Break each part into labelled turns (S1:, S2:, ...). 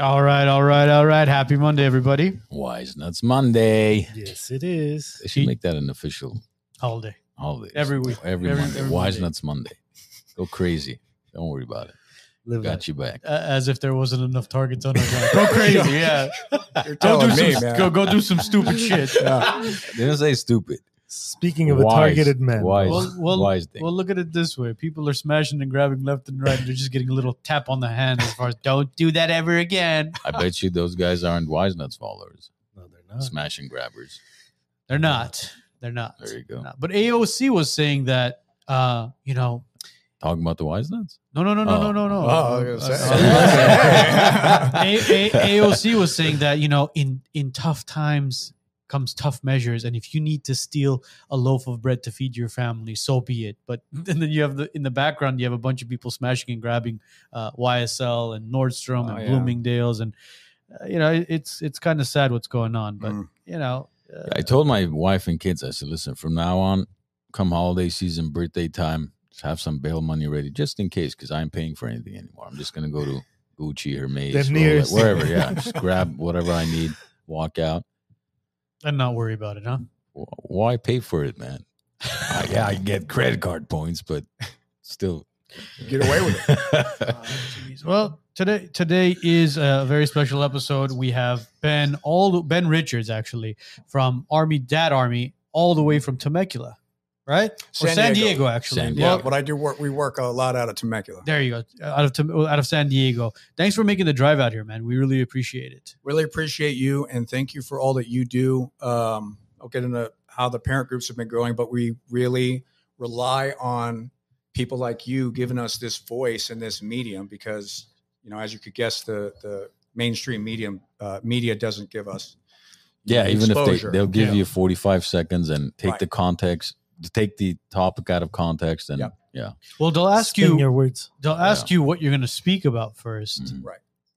S1: All right, all right, all right. Happy Monday, everybody.
S2: Wise Nuts Monday.
S1: Yes, it is.
S2: They should make that an official
S1: holiday.
S2: holiday.
S1: Every week.
S2: Every,
S1: Every-
S2: Monday.
S1: every
S2: Wise
S1: Monday.
S2: Nuts Monday. Go crazy. Don't worry about it.
S1: Live
S2: Got you back.
S1: Uh, as if there wasn't enough targets on our back. Go crazy, yeah. Go do,
S3: telling me,
S1: some,
S3: man.
S1: go, go do some stupid shit.
S2: Didn't say stupid.
S3: Speaking of a
S2: Wise.
S3: targeted man,
S2: Wise.
S1: Well, well,
S2: Wise thing.
S1: well, look at it this way: people are smashing and grabbing left and right. They're just getting a little tap on the hand as far as "Don't do that ever again."
S2: I bet you those guys aren't Wise Nuts followers.
S3: no, they're not.
S2: Smashing grabbers.
S1: They're not. They're not.
S2: There you go.
S1: Not. But AOC was saying that, uh, you know,
S2: Talking about the Wise Nuts?
S1: no, no, no, no, no,
S2: Oh.
S1: no, no.
S3: Oh, I was gonna say.
S1: Uh, A- A- AOC was saying that you know, in in tough times comes tough measures, and if you need to steal a loaf of bread to feed your family, so be it. But and then you have the in the background, you have a bunch of people smashing and grabbing uh, YSL and Nordstrom
S3: Oh,
S1: and
S3: yeah.
S1: Bloomingdale's, and uh, you know, it- it's it's kind of sad what's going on, but
S3: Mm.
S1: you know. Uh,
S2: I told my wife and kids, I said, listen, from now on, come holiday season, birthday time, just have some bail money ready just in case because I ain't paying for anything anymore. I'm just going to go to Gucci, Hermes,
S3: The
S2: Rolex,
S3: nearest.
S2: wherever. Yeah, just grab whatever I need, walk out.
S1: and not worry about it, huh?
S2: Wh- Why pay for it, man? I, yeah, I get credit card points, but still.
S3: Get away with Ah,
S2: it.
S1: Well, today today is a very special episode. We have Ben all Ben Richards actually from Army Dad Army all the way from Temecula, right? or San Diego, actually.
S2: San
S3: Yeah,
S1: Well,
S2: Diego.
S3: but I do work. We work a lot out of Temecula.
S1: there you go. Out of Tem- out of San Diego. Thanks for making the drive out here, man. We really appreciate it.
S3: Really appreciate you and thank you for all that you do. Um, I'll get into how the parent groups have been growing, but we really rely on people like you giving us this voice and this medium because you know, as you could guess, the the mainstream medium uh, media doesn't give us.
S2: yeah, even if they,
S3: exposure.
S2: they'll give
S1: Yeah.
S2: you 45 seconds and take
S3: Right.
S2: the context, take the topic out of context. And
S3: Yep.
S2: yeah.
S1: Well, they'll ask
S4: Spin
S1: you
S4: your words.
S1: they'll ask you what you're going to speak about 1st
S2: Mhm.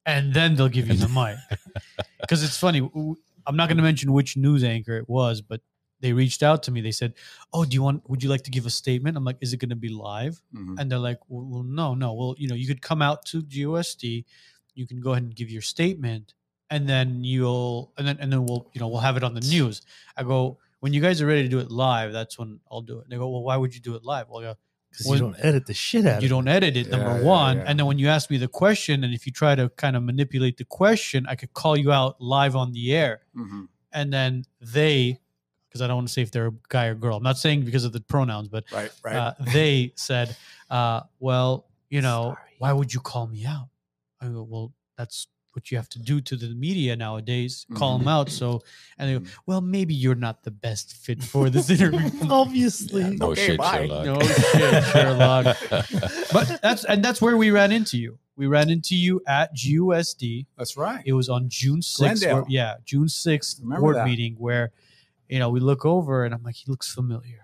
S1: and then they'll give you the mic. Because it's funny, w- I'm not going to mention which news anchor it was, but they reached out to me. They said, "Oh, do you want? Would you like to give a statement?" I'm like, "Is it going to be live?"
S3: Mhm.
S1: And they're like, well, "Well, no, no. Well, you know, you could come out to GOSD, you can go ahead and give your statement, and then you'll, and then and then we'll, you know, we'll have it on the news." I go, "When you guys are ready to do it live, that's when I'll do it." They go, "Well, why would you do it live?" Well, I go,
S4: Because
S1: Well,
S4: you don't edit the shit out
S1: you
S4: of
S1: don't edit it
S3: Yeah,
S1: number
S3: yeah,
S1: one
S3: yeah.
S1: and then when you ask me the question and if you try to kind of manipulate the question i could call you out live on the air
S3: Mhm.
S1: and then they because i don't want to say if they're a guy or girl i'm not saying because of the pronouns but
S3: Right, right.
S1: uh, they said uh, well you know
S4: Sorry.
S1: why would you call me out i go well that's what you have to do to the media nowadays call
S3: Mm-hmm.
S1: them out so and they go well maybe you're not the best fit for this interview
S4: it. Obviously.
S2: Yeah, no
S3: Okay,
S2: shit,
S3: bye.
S2: Sherlock.
S1: No shit, Sherlock. but that's and that's where we ran into you. We ran into you at GUSD.
S3: That's right.
S1: It was on June sixth.
S3: Glendale.
S1: Yeah, June sixth
S3: Remember
S1: board
S3: that.
S1: meeting where you know we look over and I'm like, he looks familiar.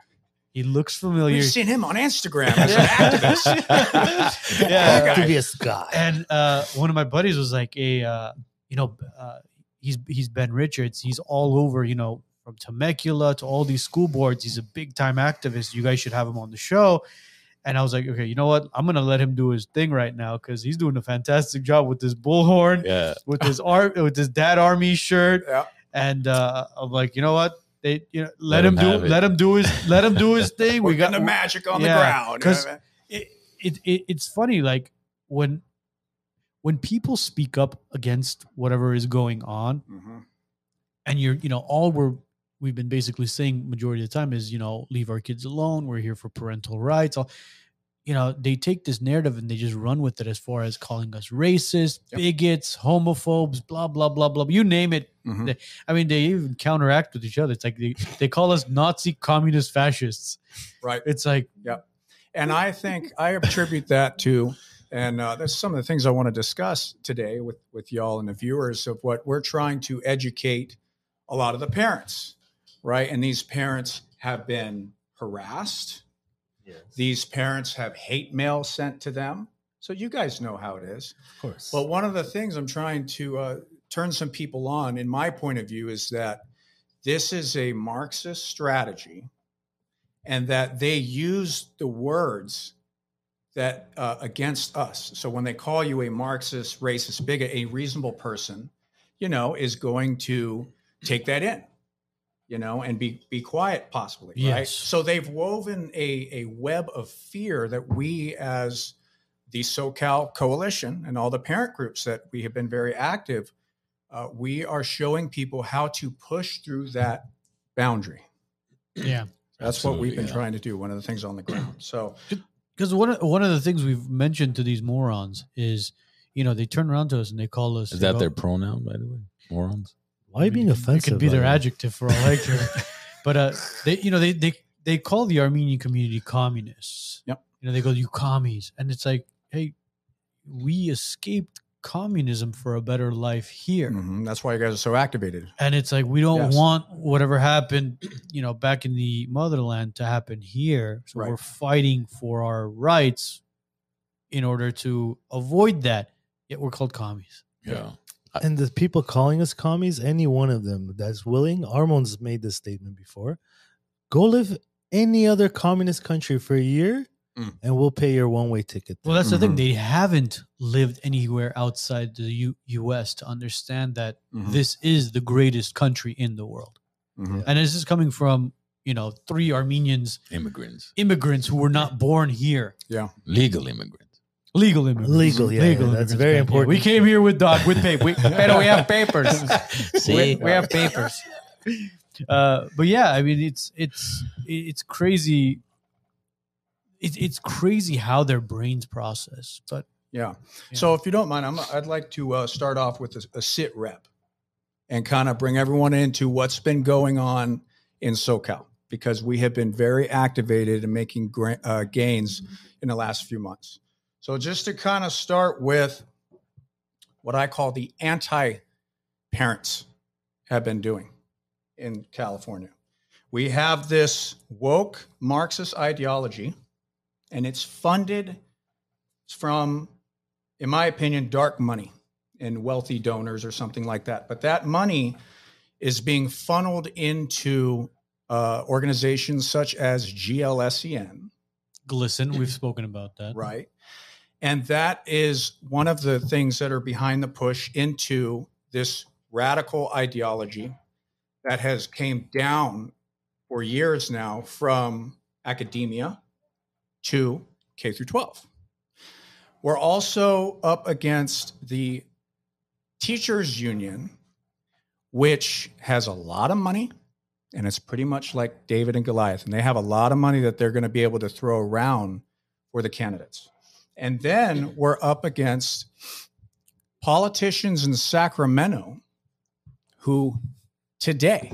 S1: He looks familiar.
S3: We've seen him on Instagram as an activist.
S1: yeah. yeah.
S4: Activist guy.
S1: And uh, one of my buddies was like, "Hey, uh, you know, uh, he's he's Ben Richards. He's all over, you know, from Temecula to all these school boards. He's a big time activist. You guys should have him on the show." And I was like, "Okay, you know what? I'm gonna let him do his thing right now because he's doing a fantastic job with this bullhorn,
S2: Yeah.
S1: with his arm, with his dad army shirt."
S3: Yeah.
S1: And uh, I'm like, you know what? They, you know, let,
S2: Let
S1: him,
S2: him have
S1: do,
S2: it.
S1: let him do his, let him do his thing.
S3: We're
S1: we got
S3: the magic on
S1: yeah,
S3: the ground. you know
S1: 'cause-
S3: what I mean?
S1: it, it, it it's funny like when when people speak up against whatever is going on
S3: Mhm.
S1: and you're you know all we're we've been basically saying majority of the time is you know leave our kids alone we're here for parental rights all you know they take this narrative and they just run with it as far as calling us racist
S3: Yep.
S1: bigots homophobes blah blah blah blah you name it
S3: Mhm.
S1: i mean they even counteract with each other it's like they, they call us nazi communist fascists
S3: Right.
S1: it's like
S3: And I think I attribute that to, and uh, that's some of the things I want to discuss today with, with y'all and the viewers of what we're trying to educate a lot of the parents, right? And these parents have been harassed. These parents have hate mail sent to them. So you guys know how it is.
S4: Of course.
S3: But one of the things I'm trying to uh, turn some people on, in my point of view, is that this is a Marxist strategy and that they use the words that uh, against us. So when they call you a Marxist, racist, bigot, a reasonable person, you know, is going to take that in, you know, and be be quiet possibly, right?
S1: Yes.
S3: So they've woven a a web of fear that we as the SoCal coalition and all the parent groups that we have been very active, uh, we are showing people how to push through that boundary.
S1: Yeah.
S3: That's what we've
S2: Absolutely,
S3: been
S2: yeah.
S3: trying to do. One of the things on the ground. So
S1: Because one of, one of the things we've mentioned to these morons is, you know, they turn around to us and they call us.
S2: Is
S1: they
S2: that
S1: go-
S2: their pronoun, by the way? Morons.
S4: Why are you being
S1: it could-
S4: offensive?
S1: It could be
S4: by
S1: their
S4: the way?
S1: adjective for all I care. but uh, they, you know, they they they call the Armenian community communists.
S3: Yep.
S1: You know, they go you commies, and it's like, hey, we escaped communism for a better life here,
S3: mhm, that's why you guys are so activated.
S1: and it's like we don't
S3: Yes.
S1: want whatever happened, you know, back in the motherland to happen here. So
S3: Right.
S1: we're fighting for our rights in order to avoid that. Yet we're called commies.
S2: Yeah.
S4: And the people calling us commies, any one of them that's willing, Armon's made this statement before. Go live any other communist country for a year,
S3: Mm.
S4: and we'll pay your one way ticket.
S1: Well, that's the thing.
S3: Mhm.
S1: They haven't lived anywhere outside the U- U.S. to understand that
S3: Mhm.
S1: this is the greatest country in the world.
S3: Mhm.
S1: And this is coming from, you know, three Armenians,
S2: Immigrants.
S1: immigrants who were not born here.
S2: Legal immigrants.
S1: Legal immigrants.
S4: Legal, yeah, yeah, that's very
S1: man.
S4: important.
S1: we came here with doc, with paper. We, Pero we have papers.
S4: See?
S1: we, we have papers. Uh, but yeah, I mean, it's it's it's crazy. It, it's crazy how their brains process. But
S3: Yeah.
S1: Yeah.
S3: So if you don't mind, I'm, I'd like to uh, start off with a, a sit rep and kind of bring everyone into what's been going on in SoCal because we have been very activated and making gra- uh, gains in the last few months. So just to kind of start with what I call the anti parents have been doing in California. We have this woke Marxist ideology, and it's funded from in my opinion, dark money and wealthy donors or something like that. But that money is being funneled into uh, organizations such as GLSEN,
S1: glisten, we've spoken about that.
S3: right? And that is one of the things that are behind the push into this radical ideology that has came down for years now from academia to K through 12. We're also up against the teachers union which has a lot of money and it's pretty much like David and Goliath and they have a lot of money that they're going to be able to throw around for the candidates. And then we're up against politicians in Sacramento who today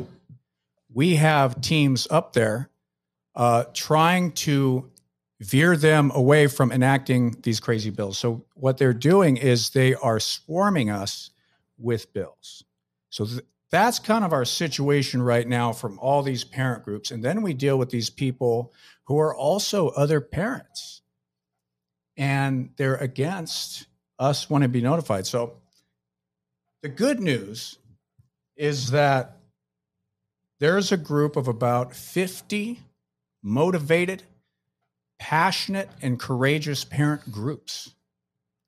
S3: we have teams up there uh, trying to veer them away from enacting these crazy bills. So what they're doing is they are swarming us with bills. So th- that's kind of our situation right now from all these parent groups. And then we deal with these people who are also other parents and they're against us wanting to be notified. So the good news is that there's a group of about 50 motivated, passionate, and courageous parent groups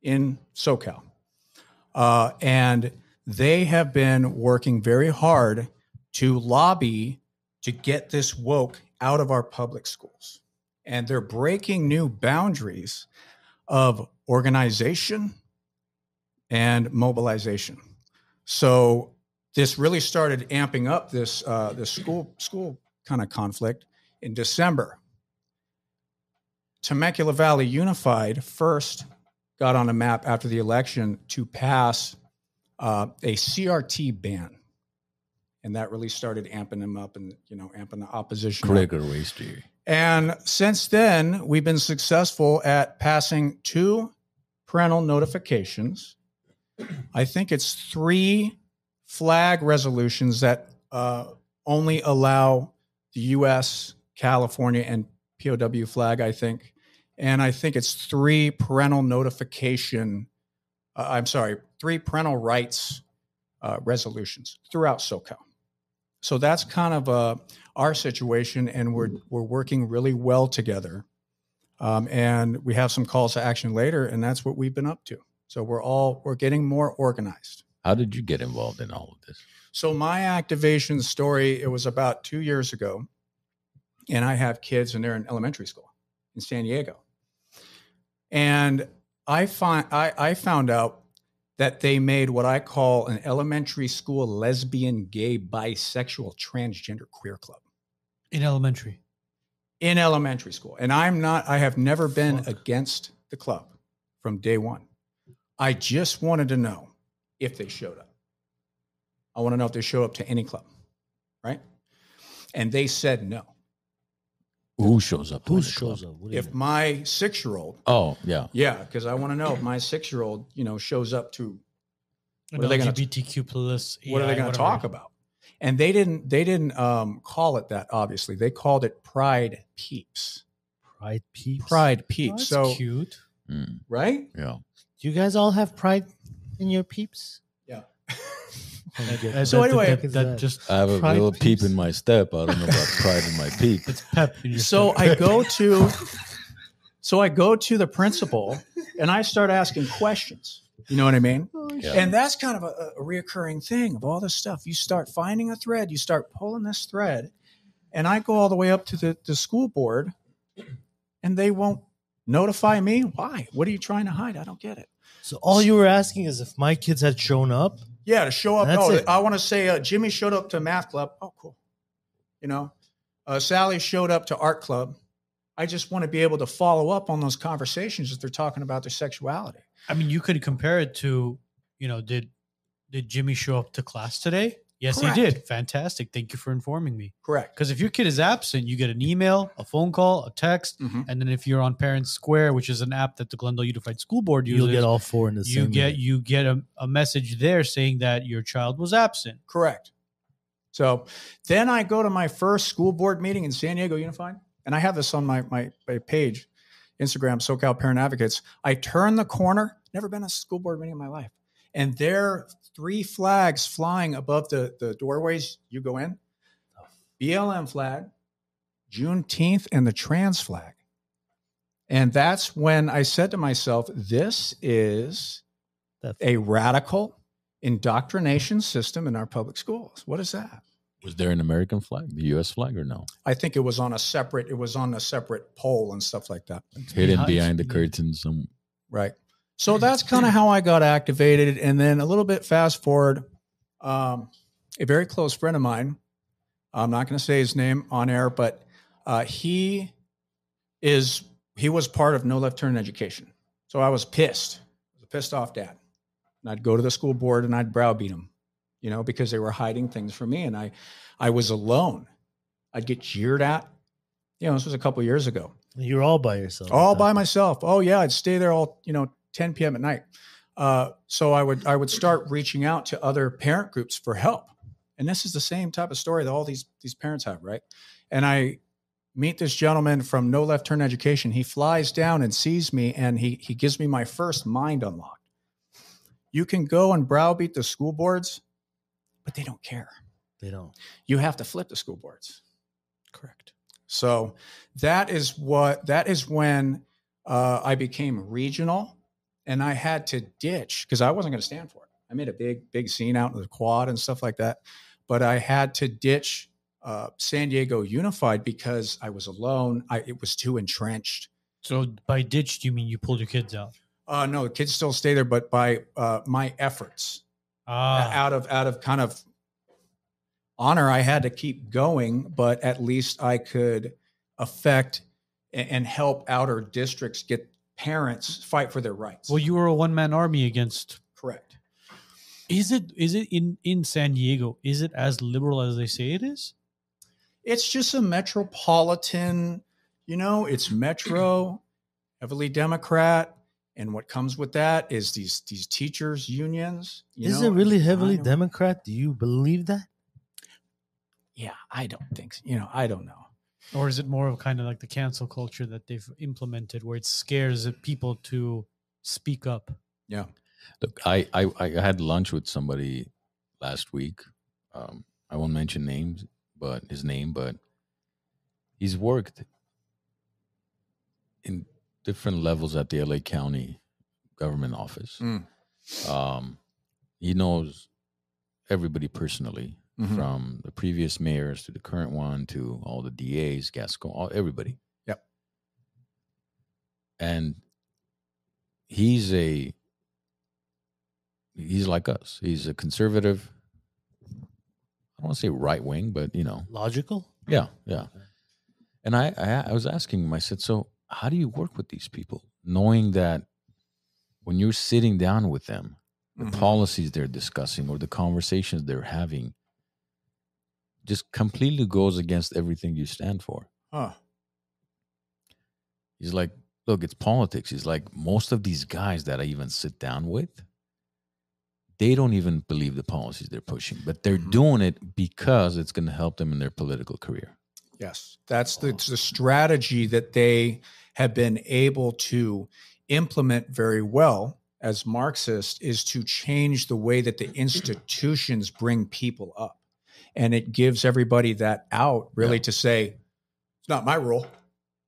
S3: in SoCal. Uh, and they have been working very hard to lobby to get this woke out of our public schools. And they're breaking new boundaries of organization and mobilization. So this really started amping up this uh, this school school kind of conflict in December. Temecula Valley Unified first got on a map after the election to pass uh, a CRT ban, and that really started amping them up and you know amping the opposition. up.
S2: Critical race theory.
S3: And since then, we've been successful at passing two parental notifications. I think it's three flag resolutions that uh, only allow the US, California, and POW flag, I think. And I think it's three parental notification, uh, I'm sorry, three parental rights uh, resolutions throughout SoCal. So that's kind of a our situation and we're we're working really well together Um, and we have some calls to action later, and that's what we've been up to. So we're all we're getting more organized.
S2: How did you get involved in all of this?
S3: So my activation story, it was about two years ago, and I have kids and they're in elementary school in San Diego. And I find I, I found out that they made what I call an elementary school lesbian, gay, bisexual, transgender queer club
S1: in elementary.
S3: in elementary school. And I'm not, I have never been
S1: Fuck.
S3: against the club from day one. I just wanted to know if they showed up. I want to know if they show up to any club, right? And they said no.
S2: Who shows up? to
S4: Who
S2: the
S4: shows
S2: club?
S4: up? What do you
S3: If
S4: mean?
S3: my six year old,
S2: Oh yeah,
S3: yeah, because I want to know if my six year old, you know, shows up to
S1: An
S3: What are they gonna-
S1: LGBTQ plus?
S3: what are they
S1: AI,
S3: going
S1: whatever.
S3: to talk about? And they didn't, they didn't um, call it that, obviously. They called it Pride Peeps.
S4: Pride peeps.
S3: Pride
S1: Oh, that's
S3: Peeps. so,
S1: cute.
S2: Mm,
S3: right?
S2: yeah.
S4: Do you guys all have pride in your peeps? Oh my goodness.
S3: So
S1: that- that-
S3: anyway-
S1: that, that just
S2: I have a
S4: Pride
S2: little peep
S4: peeps.
S2: in my step. I don't know about pride in my peep.
S1: it's pep. in your
S3: so
S1: step.
S3: I go to so I go to the principal and I start asking questions. You know what I mean?
S2: Yeah.
S3: And that's kind of a, a reoccurring thing of all this stuff. You start finding a thread, you start pulling this thread, and I go all the way up to the, the school board and they won't notify me. Why? What are you trying to hide? I don't get it.
S4: So all you were asking is if my kids had shown up.
S3: Yeah, to show up.
S4: That's
S3: oh,
S4: it.
S3: I want to say uh, Jimmy showed up to math club. Oh, cool. You know, uh, Sally showed up to art club. I just want to be able to follow up on those conversations if they're talking about their sexuality.
S1: I mean, you could compare it to, you know, did did Jimmy show up to class today? Yes,
S3: Correct.
S1: he did. Fantastic. Thank you for informing me.
S3: Correct.
S1: Because if your kid is absent, you get an email, a phone call, a text,
S3: Mhm.
S1: and then if you're on Parents Square, which is an app that the Glendale Unified School Board uses,
S4: You'll get all four in the
S1: you
S4: same.
S1: get
S4: day.
S1: you get a, a message there saying that your child was absent.
S3: Correct. So then I go to my first school board meeting in San Diego Unified, and I have this on my my, my page, Instagram, SoCal Parent Advocates. I turn the corner, never been to a school board meeting in my life, and there are three flags flying above the the doorways you go in: BLM flag, Juneteenth, and the trans flag. And that's when I said to myself, "This is
S4: That's-
S3: a radical indoctrination system in our public schools. What is that?
S2: Was there an American flag, the U.S. flag, or no?
S3: I think it was on a separate it was on a separate poll and stuff like that.
S2: Hidden
S1: behind-
S2: behind the curtain. Some
S3: Right. So that's kind of how I got activated. And then a little bit fast forward, um, a very close friend of mine, I'm not going to say his name on air, but uh, he is he was part of No Left Turn Education. So I was pissed. I was a pissed off dad. And I'd go to the school board and I'd browbeat him, you know, because they were hiding things from me. And I I was alone. I'd get jeered at. You know, this was a couple years ago
S4: You're all by yourself.
S3: all by myself. Oh yeah, I'd stay there all you know 10 p.m. at night. Uh, so I would I would start reaching out to other parent groups for help, and this is the same type of story that all these these parents have, right? And I meet this gentleman from No Left Turn Education. He flies down and sees me, and he he gives me my first mind unlocked. You can go and browbeat the school boards, but they don't care
S4: They don't.
S3: you have to flip the school boards. Correct. So that is what that is when uh, I became regional, and I had to ditch because I wasn't going to stand for it. I made a big big scene out in the quad and stuff like that, but I had to ditch uh, San Diego Unified because I was alone. I, it was too entrenched.
S1: So by ditched, you mean you pulled your kids out?
S3: Uh, no, the kids still stay there, but by uh, my efforts,
S1: Ah,
S3: out of out of kind of honor i had to keep going but at least i could affect a- and, help outer districts get parents fight for their rights
S1: well, you were a one man army against.
S3: correct
S1: Is it is it in in San Diego? Is it as liberal as they say it is?
S3: it's just a metropolitan you know it's metro heavily democrat and what comes with that is these these teachers unions you
S4: Is
S3: know,
S4: it really
S3: and
S4: heavily
S3: I don't-
S4: Democrat? Do you believe that?
S3: yeah i don't think so. you know i don't know
S1: Or is it more of kind of like the cancel culture that they've implemented where it scares people to speak up?
S3: yeah
S2: look, I, I I had lunch with somebody last week. Um, I won't mention names, but his name, but he's worked in different levels at the LA County government office.
S3: Mm.
S2: Um, he knows everybody personally,
S3: Mhm.
S2: from the previous mayors to the current one to all the DAs, Gascon, all, everybody.
S3: Yep.
S2: And he's a he's like us. He's a conservative. I don't want to say right wing, but you know,
S4: Logical.
S2: yeah, yeah. And I, I, I was asking him. I said, "So, how do you work with these people, knowing that when you're sitting down with them, the
S3: Mhm.
S2: policies they're discussing or the conversations they're having just completely goes against everything you stand for?"
S3: Huh.
S2: He's like, "Look, it's politics." He's like, "Most of these guys that I even sit down with, they don't even believe the policies they're pushing, but they're
S3: Mhm.
S2: doing it because it's going to help them in their political career."
S3: Yes, that's the, it's the strategy that they have been able to implement very well as Marxists is to change the way that the institutions bring people up. And it gives everybody that out really
S2: Yeah.
S3: to say, it's not my rule.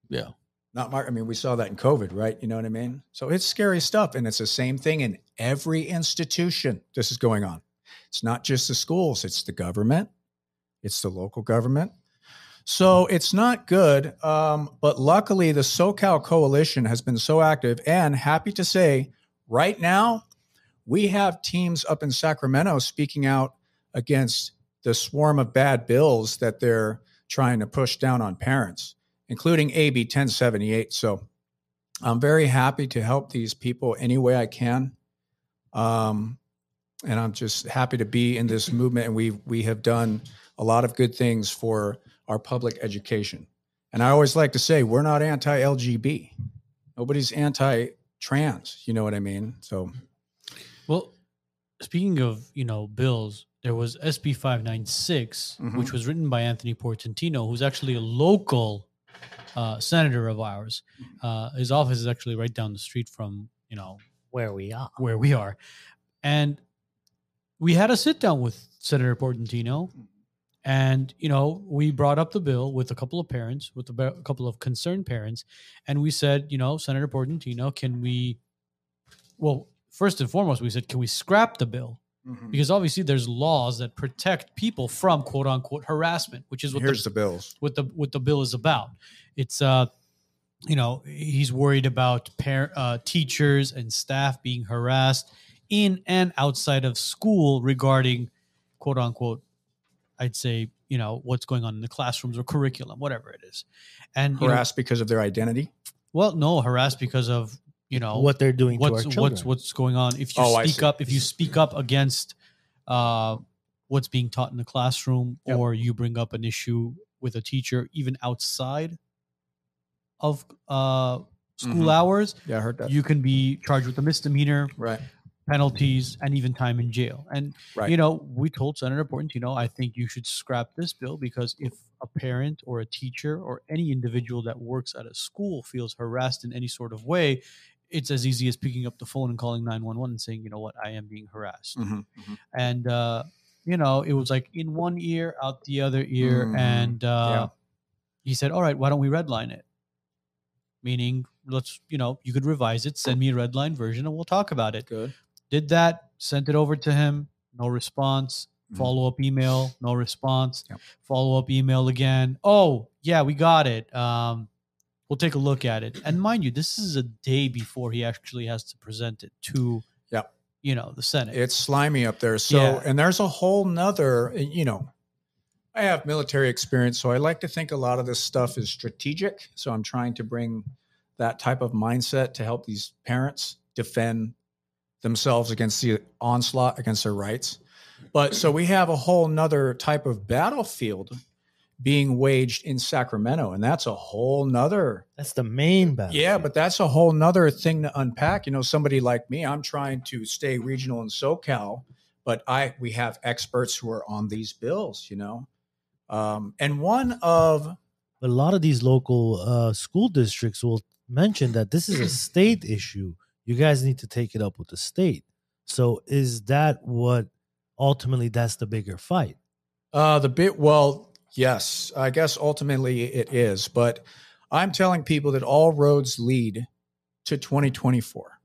S2: Yeah.
S3: Not my, I mean, we saw that in COVID, right? You know what I mean? So it's scary stuff. And it's the same thing in every institution this is going on. It's not just the schools, it's the government, it's the local government. So it's not good. Um, but luckily, the SoCal Coalition has been so active and happy to say right now, we have teams up in Sacramento speaking out against the swarm of bad bills that they're trying to push down on parents, including AB 1078. So I'm very happy to help these people any way I can. Um, and I'm just happy to be in this movement. And we we have done a lot of good things for our public education. And I always like to say, we're not anti LGB. Nobody's anti trans. You know what I mean? So,
S1: Well, speaking of you know bills, there was SB five
S3: Mhm.
S1: which was written by Anthony Portantino, who's actually a local uh, senator of ours. Uh, his office is actually right down the street from you know
S4: Where we are.
S1: where we are, and we had a sit down with Senator Portantino. And you know, we brought up the bill with a couple of parents, with a ba- couple of concerned parents, and we said, you know, Senator Portantino, can we? Well, first and foremost, we said, can we scrap the bill? because obviously there's laws that protect people from quote unquote harassment, which is what
S3: here's
S1: the,
S3: the bills.
S1: what the what the bill is about. It's uh, you know, he's worried about par- uh, teachers and staff being harassed in and outside of school regarding quote unquote, I'd say you know what's going on in the classrooms or curriculum, whatever it is, and you know,
S3: Harassed because of their identity.
S1: well, no, harassed because of you know
S4: What they're doing
S1: what's
S4: to our children.
S1: what's what's going on if you
S3: Oh, I
S1: speak
S3: see.
S1: up if you speak up against uh, what's being taught in the classroom
S3: Yep.
S1: or you bring up an issue with a teacher even outside of uh, school
S3: Mhm.
S1: hours
S3: Yeah, I heard that.
S1: you can be charged with a misdemeanor
S3: right.
S1: penalties and even time in jail and
S3: Right.
S1: you know we told senator portantino i think you should scrap this bill because if a parent or a teacher or any individual that works at a school feels harassed in any sort of way it's as easy as picking up the phone and calling 911 and saying you know what i am being harassed
S3: Mhm.
S1: and uh you know it was like in one ear out the other ear
S3: Mm,
S1: and uh
S3: yeah.
S1: he said all right why don't we redline it meaning let's you know you could revise it send me a redline version and we'll talk about it
S3: Good.
S1: did that, sent it over to him, no response.
S3: Mhm.
S1: Follow up email, no response.
S3: Yep.
S1: Follow up email again. Oh, yeah, we got it. Um, we'll take a look at it. And mind you, this is a day before he actually has to present it to,
S3: Yep.
S1: you know, the Senate.
S3: It's slimy up there. So,
S1: Yeah.
S3: and there's a whole nother, you know, I have military experience, so I like to think a lot of this stuff is strategic. So I'm trying to bring that type of mindset to help these parents defend themselves against the onslaught against their rights. But so we have a whole nother type of battlefield being waged in Sacramento, and that's a whole nother
S4: That's the main battle.
S3: yeah, but that's a whole nother thing to unpack. You know, somebody like me, I'm trying to stay regional in SoCal, but I we have experts who are on these bills, you know. Um, and one of
S4: But a lot of these local uh, school districts will mention that this is a state issue. You guys need to take it up with the state. So is that what ultimately that's the bigger fight?
S3: uh the bit well, yes, I guess ultimately it is, but I'm telling people that all roads lead to 2024.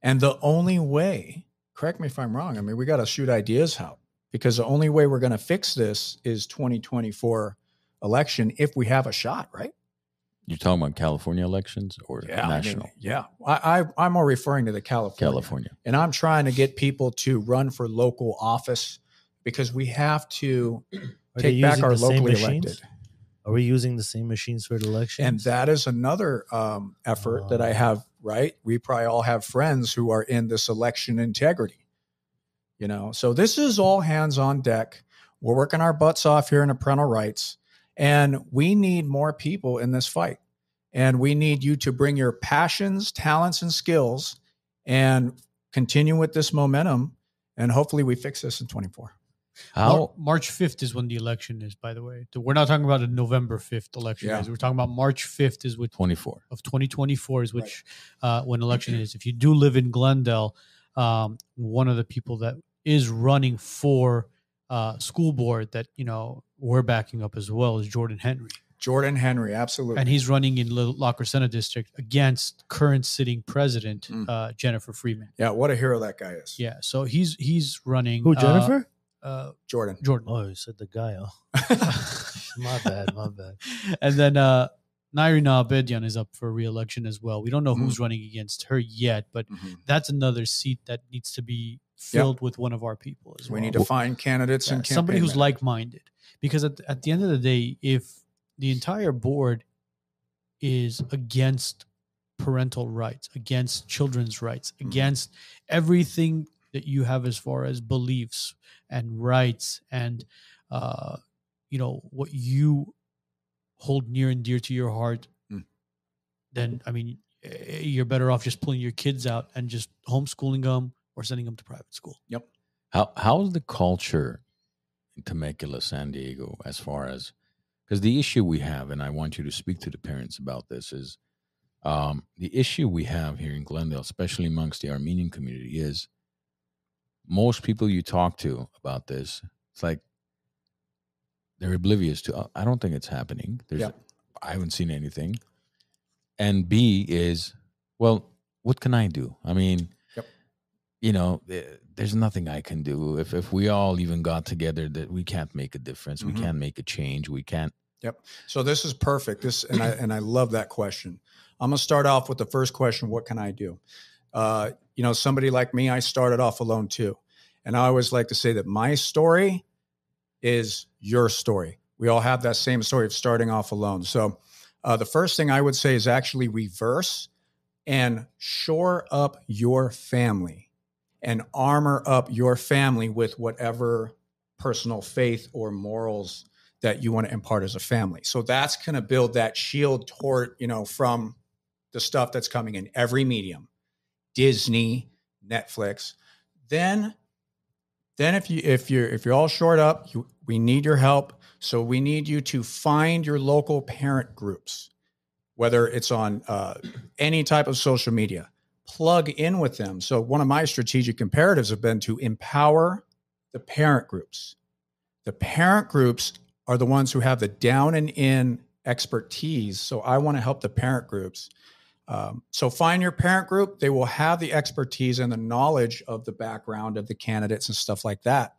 S3: And the only way, correct me if I'm wrong, I mean, we got to shoot ideas out because the only way we're going to fix this is 2024 election if we have a shot, right?
S2: You're talking about California elections or
S3: I mean,
S2: national?
S3: yeah. I, I, I'm more referring to the
S2: California.
S3: and I'm trying to get people to run for local office because we have to
S4: Are they
S3: take back
S4: using
S3: our
S4: the same
S3: locally
S4: machines?
S3: elected.
S4: Are we using the same machines for the election?
S3: And that is another um, effort that I
S4: Oh.
S3: have, right? We probably all have friends who are in this election integrity, you know? So this is all hands on deck. We're working our butts off here in parental rights, and we need more people in this fight. And we need you to bring your passions, talents, and skills and continue with this momentum. And hopefully, we fix this in 24.
S2: How
S1: Mar- March 5th is when the election is, by the way. So We're not talking about a November 5th election.
S3: Yeah.
S1: Is. We're talking about March 5th is which
S2: 24?
S1: of 2024 is which uh, when election is. If you do live in Glendale, um, one of the people that is running for uh, school board that, you know, we're backing up as well is Jordan Henry.
S3: Jordan Henry, absolutely.
S1: And he's running in Little Locker Center District against current sitting president,
S3: Mm.
S1: uh, Jennifer Freeman.
S3: yeah, what a hero that guy is.
S1: Yeah. So he's he's running.
S4: Who,
S1: uh,
S4: Jennifer?
S1: Uh,
S3: Jordan.
S1: Jordan.
S4: oh, you said the guy. Oh, my bad, my bad.
S1: and then uh, Nairina Abedian is up for reelection as well. We don't
S4: Mm-hmm.
S1: know who's running against her yet, but
S3: Mhm.
S1: that's another seat that needs to be filled with one of our people as
S3: We
S1: well.
S3: need to find candidates
S1: Yeah,
S3: and
S1: somebody
S3: campaign
S1: who's like minded. Because at, at the end of the day, if the entire board is against parental rights, against children's rights,
S3: Mhm.
S1: against everything that you have as far as beliefs and rights and, uh, you know, what you hold near and dear to your heart,
S3: Mm.
S1: then, I mean, eh, you're better off just pulling your kids out and just homeschooling them or sending them to private school.
S2: How how is the culture in Temecula, San Diego, as far as because the issue we have, and I want you to speak to the parents about this, is um, the issue we have here in Glendale, especially amongst the Armenian community, is most people you talk to about this, it's like they're oblivious to. "Oh, I don't think it's happening. There's,
S3: Yeah.
S2: I haven't seen anything. And B is, well, what can I do? I mean,
S3: Yep.
S2: you know, th- there's nothing I can do. If if we all even got together, that we can't make a difference.
S3: Mhm.
S2: We can't make a change. We can't.
S3: So this is perfect. This and I and I love that question. I'm gonna start off with the first question: What can I do? Uh, you know, somebody like me, I started off alone too, and I always like to say that my story is your story. We all have that same story of starting off alone. So uh, the first thing I would say is actually reverse and shore up your family and armor up your family with whatever personal faith or morals that you want to impart as a family. So that's going to build that shield toward, you know, from the stuff that's coming in every medium. Disney, Netflix. Then then if you if you're if you're all short up, you, we need your help. So we need you to find your local parent groups, whether it's on uh, any type of social media. Plug in with them. So one of my strategic imperatives have been to empower the parent groups. The parent groups are the ones who have the down and in expertise. So I want to help the parent groups. Um, so find your parent group. They will have the expertise and the knowledge of the background of the candidates and stuff like that.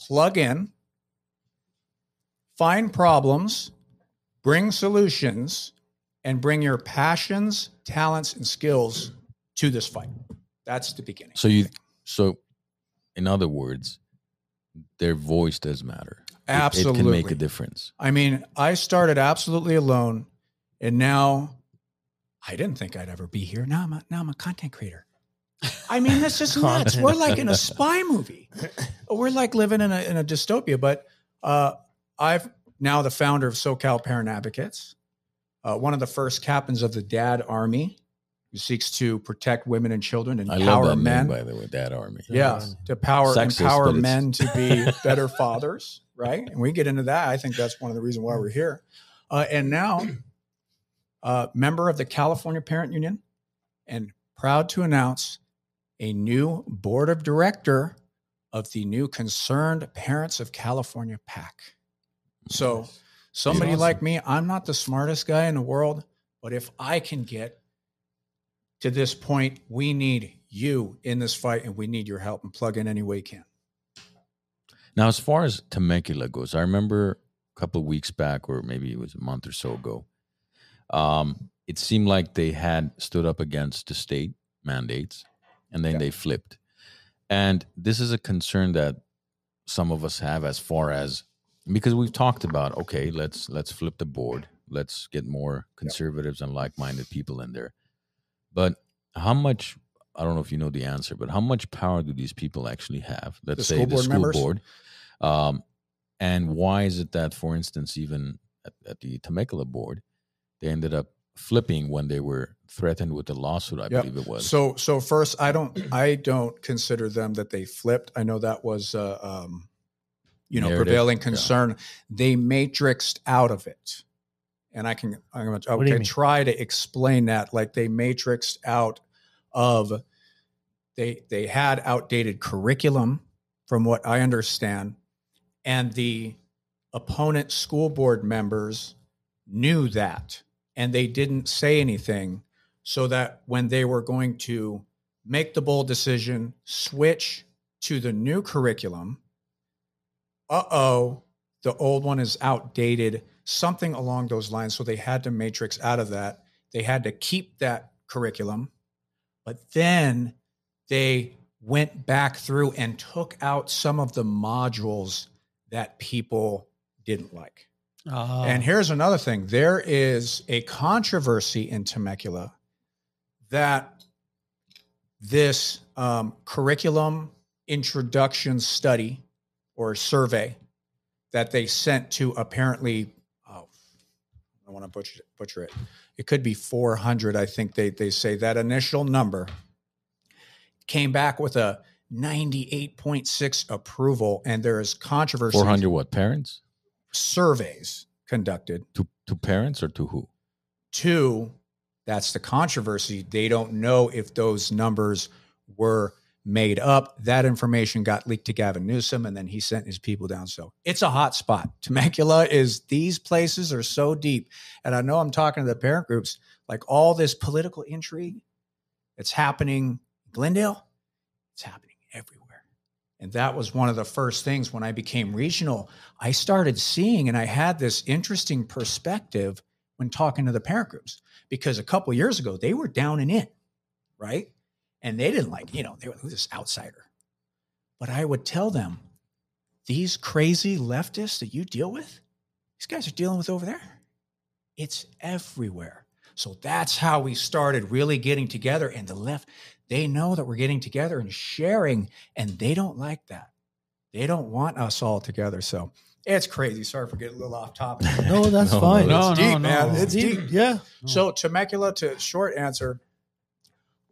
S3: Plug in, find problems, bring solutions, and bring your passions, talents, and skills to this fight. That's the beginning.
S2: So you. So, in other words, their voice does matter. It-
S3: absolutely
S2: it can make a difference.
S3: I mean, I started absolutely alone, and now I didn't think I'd ever be here. Now I'm a, now I'm a content creator. I mean, this is nuts. We're like in a spy movie. We're like living in a in a dystopia. But uh, I've now the founder of SoCal Parent Advocates, uh, one of the first captains of the Dad Army, who seeks to protect women and children and
S2: I
S3: empower
S2: love that
S3: men.
S2: name, by the way. That army.
S3: Yeah,
S4: Um,
S3: to power
S2: Sexist,
S3: empower
S2: but it's-
S3: men to be better fathers, right? And we get into that. I think that's one of the reasons why we're here. Uh, and now, uh, member of the California Parent Union, and proud to announce a new board of director of the new Concerned Parents of California PAC. So, somebody
S2: Awesome.
S3: like me, I'm not the smartest guy in the world. But if I can get to this point, we need you in this fight and we need your help and plug in any way you can.
S2: Now, as far as Temecula goes, I remember a couple of weeks back, or maybe it was a month or so ago, um, it seemed like they had stood up against the state mandates and then
S3: Yeah.
S2: they flipped. And this is a concern that some of us have as far as because we've talked about okay let's let's flip the board let's get more conservatives and like-minded people in there but how much i don't know if you know the answer but how much power do these people actually have let's
S3: The
S2: say
S3: school
S2: the
S3: board
S2: school
S3: members?
S2: board um, and why is it that for instance even at, at the temecula board they ended up flipping when they were threatened with a lawsuit i
S3: Yep.
S2: believe it was
S3: So, so first, I don't, I don't consider them that they flipped. I know that was, uh, um, you know,
S2: Narrative,
S3: prevailing
S2: yeah.
S3: concern. They matrixed out of it, and I can, I'm going to
S4: What do you
S3: okay,
S4: mean?
S3: try to explain that. Like they matrixed out of, they they had outdated curriculum, from what I understand, and the opponent school board members knew that, and they didn't say anything so that when they were going to make the bold decision, switch to the new curriculum, uh oh, the old one is outdated, something along those lines. So they had to matrix out of that. They had to keep that curriculum, but then they went back through and took out some of the modules that people didn't like.
S1: Uh,
S3: And here's another thing there is a controversy in Temecula that this um, curriculum introduction study or survey that they sent to apparently, oh, I want to butcher, butcher it. It could be 400, I think they, they say that initial number came back with a 98.6 approval, and there is controversy.
S2: 400 what parents
S3: surveys conducted
S2: to to parents or to who
S3: Two, that's the controversy. They don't know if those numbers were made up. That information got leaked to Gavin Newsom, and then he sent his people down. So it's a hot spot. Temecula is these places are so deep, and I know I'm talking to the parent groups. Like all this political intrigue, it's happening. in Glendale, it's happening everywhere, and that was one of the first things when I became regional. I started seeing, and I had this interesting perspective when talking to the parent groups because a couple years ago they were down and in, right? And they didn't like, you know, they were "Who's this outsider. But I would tell them, these crazy leftists that you deal with, these guys are dealing with over there. It's everywhere. So that's how we started really getting together. And the left, they know that we're getting together and sharing, and they don't like that. They don't want us all together. So it's crazy. Sorry for getting a little off topic.
S4: No, that's
S2: No,
S4: fine.
S2: no,
S1: no,
S3: It's
S1: no,
S3: deep,
S1: no.
S3: man. It's deep.
S4: Yeah.
S3: Oh, So Temecula, to short answer,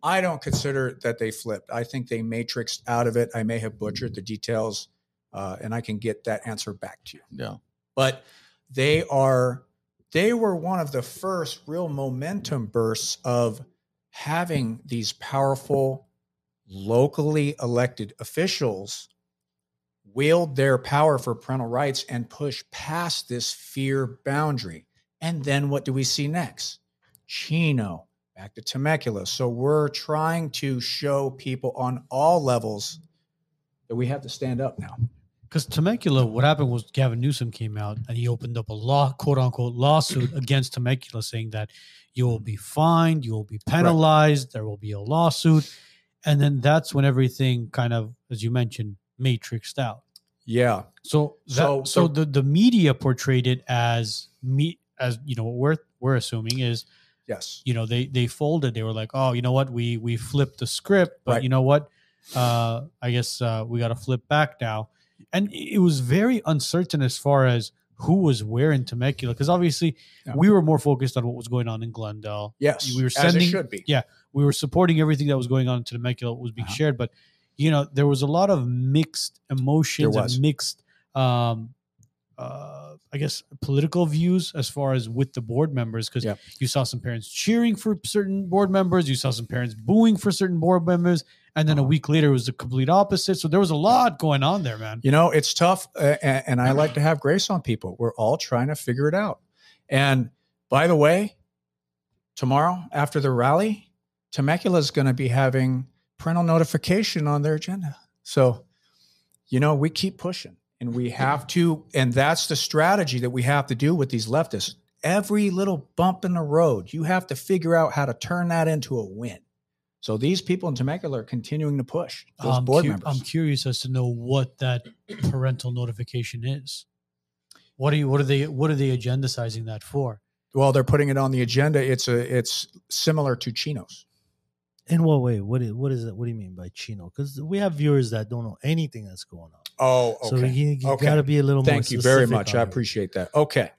S3: I don't consider that they flipped. I think they matrixed out of it. I may have butchered the details, uh, and I can get that answer back to you.
S2: yeah
S3: But they are they were one of the first real momentum bursts of having these powerful locally elected officials wield their power for parental rights and push past this fear boundary. And then what do we see next? Chino, back to Temecula. So we're trying to show people on all levels that we have to stand up now.
S1: Because Temecula, what happened was Gavin Newsom came out and he opened up a law, quote unquote, lawsuit against Temecula, saying that you will be fined, you will be penalized, there will be a lawsuit, and then that's when everything kind of, as you mentioned, matrixed out.
S3: Yeah.
S1: So, that, so,
S3: So- so-
S1: the the media portrayed it as me, as you know, what we're we're assuming is
S3: Yes.
S1: you know they they folded they were like oh you know what we we flipped the script but
S3: Right.
S1: you know what uh i guess uh we got to flip back now and it it was very uncertain as far as who was where in temecula because obviously
S3: Yeah.
S1: we were more focused on what was going on in glendale
S3: Yes.
S1: We were
S3: as
S1: sending-
S3: it should be.
S1: we were supporting everything that was going on in temecula what was being
S3: Uh-huh.
S1: shared but you know there was a lot of mixed emotions
S3: There was.
S1: and mixed um uh, I guess political views as far as with the board members because
S3: Yep.
S1: you saw some parents cheering for certain board members, you saw some parents booing for certain board members, and then a
S3: Uh-huh.
S1: week later it was the complete opposite. So there was a lot going on there, man.
S3: You know, it's tough, uh, and, and I like to have grace on people. We're all trying to figure it out. And by the way, tomorrow after the rally, Temecula is going to be having parental notification on their agenda. So, you know, we keep pushing and we have to, and that's the strategy that we have to do with these leftists. Every little bump in the road, you have to figure out how to turn that into a win. So these people in Temecula are continuing to push those
S1: I'm,
S3: board
S1: cu-
S3: members.
S1: I'm curious as to know what that parental notification is. What are you? What are they? What are they agendacizing that for?
S3: well, they're putting it on the agenda. It's a it's similar to Chinos.
S4: In what way? What is, what is it? What do you mean by chino? Because we have viewers that don't know anything that's going on.
S3: Oh,
S4: So you, you
S3: Okay.
S4: gotta be a little more
S3: Thank you very
S4: specific
S3: much.
S4: on
S3: I
S4: it.
S3: appreciate that. Okay.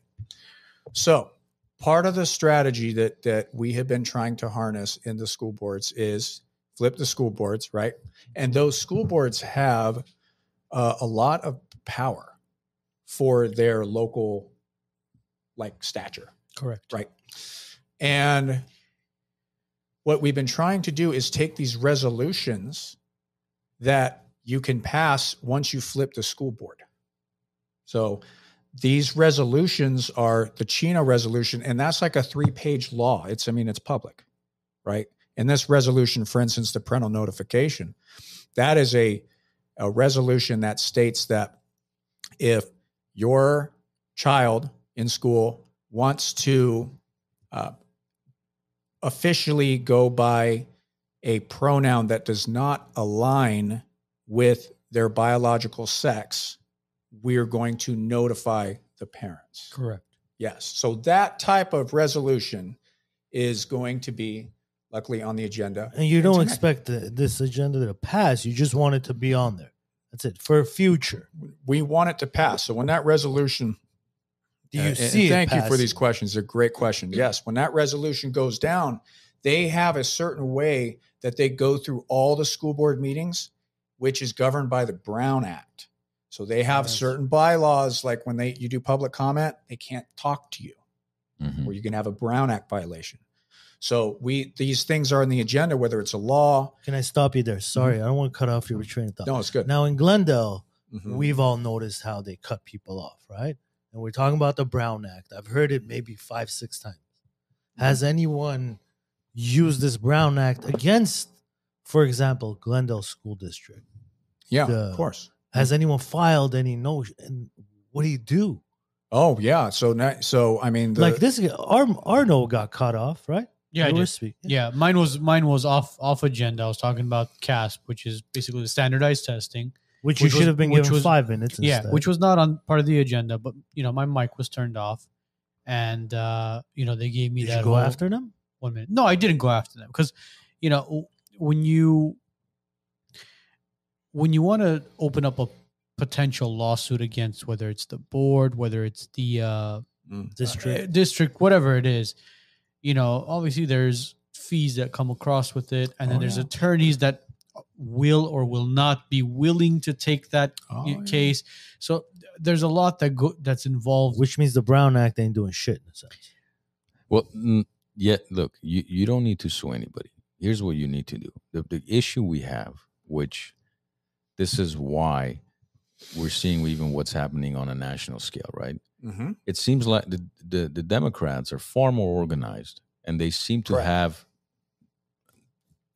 S3: So, part of the strategy that that we have been trying to harness in the school boards is flip the school boards, right? And those school boards have uh, a lot of power for their local like stature.
S1: Correct.
S3: Right. And what we've been trying to do is take these resolutions that you can pass once you flip the school board. So these resolutions are the Chino resolution, and that's like a three page law. It's, I mean, it's public, right? And this resolution, for instance, the parental notification, that is a, a resolution that states that if your child in school wants to uh, officially go by a pronoun that does not align with their biological sex, we're going to notify the parents.
S1: Correct.
S3: Yes. So that type of resolution is going to be luckily on the agenda.
S4: And you don't
S3: Internet.
S4: expect the, this agenda to pass. You just want it to be on there. That's it for future.
S3: We want it to pass. So when that resolution
S4: Do
S3: Uh,
S4: you
S3: and- and
S4: see? it
S3: thank you for
S4: passing?
S3: these questions. They're great questions. Yes, when that resolution goes down, they have a certain way that they go through all the school board meetings, which is governed by the Brown Act. So they have
S1: Yes.
S3: certain bylaws, like when they you do public comment, they can't talk to you,
S2: Mhm.
S3: or you can have a Brown Act violation. So we these things are on the agenda, whether it's a law.
S4: Can I stop you there? Sorry, I don't want to cut off your train of thought.
S3: Mm-hmm. No, it's good.
S4: Now in Glendale,
S3: Mhm.
S4: we've all noticed how they cut people off, right? And we're talking about the Brown Act. I've heard it maybe five, six times. Has anyone used this Brown Act against, for example, Glendale School District?
S3: yeah,
S4: the-
S3: of course.
S4: Has anyone filed any notion? And what do you do?
S3: Oh yeah. So now, so I mean, the,
S4: like this, Ar- Arno got cut off, right?
S1: Yeah, I
S4: You
S1: did.
S4: were speaking.
S1: Yeah, mine was mine was off off agenda. I was talking about CASP, which is basically the standardized testing. Which
S4: Which, you
S1: was-
S4: should have been
S1: which
S4: given
S1: was-
S4: five minutes.
S1: Yeah,
S4: instead.
S1: which was not on part of the agenda, but you know my mic was turned off, and uh, you know they gave me
S4: Did
S1: that
S4: you go
S1: whole-
S4: after them.
S1: one minute. No, I didn't go after them because, you know, w- when you when you want to open up a potential lawsuit against whether it's the board, whether it's the uh,
S3: Mm.
S4: District.
S1: uh, district, whatever it is, you know, obviously there's fees that come across with it, and then
S3: Oh,
S1: there's
S3: yeah.
S1: attorneys that will or will not be willing to take that
S3: Oh,
S1: y-
S3: yeah.
S1: case. So th- there's a lot that go- that's involved.
S4: which means the Brown Act ain't doing shit in a sense.
S2: Well, n- yeah, look, you, you don't need to sue anybody. Here's what you need to do. The, the issue we have, which this is why we're seeing even what's happening on a national scale, right?
S3: Mhm.
S2: It seems like the, the, the Democrats are far more organized and they seem to
S3: Correct.
S2: have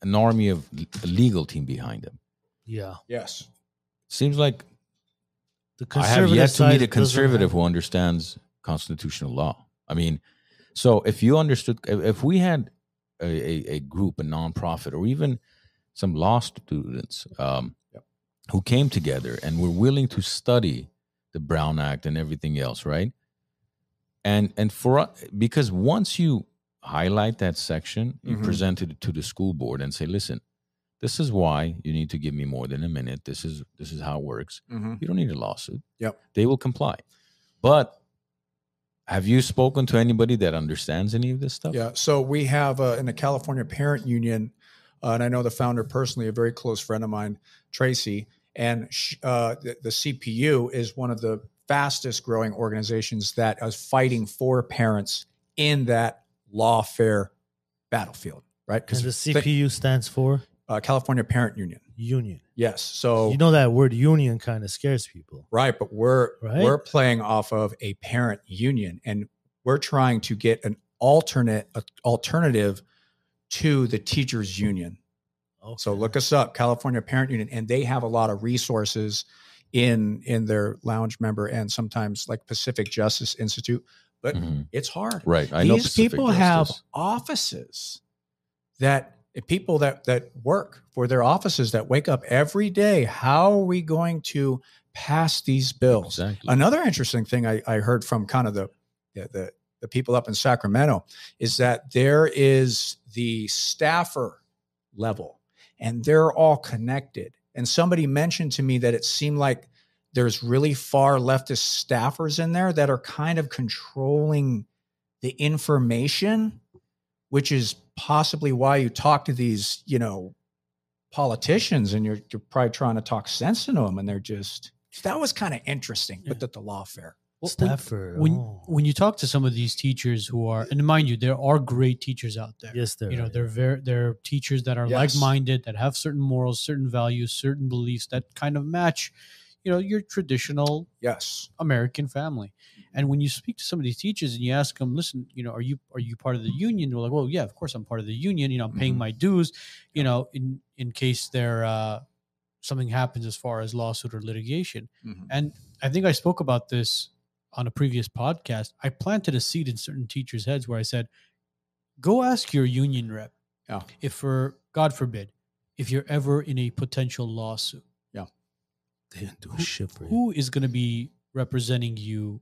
S2: an army of l- a legal team behind them.
S4: Yeah.
S3: yes,
S2: Seems like
S4: The
S2: I have yet to
S4: side
S2: meet a
S4: doesn't
S2: conservative
S4: have-
S2: who understands constitutional law. I mean, so if you understood, if, if we had a, a, a group, a nonprofit, or even some law students um, who came together and were willing to study the Brown Act and everything else, right? And and for us- because once you highlight that section, you
S4: Mm-hmm.
S3: Mhm.
S2: present it to the school board and say, listen, this is why you need to give me more than a minute. This is this is how it works.
S3: Mhm.
S2: You don't need a lawsuit.
S3: Yep.
S2: They will comply. But have you spoken to anybody that understands any of this stuff?
S3: Yeah. So we have uh, in the California Parent Union, uh, and I know the founder personally, a very close friend of mine, Tracy, and sh- uh, the, the CPU is one of the fastest growing organizations that is fighting for parents in that lawfare battlefield, right?
S4: And the
S3: thi-
S4: CPU stands for
S3: uh, California Parent Union.
S4: union.
S3: Yes. So
S2: Oh.
S4: You know that word union kind of scares people.
S3: Right, but we're
S4: Right?
S3: we're playing off of a parent union and we're trying to get an alternate a- alternative to the teachers union.
S4: Okay.
S3: So look us up, California Parent Union, and they have a lot of resources in in their lounge member and sometimes like Pacific Justice Institute. But
S2: Mhm.
S3: it's hard.
S2: Right. I know
S3: These
S2: Pacific
S3: people have
S2: Justice.
S3: offices that people that that work for their offices that wake up every day. How are we going to pass these bills?
S2: exactly.
S3: Another interesting thing I, I heard from kind of the, the the the people up in Sacramento is that there is the staffer level, and they're all connected. And somebody mentioned to me that it seemed like there's really far leftist staffers in there that are kind of controlling the information, which is possibly why you talk to these, you know, politicians and you're you're probably trying to talk sense into them, and they're just so that was kind of interesting. But that the lawfare,
S1: Well, when-
S4: Staffer.
S1: When
S4: oh.
S1: when you talk to some of these teachers who are, and mind you, there are great teachers out there.
S4: yes, there.
S1: you know
S4: are,
S1: they're very they're teachers that are
S3: Yes.
S1: like-minded that have certain morals certain values certain beliefs that kind of match you know your traditional
S3: yes,
S1: american family and when you speak to some of these teachers and you ask them listen you know are you are you part of the union they're like well yeah of course i'm part of the union you know i'm paying
S3: Mhm.
S1: my dues you know in in case there uh something happens as far as lawsuit or litigation and I think I spoke about this on a previous podcast. I planted a seed in certain teachers' heads where I said, go ask your union rep
S3: Yeah.
S1: if for God forbid, if you're ever in a potential lawsuit,
S4: They didn't do shit for you.
S1: who is going to be representing you,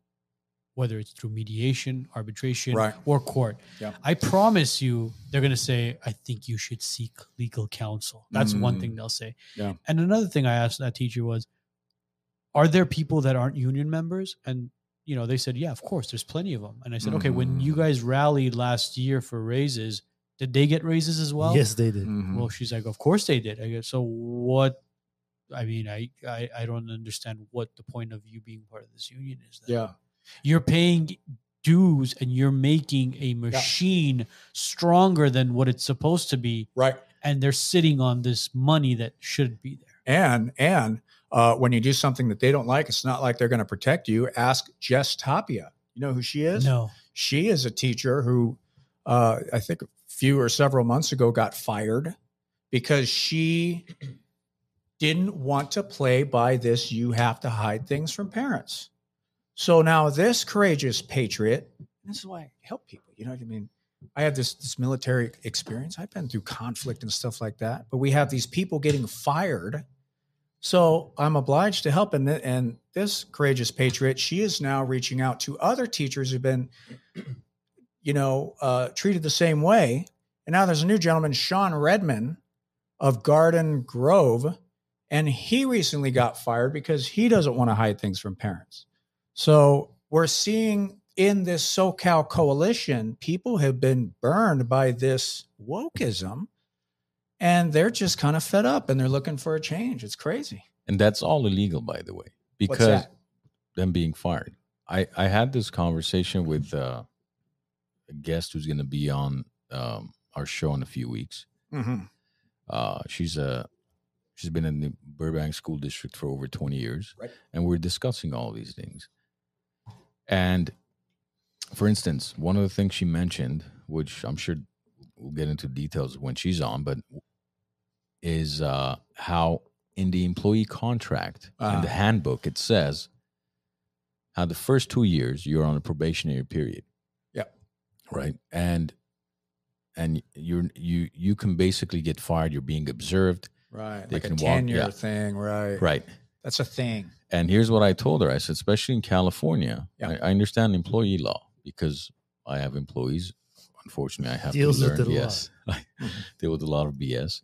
S1: whether it's through mediation, arbitration,
S3: Right.
S1: or court?
S3: Yeah.
S1: I promise you, they're going to say, I think you should seek legal counsel. That's one
S3: Mm.
S1: thing they'll say.
S3: Yeah.
S1: And another thing I asked that teacher was, are there people that aren't union members? And you know, they said, yeah, of course, there's plenty of them. And I said, okay, when you
S3: Mm.
S1: guys rallied last year for raises, did they get raises as well?
S4: yes, they did.
S3: Mm-hmm.
S1: Well,
S3: Mm.
S1: she's like, of course they did. I go, so what? I mean, I, I I don't understand what the point of you being part of this union is. Then.
S3: yeah,
S1: you're paying dues and you're making a machine stronger than what it's supposed to be,
S3: right.
S1: and they're sitting on this money that should be there.
S3: And and uh, when you do something that they don't like, it's not like they're going to protect you. Ask Jess Tapia. You know who she is?
S1: No,
S3: She is a teacher who uh, I think a few or several months ago got fired because she didn't want to play by this you have to hide things from parents. So now this courageous patriot, this is why I help people. You know what I mean? I have this, this military experience. I've been through conflict and stuff like that, but we have these people getting fired. So I'm obliged to help. And, th- and this courageous patriot, she is now reaching out to other teachers who've been, you know, uh, treated the same way. And now there's a new gentleman, Sean Redman of Garden Grove, and he recently got fired because he doesn't want to hide things from parents. So we're seeing in this SoCal coalition, people have been burned by this wokeism and they're just kind of fed up and they're looking for a change. It's crazy.
S2: and that's all illegal, by the way,
S3: What's
S2: because
S3: that?
S2: them being fired. I, I had this conversation with uh, a guest who's going to be on um, our show in a few weeks.
S3: Mhm.
S2: Uh, she's a she's been in the Burbank School District for over twenty years,
S3: Right.
S2: and we're discussing all these things. And for instance, one of the things she mentioned, which I'm sure we'll get into details when she's on, but is uh, how in the employee contract in
S3: Uh-huh.
S2: the handbook it says how the first two years you're on a probationary period.
S3: Yep.
S2: Right. And and you're you you can basically get fired. You're being observed.
S3: Right.
S2: They
S3: Like a
S2: can walk-
S3: 10 year
S2: yeah.
S3: thing. Right.
S2: Right.
S3: That's a thing.
S2: And here's what I told her. I said, especially in California,
S3: Yeah.
S2: I, I understand employee law because I have employees. Unfortunately, I have
S4: Deals
S2: to
S4: with
S2: learn.
S4: it a lot. Hmm.
S2: yes, I deal with a lot of BS.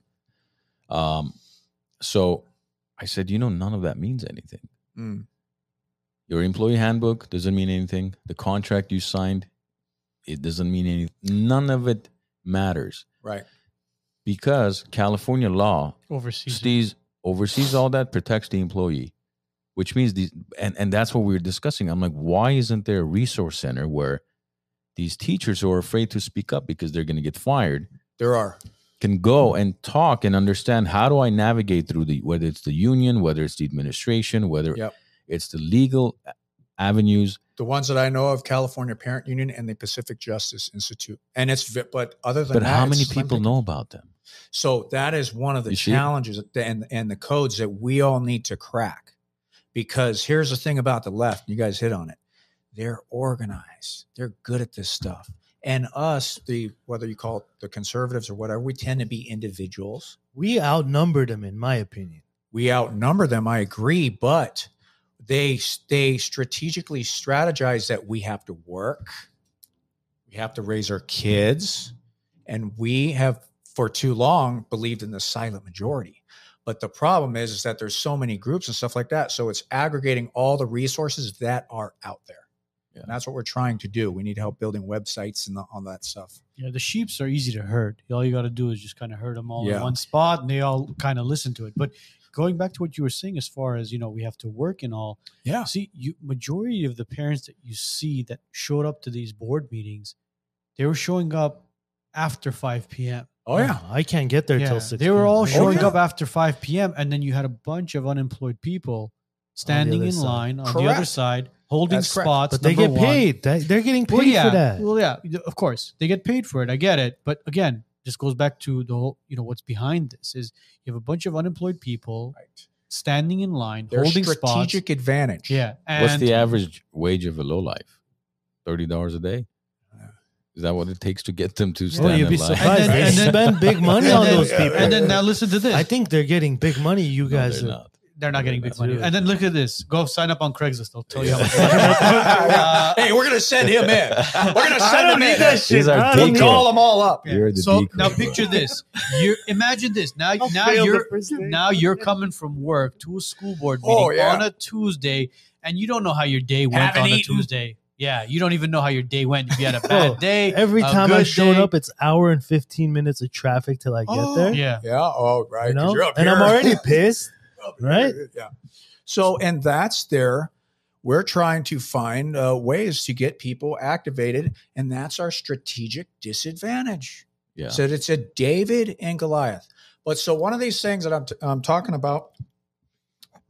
S2: Um, so I said, you know, none of that means anything.
S3: Mm.
S2: Your employee handbook doesn't mean anything. The contract you signed, it doesn't mean anything. None of it matters
S3: Right.
S2: because California law
S1: overseas.
S2: sees oversees all that, protects the employee, which means these and and that's what we were discussing. I'm like, why isn't there a resource center where these teachers who are afraid to speak up because they're going to get fired
S3: There are.
S2: can go and talk and understand how do I navigate through the whether it's the union, whether it's the administration, whether
S3: Yep.
S2: it's the legal avenues.
S3: The ones that I know of, California Parent Union and the Pacific Justice Institute. And it's, vi- but other than
S2: But
S3: that,
S2: how
S3: it's
S2: many
S3: slim
S2: people
S3: pick-
S2: know about them?
S3: So that is one of the
S2: You see?
S3: challenges and, and the codes that we all need to crack. Because here's the thing about the left, you guys hit on it. They're organized. They're good at this stuff. And us, the whether you call it the conservatives or whatever, we tend to be individuals.
S4: We outnumbered them, in my opinion.
S3: we outnumber them i agree but they they strategically strategize that we have to work we have to raise our kids and we have for too long believed in the silent majority but the problem is, is that there's so many groups and stuff like that so it's aggregating all the resources that are out there
S2: Yeah.
S3: and that's what we're trying to do we need help building websites and the, on that stuff
S1: Yeah, the sheeps are easy to herd. All you got to do is just kind of herd them all
S3: Yeah.
S1: in one spot, and they all kind of listen to it. But going back to what you were saying, as far as you know, we have to work and all.
S3: yeah
S1: See, you majority of the parents that you see that showed up to these board meetings, they were showing up after five p.m.
S3: oh yeah
S4: I can't get there till
S1: Yeah,
S4: six.
S1: they were all
S3: Oh,
S1: showing
S3: yeah.
S1: up after five p.m., and then you had a bunch of unemployed people standing
S4: other
S1: in
S4: side.
S1: line on the
S3: Correct.
S1: other side, holding
S3: That's correct.
S1: spots.
S4: but they get
S1: number one.
S4: paid. They, they're getting paid
S1: well, yeah,
S4: for that.
S1: Well, yeah, of course they get paid for it. I get it, but again, this goes back to the whole. You know what's behind this is you have a bunch of unemployed people
S3: right
S1: standing in line,
S3: their
S1: holding
S3: strategic
S1: spots.
S3: advantage
S1: Yeah, and
S2: What's the average wage of a lowlife? Thirty dollars a day. Is that what it takes to get them to stand
S4: Oh,
S2: in
S4: you'd be
S2: line?
S4: surprised.
S1: And then-
S4: they
S1: and then-
S4: spend big money
S1: and
S4: on
S1: then-
S4: those
S1: yeah,
S4: people.
S1: And then now listen to this.
S4: I think they're getting big money. You
S2: No,
S4: guys
S2: they're
S4: are.
S2: not.
S1: they're not getting big money.
S4: Dude.
S1: And then look at this. Go sign up on Craigslist. They'll tell you how much.
S3: Yeah.
S1: Uh,
S3: hey, we're gonna send him in. We're gonna
S4: I
S3: send
S4: don't
S3: him
S4: need
S3: in.
S4: that shit.
S2: These are
S4: I don't
S2: dick
S4: need
S2: jokes.
S4: all
S3: Call them all up.
S2: You're the
S1: so
S2: decoy,
S1: now
S2: bro.
S1: picture this. You imagine this. Now, now
S4: fail the
S1: you're
S4: first day.
S1: now you're coming from work to a school board meeting
S3: Oh, yeah.
S1: on a Tuesday, and you don't know how your day went
S3: Haven't
S1: on a
S3: eaten.
S1: Tuesday. Yeah, you don't even know how your day went. If you had a bad day,
S4: Every
S1: a
S4: time I
S1: good
S4: showed
S1: day.
S4: up, it's hour and fifteen minutes of traffic till I get
S3: Oh,
S4: there.
S1: yeah,
S3: Yeah. Oh, right.
S4: You
S3: 'cause
S4: know,
S3: you're up
S4: and I'm
S3: here.
S4: already pissed.
S3: Up here,
S4: right?
S3: Yeah. So, and that's their. We're trying to find uh, ways to get people activated, and that's our strategic disadvantage.
S2: Yeah.
S3: So it's a David and Goliath. But so one of these things that I'm, t- I'm talking about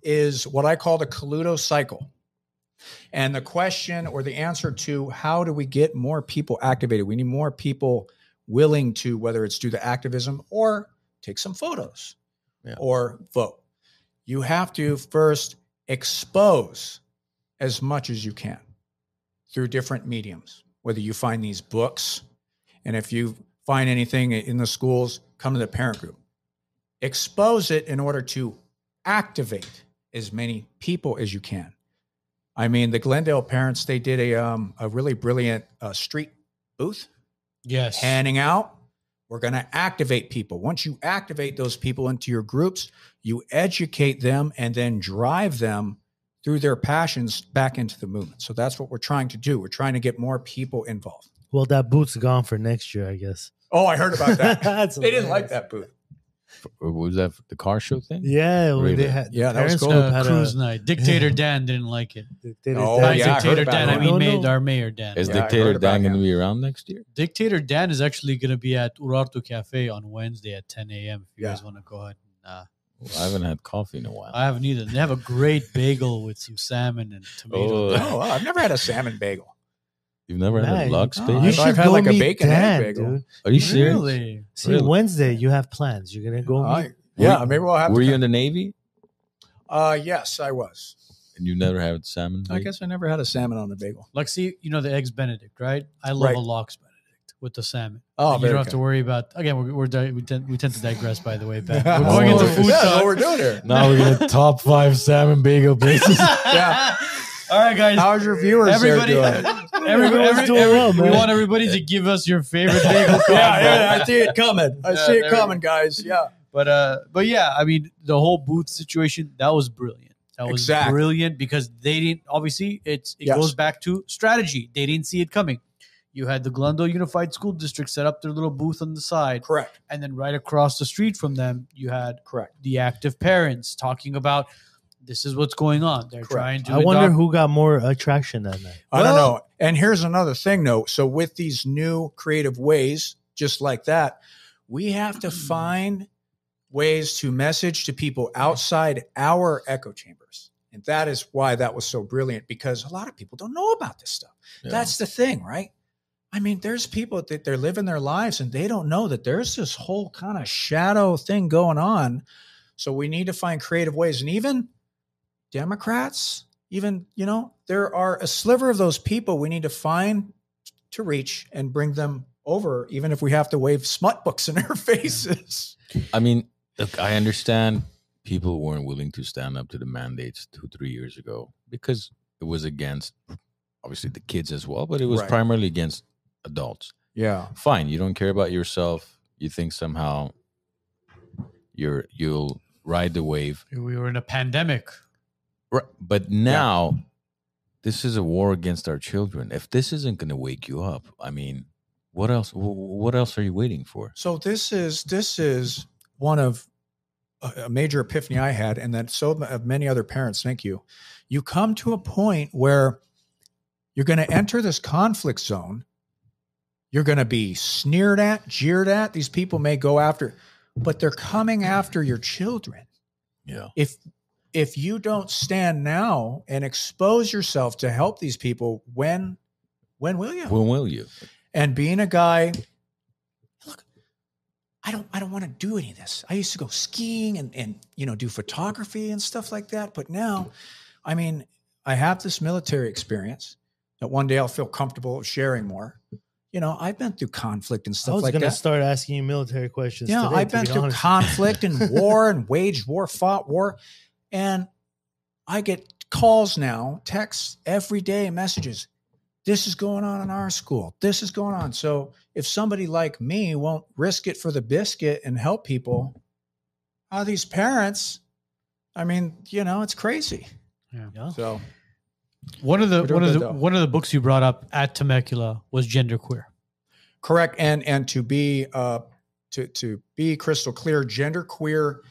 S3: is what I call the Kaluto cycle. And the question or the answer to how do we get more people activated? We need more people willing to, whether it's do the activism or take some photos
S2: Yeah.
S3: or vote. You have to first expose as much as you can through different mediums, whether you find these books, and if you find anything in the schools, come to the parent group. Expose it in order to activate as many people as you can. I mean, the Glendale parents, they did a, um, a really brilliant uh, street booth
S1: yes.
S3: handing out. We're going to activate people. Once you activate those people into your groups, you educate them and then drive them through their passions back into the movement. So that's what we're trying to do. We're trying to get more people involved.
S4: Well, that boot's gone for next year, I guess.
S3: Oh, I heard about that.
S4: That's
S3: they didn't like
S4: hilarious.
S3: that booth.
S2: was that the car show thing?
S4: Yeah, when
S2: Really?
S4: they had
S3: Yeah, that was
S4: Parents
S3: cool.
S4: Club
S1: uh,
S4: had a-
S1: cruise night. Dictator Dan didn't like it.
S4: they- they did
S3: Oh,
S4: that.
S1: Not
S3: yeah, I heard
S1: Dictator
S3: about
S1: Dan.
S3: it.
S1: I mean,
S4: No, no.
S1: made our mayor Dan.
S2: Is
S3: Yeah, I heard
S2: Dictator
S3: about
S2: Dan going
S3: him.
S2: to be around next year?
S1: Dictator Dan is actually going to be at Urartu Cafe on Wednesday at 10 a.m. If you
S3: Yeah.
S1: guys want to go ahead. and, uh,
S2: Well, I haven't had coffee in a while.
S1: I haven't either. They have a great bagel with some salmon and tomato.
S2: Oh.
S3: Oh, wow, I've never had a salmon bagel.
S2: You've never had
S4: Nice.
S2: a Lux
S3: No,
S2: bagel?
S4: You
S3: I've
S4: should
S3: had
S4: go
S3: like a
S4: meet
S3: bacon
S4: Dan,
S3: egg bagel.
S4: dude.
S2: Are you serious?
S1: Really?
S4: See,
S2: Really?
S4: Wednesday you have plans. You're gonna go
S3: I-
S4: meet.
S3: Uh, yeah,
S2: Were-
S3: maybe we'll have
S2: Were
S3: to.
S2: you in the Navy
S3: uh, yes, I was.
S2: and you never had salmon?
S3: I
S2: bagel?
S3: guess I never had a salmon on a bagel.
S1: Lexi, you know the eggs Benedict, right? I love
S3: Right.
S1: a lox Benedict with the salmon.
S3: Oh,
S1: you
S3: very
S1: don't have
S3: good.
S1: to worry about. Again, we're, we're di- we, tend, we tend to digress. By the way, Ben,
S3: Yeah.
S1: we're going into
S2: Oh,
S1: food
S3: yeah,
S1: talk.
S3: That's what we're doing here.
S2: Now we're gonna top five salmon bagel places.
S3: Yeah.
S1: All right, guys.
S3: How's your viewers
S1: Everybody-
S3: there doing?
S1: Every,
S4: Everyone's
S1: every-
S4: doing
S1: every-
S4: well,
S1: we
S4: man.
S1: want everybody to give us your favorite bagel. combo.
S3: yeah, yeah, I see it coming. I
S1: Yeah,
S3: see
S1: there
S3: it
S1: we
S3: coming, guys. Yeah.
S1: But uh, but yeah, I mean, the whole booth situation that was brilliant. That was
S3: Exactly.
S1: brilliant because they didn't. Obviously, it's it
S3: Yes.
S1: goes back to strategy. They didn't see it coming. You had the Glendale Unified School District set up their little booth on the side,
S3: Correct.
S1: and then right across the street from them, you had
S3: Correct.
S1: the active parents talking about this is what's going on. They're
S3: Correct.
S1: trying to.
S4: I wonder
S1: adopt-
S4: who got more attraction that night.
S3: I don't
S1: Well-
S3: know. And here's another thing, though. So with these new creative ways, just like that, we have to find ways to message to people outside our echo chambers. And that is why that was so brilliant because a lot of people don't know about this stuff.
S2: Yeah.
S3: That's the thing, right? I mean, there's people that they're living their lives and they don't know that there's this whole kind of shadow thing going on. So we need to find creative ways. And even Democrats, even, you know, there are a sliver of those people we need to find to reach and bring them over, even if we have to wave smut books in their faces.
S2: I mean, look, I understand people weren't willing to stand up to the mandates two, three years ago because it was against obviously the kids as well, but it was
S3: Right.
S2: primarily against adults.
S3: Yeah.
S2: Fine, you don't care about yourself. You think somehow you're you'll ride the wave,
S1: We were in a pandemic.
S2: Ri- but now this is a war against our children. If this isn't going to wake you up, I mean, what else? wh- What else are you waiting for?
S3: So this is this is one of a, a major epiphany I had, and that so ma- of many other parents. Thank you. You come to a point where you're going to enter this conflict zone. You're going to be sneered at, jeered at. These people may go after, but they're coming after your children
S2: Yeah,
S3: if if you don't stand now and expose yourself to help these people when when will you
S2: when will you?
S3: and being a guy look i don't i don't want to do any of this i used to go skiing and and you know do photography and stuff like that but now i mean i have this military experience that one day i'll feel comfortable sharing more you know i've been through conflict and
S4: I
S3: stuff
S4: was
S3: like
S4: gonna
S3: that
S4: start asking you military questions.
S3: yeah,
S4: today,
S3: I've
S4: to
S3: been
S4: be
S3: through
S4: honest.
S3: conflict and war and waged war, fought war, and I get calls now, texts every day, messages. This is going on in our school. This is going on. So if somebody like me won't risk it for the biscuit and help people, how these parents? I mean, you know, it's crazy.
S4: Yeah.
S3: So
S1: One of the
S3: We're doing
S1: one of
S3: good,
S1: the
S3: though.
S1: one of the books you brought up at Temecula was genderqueer.
S3: correct, and and to be uh, to to be crystal clear, gender queer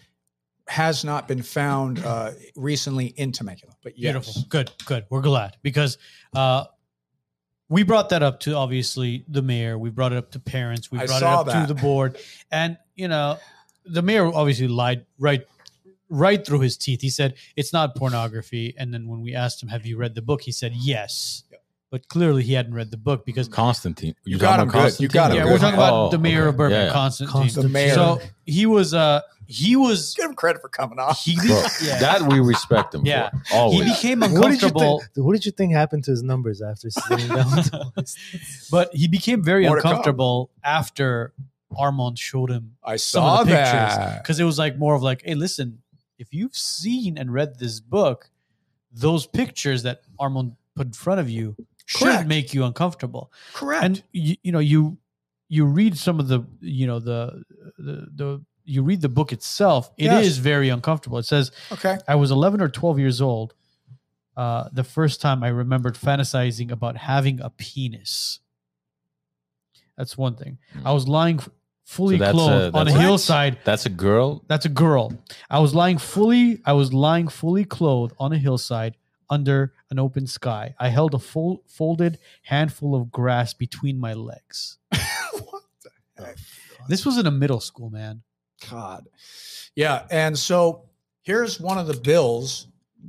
S3: has not been found uh, recently in Temecula. But yes.
S1: Beautiful. Good. Good. We're glad because uh, we brought that up to obviously the mayor. We brought it up to parents. We
S3: I
S1: brought it
S3: saw
S1: up
S3: that.
S1: to the board. And you know, the mayor obviously lied right right through his teeth. He said it's not pornography. And then when we asked him, "Have you read the book?" He said yes. But clearly, he hadn't read the book because
S2: Constantine,
S3: You
S2: talking
S3: got
S2: about
S3: him good. You got him
S2: Constantine?
S1: yeah,
S3: good.
S1: we're talking about
S2: Oh,
S1: the mayor
S2: okay.
S1: of Burbank,
S2: Yeah, yeah.
S1: Constantine.
S3: The mayor.
S1: So he was uh he was
S3: give him credit for coming off.
S1: he
S2: Bro,
S1: yeah.
S2: that we respect him
S1: Yeah.
S2: for.
S1: he
S2: Always.
S1: became
S4: What did, you
S1: uncomfortable,
S4: thi- what did you think happened to his numbers after sitting down? to us?
S1: but he became very
S3: More to come.
S1: uncomfortable after Armand showed him
S3: I
S1: saw
S3: saw
S1: that.
S3: that.
S1: because it was like more of like, hey, listen, if you've seen and read this book, those pictures that Armand put in front of you should
S3: Correct.
S1: make you uncomfortable.
S3: Correct.
S1: And you, you know, you you read some of the you know the the, the you read the book itself. It is
S3: Yes.
S1: very uncomfortable. It says
S3: okay.
S1: I was 11 or 12 years old uh, the first time I remembered fantasizing about having a penis. That's one thing. I was lying f- fully
S2: Mm. So that's a-
S1: clothed on a
S2: that's-
S1: hillside.
S2: That's a girl.
S1: That's a girl. I was lying fully. I was lying fully clothed on a hillside under an open sky. I held a full folded handful of grass between my legs.
S3: what the heck?
S1: This was in a middle school, man.
S3: God. Yeah. And so here's one of the bills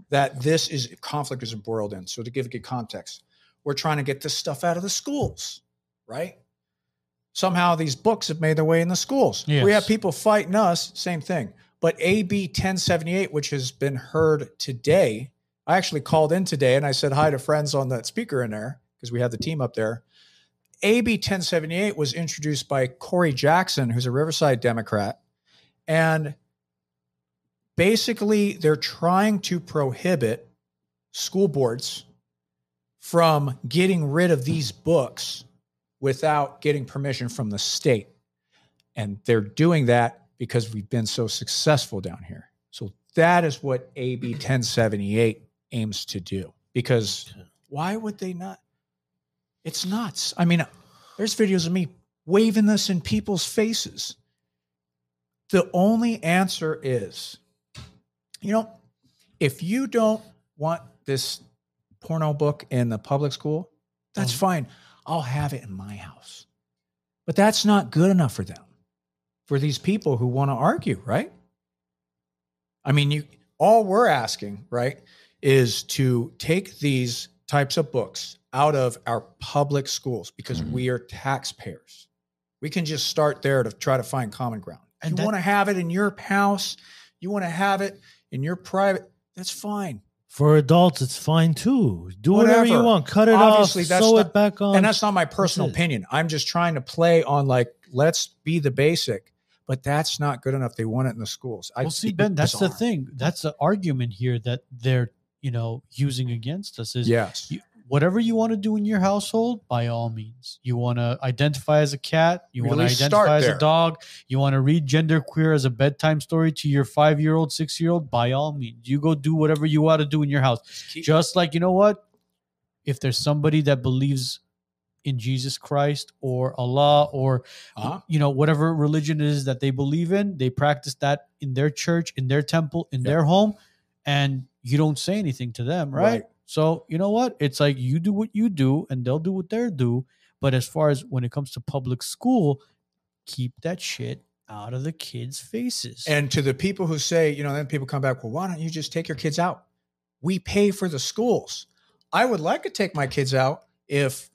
S3: that this is conflict is embroiled in. So to give good context, we're trying to get this stuff out of the schools, right? Somehow these books have made their way in the schools.
S1: Yes.
S3: We have people fighting us, same thing. But AB 1078, which has been heard today, I actually called in today and I said hi to friends on that speaker in there because we had the team up there. AB 1078 was introduced by Corey Jackson, who's a Riverside Democrat. And basically, they're trying to prohibit school boards from getting rid of these books without getting permission from the state. And they're doing that because we've been so successful down here. So that is what AB 1078 aims to do. Because why would they not? It's nuts. I mean, there's videos of me waving this in people's faces. The only answer is, you know, if you don't want this porno book in the public school, that's
S1: Mhm.
S3: fine. I'll have it in my house. But that's not good enough for them, for these people who want to argue, right? I mean, you all we're asking, right, is to take these types of books out of our public schools because
S1: Mm-hmm.
S2: Mhm.
S3: we are taxpayers. We can just start there to try to find common ground.
S1: And
S3: you
S1: that-
S3: want to have it in your house, you want to have it in your private, that's fine.
S4: For adults, it's fine too. Do whatever, you
S3: Whatever.
S4: want. Cut it
S3: Obviously,
S4: off.
S3: that's
S4: Sew
S3: not-
S4: it back on.
S3: and that's not my personal
S4: it.
S3: opinion. I'm just trying to play on like, let's be the basic, but that's not good enough. They want it in the schools. I
S1: well, see,
S3: it's
S1: Ben, that's the
S3: bizarre.
S1: thing. That's the argument here that they're, you know, using against us is
S3: Yes.
S1: you- whatever you want to do in your household, by all means. You want to identify as a cat. You
S3: At
S1: want to
S3: least start
S1: identify as
S3: there.
S1: a dog. You want to read gender queer as a bedtime story to your five year old, six year old. By all means, you go do whatever you want to do in your house. Just like you know what, if there's somebody that believes in Jesus Christ or Allah or
S3: Uh-huh.
S1: you know whatever religion it is that they believe in they practice that in their church in their temple in
S3: Yep.
S1: their home and you don't say anything to them right?
S3: Right.
S1: so you know what it's like you do what you do and they'll do what they do but as far as when it comes to public school keep that shit out of the kids faces
S3: And to the people who say, you know, then people come back, well, why don't you just take your kids out? We pay for the schools. I would like to take my kids out if,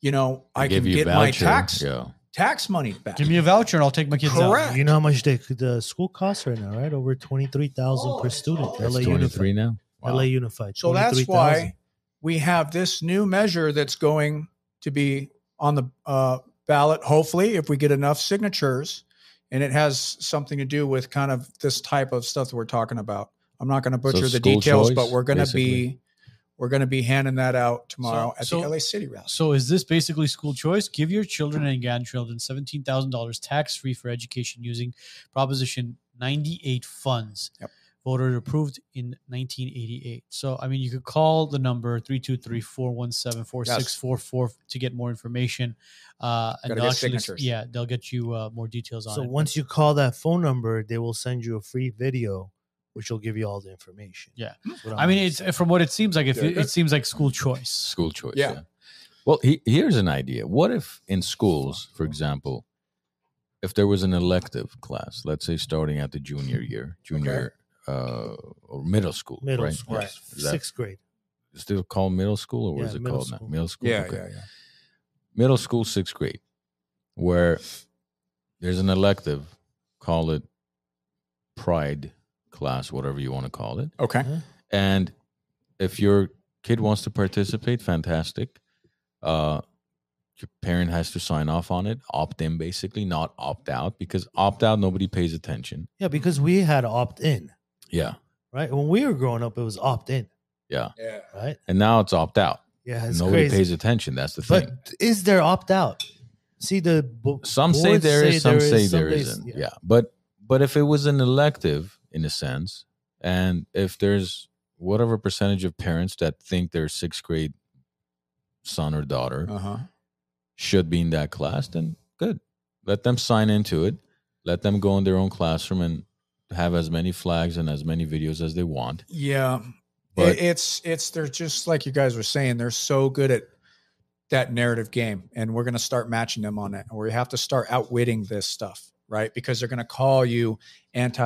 S3: you know, I
S2: They give
S3: can
S2: you
S3: get my
S2: voucher.
S3: tax
S2: Yeah.
S3: tax money back.
S1: give me a voucher and i'll take my kids
S3: Correct.
S1: out
S4: you know how much they, the school costs right now, right? Over twenty three thousand per student.
S2: That's
S4: LA
S2: 23
S4: Unified.
S2: now.
S4: LA Unified.
S3: So that's
S4: 23,000.
S3: why we have this new measure that's going to be on the uh, ballot, hopefully, if we get enough signatures. And it has something to do with kind of this type of stuff that we're talking about. I'm not going to butcher the
S2: school
S3: details,
S2: choice,
S3: but we're going to
S2: basically.
S3: be we're going to be handing that out tomorrow at
S1: so-
S3: the LA City Rally.
S1: so is this basically school choice give your children and grandchildren $17000 tax free for education using proposition 98 funds
S3: Yep.
S1: voter approved in 1988 so i mean you could call the number 323-417-4644 to get more information uh
S3: Gotta
S1: and
S3: get
S1: they'll actually,
S3: signatures.
S1: yeah they'll get you uh, more details on
S4: So
S1: it
S4: once you call that phone number, they will send you a free video, which will give you all the information.
S1: Yeah.
S4: That's what
S1: i
S4: I'm
S1: mean
S4: gonna
S1: it's
S4: say.
S1: from what it seems like if
S3: Very
S1: it,
S3: good.
S1: it seems like school choice
S2: school choice.
S3: Yeah.
S2: Yeah. Well, he, here's an idea. What if in schools, for example, if there was an elective class, let's say starting at the junior year, junior uh, or middle school,
S4: middle
S2: right?
S4: school,
S3: Right.
S2: Is that
S4: sixth grade.
S2: still called middle school, or what
S4: Yeah,
S2: is it
S4: middle
S2: called now?
S4: school.
S2: Middle school. okay.
S3: yeah.
S2: Middle school, sixth grade, where there's an elective, call it pride class, whatever you want to call it.
S3: Okay.
S2: And if your kid wants to participate, fantastic. Uh, your parent has to sign off on it, opt in basically, not opt out, because opt out, nobody pays attention.
S4: Yeah, because we had opt in,
S2: Yeah.
S4: right? When we were growing up, it was opt in,
S3: Yeah.
S4: right?
S2: And now it's opt out.
S4: Yeah, it's
S2: nobody
S4: crazy.
S2: pays attention. That's the thing.
S4: But is there opt out? See the bo-
S2: some say
S4: boards
S2: there is, some say
S4: some
S2: there
S4: they-
S2: isn't. Yeah. But but if it was an elective in a sense, and if there's whatever percentage of parents that think their sixth grade son or daughter
S3: Uh huh.
S2: should be in that class, then good. Let them sign into it. Let them go in their own classroom and have as many flags and as many videos as they want.
S3: Yeah.
S2: But
S3: it, it's it's they're just like you guys were saying they're so good at that narrative game and we're going to start matching them on it and we have to start outwitting this stuff right because they're going to call you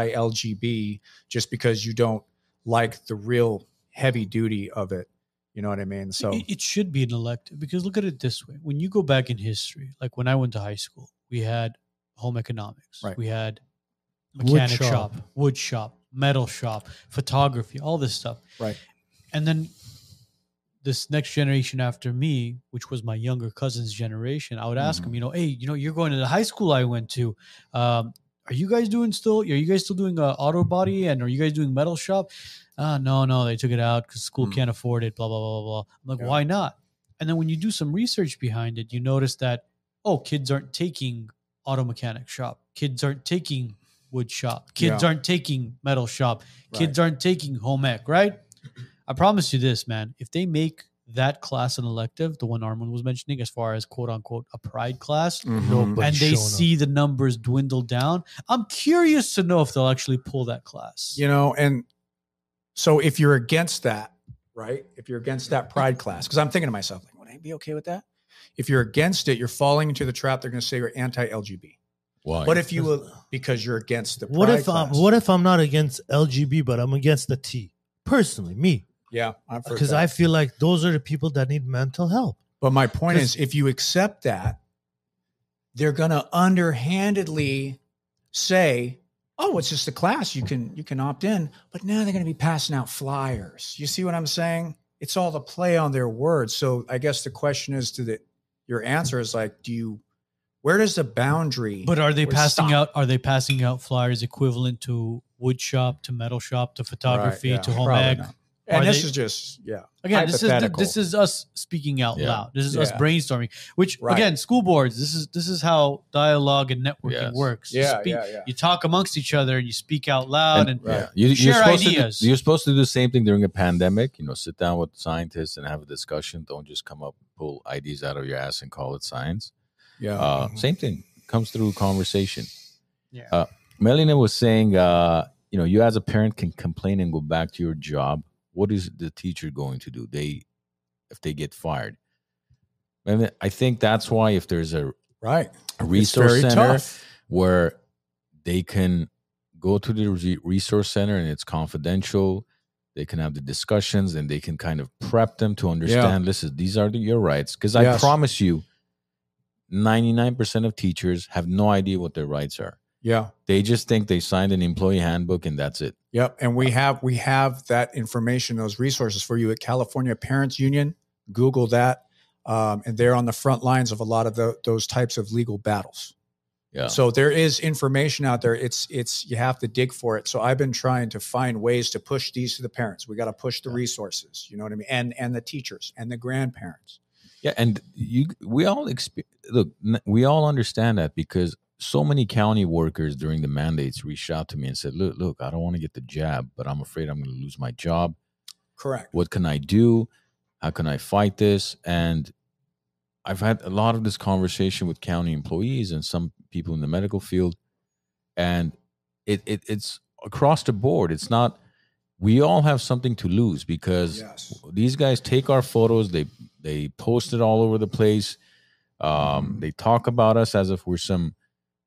S3: anti-lgb just because you don't like the real heavy duty of it you know what i mean so
S1: It- it should be an elective because look at it this way: when you go back in history, like when I went to high school, we had home economics,
S3: Right.
S1: we had
S4: Wood
S1: mechanic
S4: shop.
S1: shop. wood shop, metal shop, photography, all this stuff.
S3: Right.
S1: And then this next generation after me, which was my younger cousin's generation, I would ask
S2: Mhm.
S3: Mm-hmm.
S1: them, you know, hey, you know, you're going to the high school I went to. Um, are you guys doing still? Are you guys still doing uh, auto body? And are you guys doing metal shop? Ah, no, no, they took it out because school
S3: Mm.
S1: can't afford it. Blah blah blah blah. blah. I'm like,
S3: Yeah.
S1: why not? And then when you do some research behind it, you notice that oh, kids aren't taking auto mechanic shop. Kids aren't taking wood shop. Kids
S3: Yeah.
S1: aren't taking metal shop. Kids aren't taking home ec, right? I promise you this, man. If they make that class an elective, the one Armand was mentioning, as far as quote unquote a pride class,
S4: Nobody
S1: and they
S4: showing up.
S1: see the numbers dwindle down, I'm curious to know if they'll actually pull that class.
S3: you know and so if you're against that right if you're against that pride class because i'm thinking to myself like would i be okay with that if you're against it you're falling into the trap they're going to say you're anti-lgb
S2: why?
S3: What if you will because you're against the
S4: What
S3: pride
S4: if I'm
S3: class.
S4: what if I'm not against LGB, but I'm against the T personally, me?
S3: Yeah, I'm for
S4: because
S3: that.
S4: uh, I feel like those are the people that need mental help.
S3: But my point
S4: 'Cause-
S3: is, if you accept that, they're going to underhandedly say, "Oh, it's just a class. You can you can opt in." But now they're going to be passing out flyers. You see what I'm saying? It's all the play on their words. So I guess the question is to the your answer is like, do you where does the boundary?
S1: But are they
S3: Or
S1: passing out?
S3: stop.
S1: Are they passing out flyers equivalent to wood shop, to metal shop, to photography,
S3: yeah,
S1: to home
S3: probably
S1: ec?
S3: not. and
S1: Are
S3: this
S1: they-
S3: is just yeah,
S1: Again, this is
S3: Hypothetical.
S1: this is us speaking out
S2: Yeah.
S1: loud. This is us
S3: Yeah.
S1: brainstorming. Which
S3: Right.
S1: again, school boards. This is this is how dialogue and networking
S2: Yes.
S1: works. You speak-
S3: yeah.
S1: You talk amongst each other and you speak out loud, and,
S3: Right.
S2: Yeah. You,
S1: Share
S2: you're supposed
S1: ideas.
S2: To do, you're supposed to do the same thing during a pandemic. You know, sit down with scientists and have a discussion. Don't just come up, pull IDs out of your ass and call it science.
S3: yeah.
S2: Uh, same thing comes through conversation.
S1: Yeah.
S2: Uh, Melina was saying, uh, you know, you as a parent can complain and go back to your job. What is the teacher going to do? They, if they get fired, and I think that's why if there's a
S3: right.
S2: a
S3: It's
S2: resource
S3: very
S2: center
S3: tough.
S2: where they can go to the re- resource center and it's confidential. They can have the discussions and they can kind of prep them to understand. Listen, these are the, your rights because I
S3: Yes.
S2: promise you, ninety nine percent of teachers have no idea what their rights are.
S3: Yeah.
S2: They just think they signed an employee handbook and that's it.
S3: Yep, and we have we have that information, those resources for you at California Parents Union. Google that, um, and they're on the front lines of a lot of tho- those types of legal battles.
S2: Yeah.
S3: So there is information out there. It's it's you have to dig for it. So I've been trying to find ways to push these to the parents. We got to push the resources. You know what I mean? And and the teachers and the grandparents.
S2: Yeah, and you, we all expe- look. n- We all understand that because so many county workers during the mandates reached out to me and said, "Look, look, I don't want to get the jab, but I'm afraid I'm going to lose my job.
S3: Correct.
S2: What can I do? How can I fight this?" And I've had a lot of this conversation with county employees and some people in the medical field, and it, it it's across the board. It's not. We all have something to lose because
S3: Yes.
S2: these guys take our photos they they post it all over the place um, they talk about us as if we're some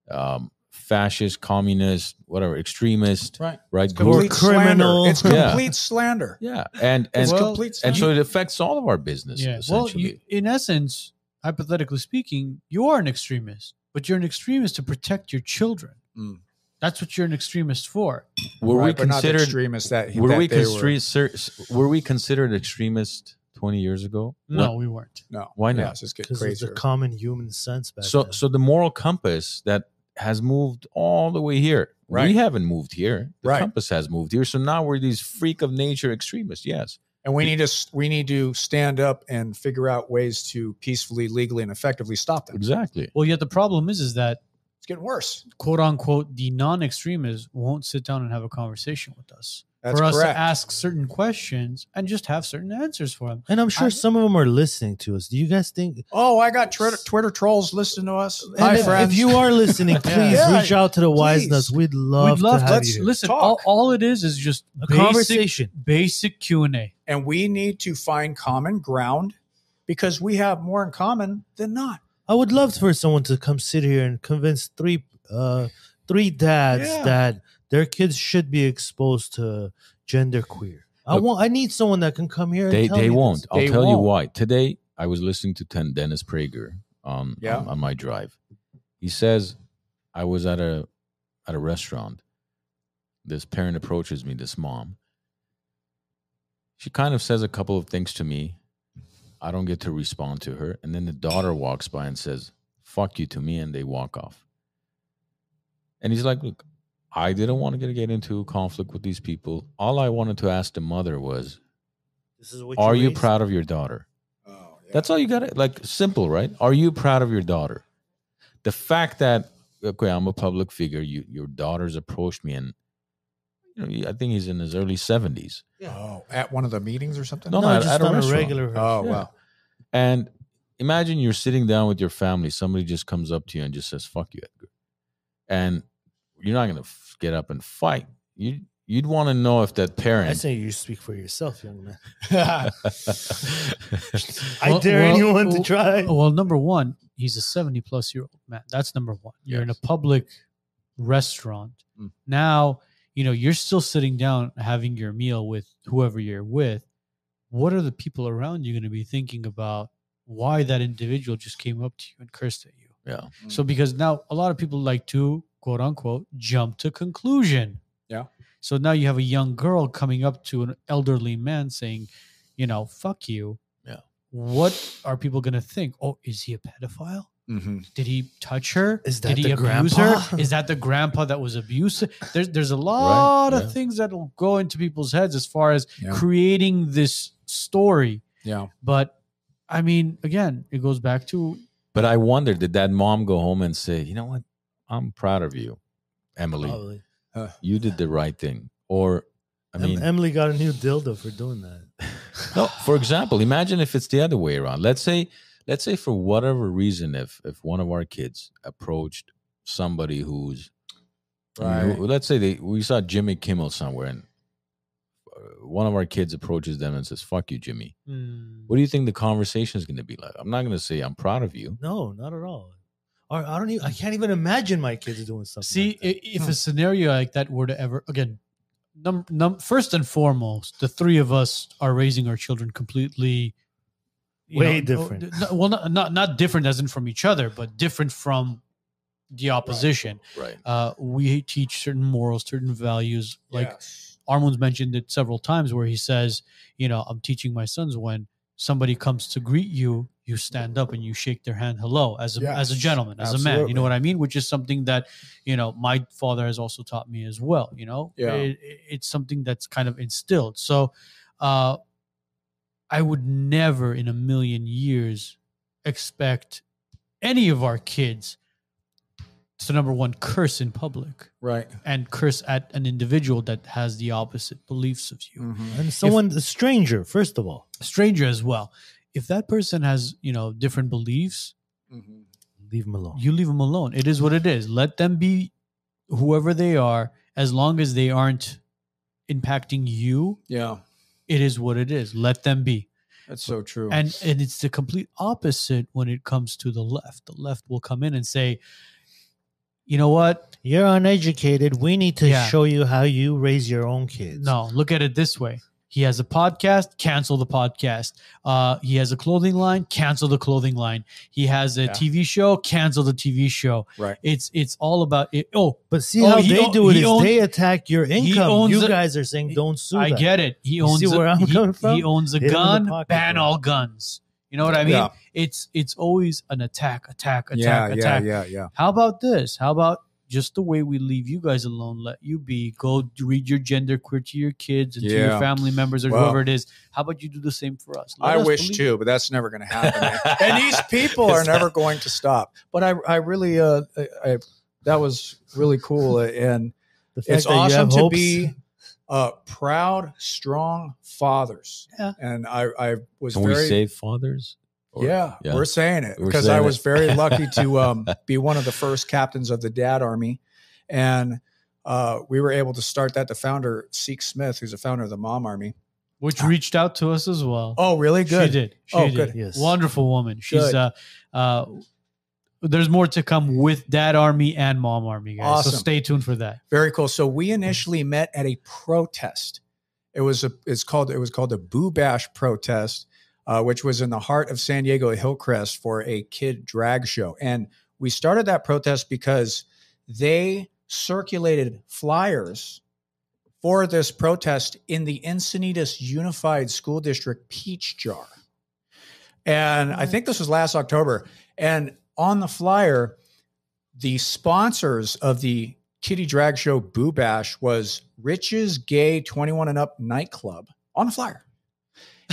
S2: um, fascist communist whatever extremist
S3: Right.
S2: right group
S4: complete- criminal.
S3: slander. It's
S2: Yeah.
S3: complete slander.
S2: yeah and and
S3: It's
S1: Well,
S3: complete slander.
S2: and so it affects all of our business
S1: yeah. Well,
S2: essentially
S1: you, in essence, hypothetically speaking, you are an extremist, but you're an extremist to protect your children.
S3: Mm.
S1: That's what you're an extremist for.
S2: were
S3: Right,
S2: we
S3: but not the
S2: considered
S3: extremists that
S2: were
S3: that
S2: we
S3: they
S2: constre- ser- were we considered extremist 20 years ago
S1: No, we weren't.
S3: No.
S2: Why not?
S3: Yeah, it's just getting
S4: Because it's a
S3: crazier.
S4: common human sense back
S2: so
S4: then.
S2: so the moral compass that has moved all the way here.
S3: Right.
S2: We haven't moved here. The
S3: Right.
S2: compass has moved here. So now we're these freak of nature extremists. Yes.
S3: And we need to we need to stand up and figure out ways to peacefully, legally, and effectively stop them.
S2: Exactly.
S1: Well, yet the problem is, is that
S3: It's getting worse.
S1: quote unquote the non-extremists won't sit down and have a conversation with us
S3: That's
S1: for us
S3: correct.
S1: to ask certain questions and just have certain answers for them.
S4: and I'm sure
S1: I-
S4: some of them are listening to us. Do you guys think?
S3: oh, I got Twitter, Twitter trolls listening to us.
S4: And
S3: Hi,
S4: if,
S3: friends.
S4: if you are listening, please
S3: Yeah.
S4: reach out to the wise
S3: Please.
S4: nuts. We'd love,
S1: We'd love to,
S4: to have
S3: Let's
S4: you. here.
S1: listen.
S3: Talk.
S1: All, all it is is just
S4: a
S1: basic,
S4: conversation.
S1: basic Q and A.
S3: and we need to find common ground because we have more in common than not.
S4: I would love for someone to come sit here and convince three uh three dads
S3: Yeah.
S4: that their kids should be exposed to gender queer. I
S2: Look,
S4: want I need someone that can come here and
S2: They
S4: tell me
S2: they
S4: this.
S2: won't. I'll
S3: They
S2: tell you
S3: won't.
S2: why. Today I was listening to ten Dennis Prager um,
S3: Yeah.
S2: on, on my drive. He says I was at a at a restaurant. This parent approaches me, this mom. She kind of says a couple of things to me. I don't get to respond to her. And then the daughter walks by and says, fuck you to me. And they walk off. And he's like, look, I didn't want to get into conflict with these people. All I wanted to ask the mother was,
S4: This is what
S2: are you
S4: raised.
S2: proud of your daughter?
S3: Oh, yeah.
S2: That's all you got to like simple, right? Are you proud of your daughter? The fact that okay, I'm a public figure, you your daughter's approached me and you know, he- I think he's in his early 70s.
S3: Oh, at one of the meetings or something.
S2: No,
S4: No,
S2: at-
S4: just
S2: at a
S4: on a,
S2: restaurant.
S4: regular.
S3: Oh
S2: Yeah.
S3: wow.
S2: And imagine you're sitting down with your family, somebody just comes up to you and just says fuck you, Edgar. And you're not going to f- get up and fight. You you'd want to know if that
S4: I
S2: parent
S4: say you speak for yourself, young man. I
S1: Well-
S4: dare
S1: well-
S4: anyone to
S1: well-
S4: try.
S1: Well, number one, he's a seventy-plus-year-old man. That's number one. You're in a
S2: Yes.
S1: public restaurant
S3: Mm.
S1: now. You know you're still sitting down having your meal with whoever you're with. what are the people around you going to be thinking about why that individual just came up to you and cursed at you?
S2: Yeah.
S1: So because now a lot of people like to quote unquote jump to conclusion.
S3: Yeah.
S1: So now you have a young girl coming up to an elderly man saying, you know, fuck you.
S2: Yeah.
S1: What are people going to think? Oh, is he a pedophile?
S3: Mm-hmm.
S1: Did he touch her?
S4: Is that
S1: Did he
S4: the
S1: abuse
S4: grandpa?
S1: her? Is that the grandpa that was abusive? There's there's a lot
S2: yeah.
S1: of things that'll go into people's heads as far as
S3: Yeah.
S1: creating this story.
S3: Yeah.
S1: But I mean, again, it goes back to
S2: But I wonder, did that mom go home and say, you know what? I'm proud of you, Emily.
S3: Oh,
S4: Probably.
S2: You did the right thing. Or, I
S4: Em-
S2: mean,
S4: Emily got a new dildo for doing that.
S2: no, for example, imagine if it's the other way around. Let's say, let's say for whatever reason, if, if one of our kids approached somebody who's, I mean,
S3: Right.
S2: who- let's say they, we saw Jimmy Kimmel somewhere and uh, one of our kids approaches them and says, fuck you, Jimmy.
S1: hmm,
S2: What do you think the conversation is going to be like? I'm not going to say I'm proud of you.
S4: No, not at all. Or I don't even. I can't even imagine my kids doing something.
S1: See,
S4: like that.
S1: i if a scenario like that were to ever again, num, num, first and foremost, the three of us are raising our children completely you
S4: Way
S1: know,
S4: different.
S1: no- well, not, not not different as in from each other, but different from the opposition.
S2: Right.
S1: Uh, we teach certain morals, certain values. Like Armand's mentioned it several times, where he says, "You know, I'm teaching my sons when somebody comes to greet you." You stand up and you shake their hand, hello, as a,
S3: Yes.
S1: as a gentleman, as a man. You
S3: Absolutely.
S1: know what I mean? Which is something that you know my father has also taught me as well you know
S3: Yeah.
S1: It- it- it's something that's kind of instilled so uh i would never in a million years expect any of our kids to number one curse in public
S3: right.
S1: and curse at an individual that has the opposite beliefs of you
S3: Mm-hmm.
S4: and someone, a stranger, first of all,
S1: stranger as well if that person has you know different beliefs
S3: Mm-hmm.
S4: leave them alone.
S1: you leave them alone. It is what it is. Let them be whoever they are, as long as they aren't impacting you.
S3: Yeah.
S1: It is what it is. Let them be.
S3: That's so true.
S1: And and it's the complete opposite when it comes to the left. The left will come in and say, you know what?
S4: You're uneducated. We need to
S1: Yeah.
S4: show you how you raise your own kids.
S1: No, look at it this way. He has a podcast, cancel the podcast. Uh, he has a clothing line, cancel the clothing line. He has a
S3: Yeah.
S1: TV show, cancel the TV show.
S3: Right.
S1: It's it's all about it. Oh,
S4: But see
S1: Oh,
S4: how
S1: he
S4: they
S1: own-
S4: do it
S1: he
S4: is
S1: own-
S4: they attack your income.
S1: owns
S4: You
S1: a-
S4: guys are saying don't sue.
S1: I
S4: that.
S1: get it. He
S4: You
S1: owns
S4: see
S1: a,
S4: where I'm
S1: he,
S4: coming from?
S1: he owns a
S4: Hit him in the
S1: gun.
S4: pocket,
S1: ban
S4: bro.
S1: all guns. You know what I mean?
S3: Yeah.
S1: It's it's always an attack, attack, attack,
S3: yeah, yeah,
S1: attack.
S3: yeah, yeah.
S1: How about this? How about just the way we leave you guys alone, let you be. Go d- read your gender queer to your kids and to your
S3: Yeah.
S1: family members or
S3: Well-
S1: whoever it is. How about you do the same for us? Let
S3: I
S1: us
S3: wish
S1: believe-
S3: too, but that's never going to happen. and these people are
S2: It's
S3: never going to stop. But I, I really, uh, I, I, that was really cool, uh, and
S4: The fact
S3: it's
S4: that you have
S3: awesome to
S4: hopes-
S3: be uh, proud, strong fathers.
S1: Yeah.
S3: And I, I was
S2: Can
S3: very.
S2: we save fathers? Or-
S3: yeah,
S2: yeah.
S3: we're saying it
S2: We're
S3: because
S2: saying
S3: I
S2: it.
S3: was very lucky to um, be one of the first captains of the Dad Army, and uh, we were able to start that. The founder, Seek Smith, who's the founder of the Mom Army.
S1: Which reached out to us as well.
S3: Oh, really good.
S1: She did. She
S3: Oh,
S1: did.
S3: good.
S4: Yes.
S1: Wonderful woman. She's
S3: Good.
S1: uh uh there's more to come with Dad Army and Mom Army, guys. So
S3: Awesome.
S1: stay tuned for that.
S3: Very cool. So we initially met at a protest. It was a it's called it was called a Boo Bash protest, uh, which was in the heart of San Diego at Hillcrest for a kid drag show. And we started that protest because they circulated flyers for this protest in the Encinitas Unified School District peach jar. And I think this was last October. And on the flyer, the sponsors of the kitty drag show Boo Bash was Rich's Gay 21 and Up Nightclub on the flyer.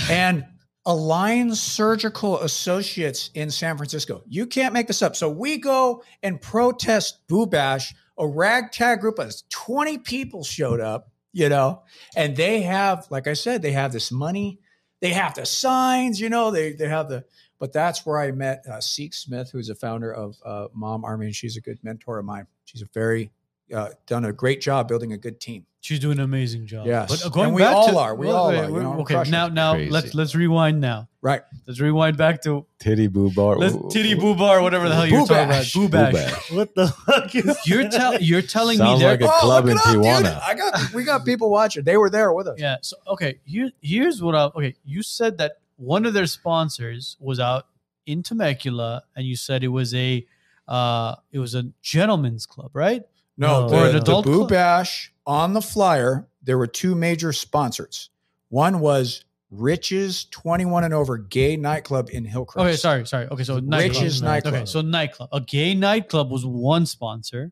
S3: And Align Surgical Associates in San Francisco. You can't make this up. So we go and protest Boo Bash. A ragtag group of 20 people showed up, you know, and they have, like I said, they have this money. They have the signs, you know, they, they have the but that's where I met uh, Seek Smith, who's a founder of uh, Mom Army, and she's a good mentor of mine. She's a very uh, done a great job building a good team.
S1: She's doing an amazing job.
S3: Yes.
S1: but uh, going
S3: And we
S1: back
S3: all
S1: to,
S3: are. We
S1: wait,
S3: all
S1: wait,
S3: are, you
S1: wait,
S3: know,
S1: okay,
S3: crushing
S1: now
S2: it.
S1: now
S2: Crazy.
S1: let's let's rewind now.
S3: Right.
S1: Let's rewind back to
S2: Titty boo bar.
S1: let's
S2: Ooh.
S1: titty boo bar, whatever the hell you're talking about.
S3: Boobash.
S1: Boo bash.
S2: Boobash.
S4: What the fuck is
S1: You're tell you're telling
S2: Sounds
S1: me there.
S2: like a club
S3: Oh,
S2: in
S3: look it up, dude.
S2: Tijuana.
S3: I got we got people watching. They were there with us.
S1: yeah. So okay, here here's what I okay. You said that one of their sponsors was out in Temecula, and you said it was a uh it was a gentleman's club, right?
S3: No,
S4: No,
S3: the,
S4: or an
S3: the
S1: adult
S3: Boo
S1: club.
S3: Bash on the flyer, there were two major sponsors. One was Rich's 21 and over gay nightclub in Hillcrest.
S1: Okay, sorry, sorry. Okay, so nightclub.
S3: Rich's nightclub.
S1: Okay, so nightclub. A gay nightclub was one sponsor,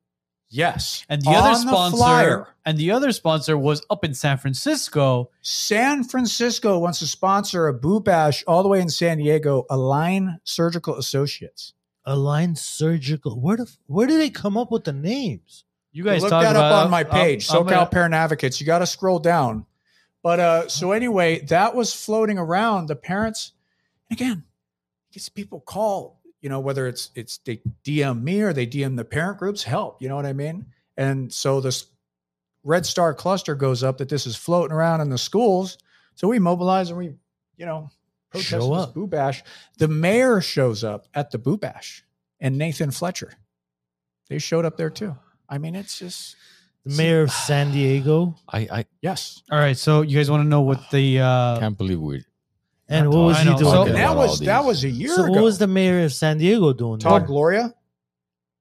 S3: Yes.
S1: and the other
S3: On the
S1: sponsor,
S3: flyer.
S1: and the other sponsor was up in San Francisco.
S3: San Francisco wants to sponsor a Boo Bash all the way in San Diego, Align Surgical Associates.
S4: Align Surgical? Where the f- where do they come up with the names?
S1: You guys
S3: Look
S1: talk
S3: that
S1: about
S3: up on my page,
S1: I'm- I'm
S3: SoCal
S1: gonna-
S3: Parent Advocates. You got to scroll down. But uh, so anyway, that was floating around. The parents, again, gets people call. You know, whether it's it's they DM me or they DM the parent groups, help. You know what I mean? And so this Red Star cluster goes up that this is floating around in the schools. So we mobilize and we, you know, protest
S4: Show
S3: this
S4: up.
S3: boo bash. The mayor shows up at the boo bash, and Nathan Fletcher. They showed up there too. I mean, it's just
S4: The mayor of San Diego.
S2: I,
S3: yes.
S1: All right, so you guys want to know what the
S2: I
S1: uh,
S2: can't believe we.
S4: And
S2: Not
S4: what was
S1: I
S4: he
S1: know.
S4: doing?
S1: So-
S4: So,
S2: Okay.
S3: that
S2: about all
S3: was
S2: these.
S3: that was a year ago.
S4: what was the mayor of San Diego doing?
S3: Todd
S4: there?
S3: Gloria?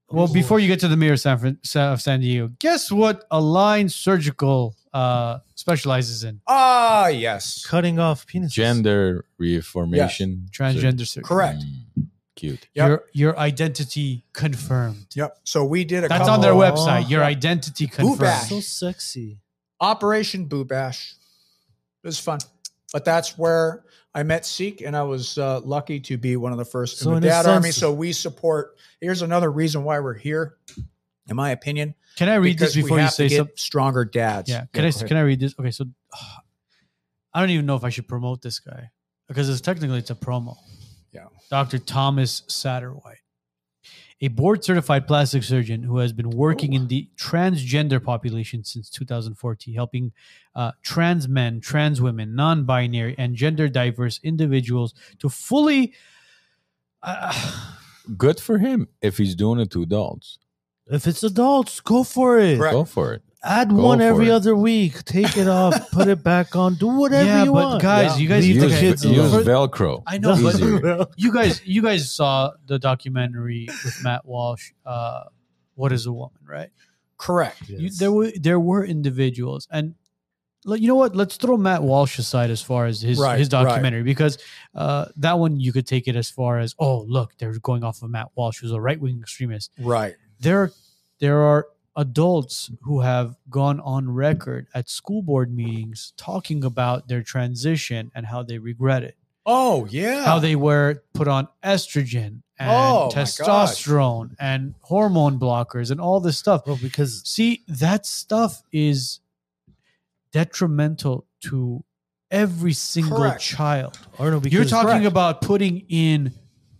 S1: well before you get to the mayor of San, Fran- Sa- of San Diego, guess what? Align Surgical uh, specializes in
S3: Ah, yes.
S4: cutting off penises.
S2: Gender reaffirmation.
S1: transgender surgery.
S3: Correct.
S2: Mm, cute.
S3: Yep.
S1: Your your identity confirmed.
S3: Yep. So we did a
S1: That's
S3: couple
S1: on their
S4: Oh.
S1: website. Your identity confirmed.
S3: bash.
S4: So sexy.
S3: Operation Boo Bash. It was fun. But that's where I met Seek, and I was uh, lucky to be one of the first
S4: So
S3: in
S4: in
S3: the
S4: a
S3: Dad
S4: sense-
S3: Army. So we support. Here's another reason why we're here, in my opinion.
S1: Can I read this
S3: because we
S1: before you
S3: have to
S1: say
S3: get
S1: something?
S3: Stronger dads.
S1: Yeah. Can
S3: go
S1: I
S3: ahead.
S1: can I read this? Okay, so I don't even know if I should promote this guy because it's technically it's a promo.
S3: Yeah.
S1: Dr. Thomas Satterwhite. A board certified plastic surgeon who has been working in the transgender population since 2014, helping uh, trans men, trans women, non binary, and gender diverse individuals to fully. Uh,
S2: Good for him if he's doing it to adults.
S4: If it's adults, go for it.
S3: Correct.
S2: Go for it.
S4: Add
S2: Go
S4: one
S2: for
S4: every
S2: it.
S4: other week. Take it off. put it back on. Do whatever
S1: yeah,
S4: you
S1: but
S4: want.
S1: guys,
S3: Yeah.
S1: you guys
S4: Leave
S1: need
S2: use
S1: to
S4: the
S1: get-
S4: kids
S2: use
S4: alone.
S2: Velcro.
S1: I know, but
S2: Easier.
S1: you guys you guys saw the documentary with Matt Walsh uh what is a woman right
S3: Correct.
S1: you, there were there were individuals and like, you know what let's throw Matt Walsh aside as far as his
S3: Right,
S1: his
S3: right.
S1: documentary because uh that one you could take it as far as oh look they're going off of Matt Walsh who's a right-wing extremist
S3: Right.
S1: there are- there are adults who have gone on record at school board meetings talking about their transition and how they regret it
S3: Oh yeah.
S1: how they were put on estrogen and
S3: Oh, my
S1: testosterone and hormone blockers and all this stuff.
S4: Well, Oh, because
S1: See, that stuff is detrimental to every single
S3: Correct.
S1: child.
S4: or no, because
S1: You're talking
S3: Correct.
S1: about putting in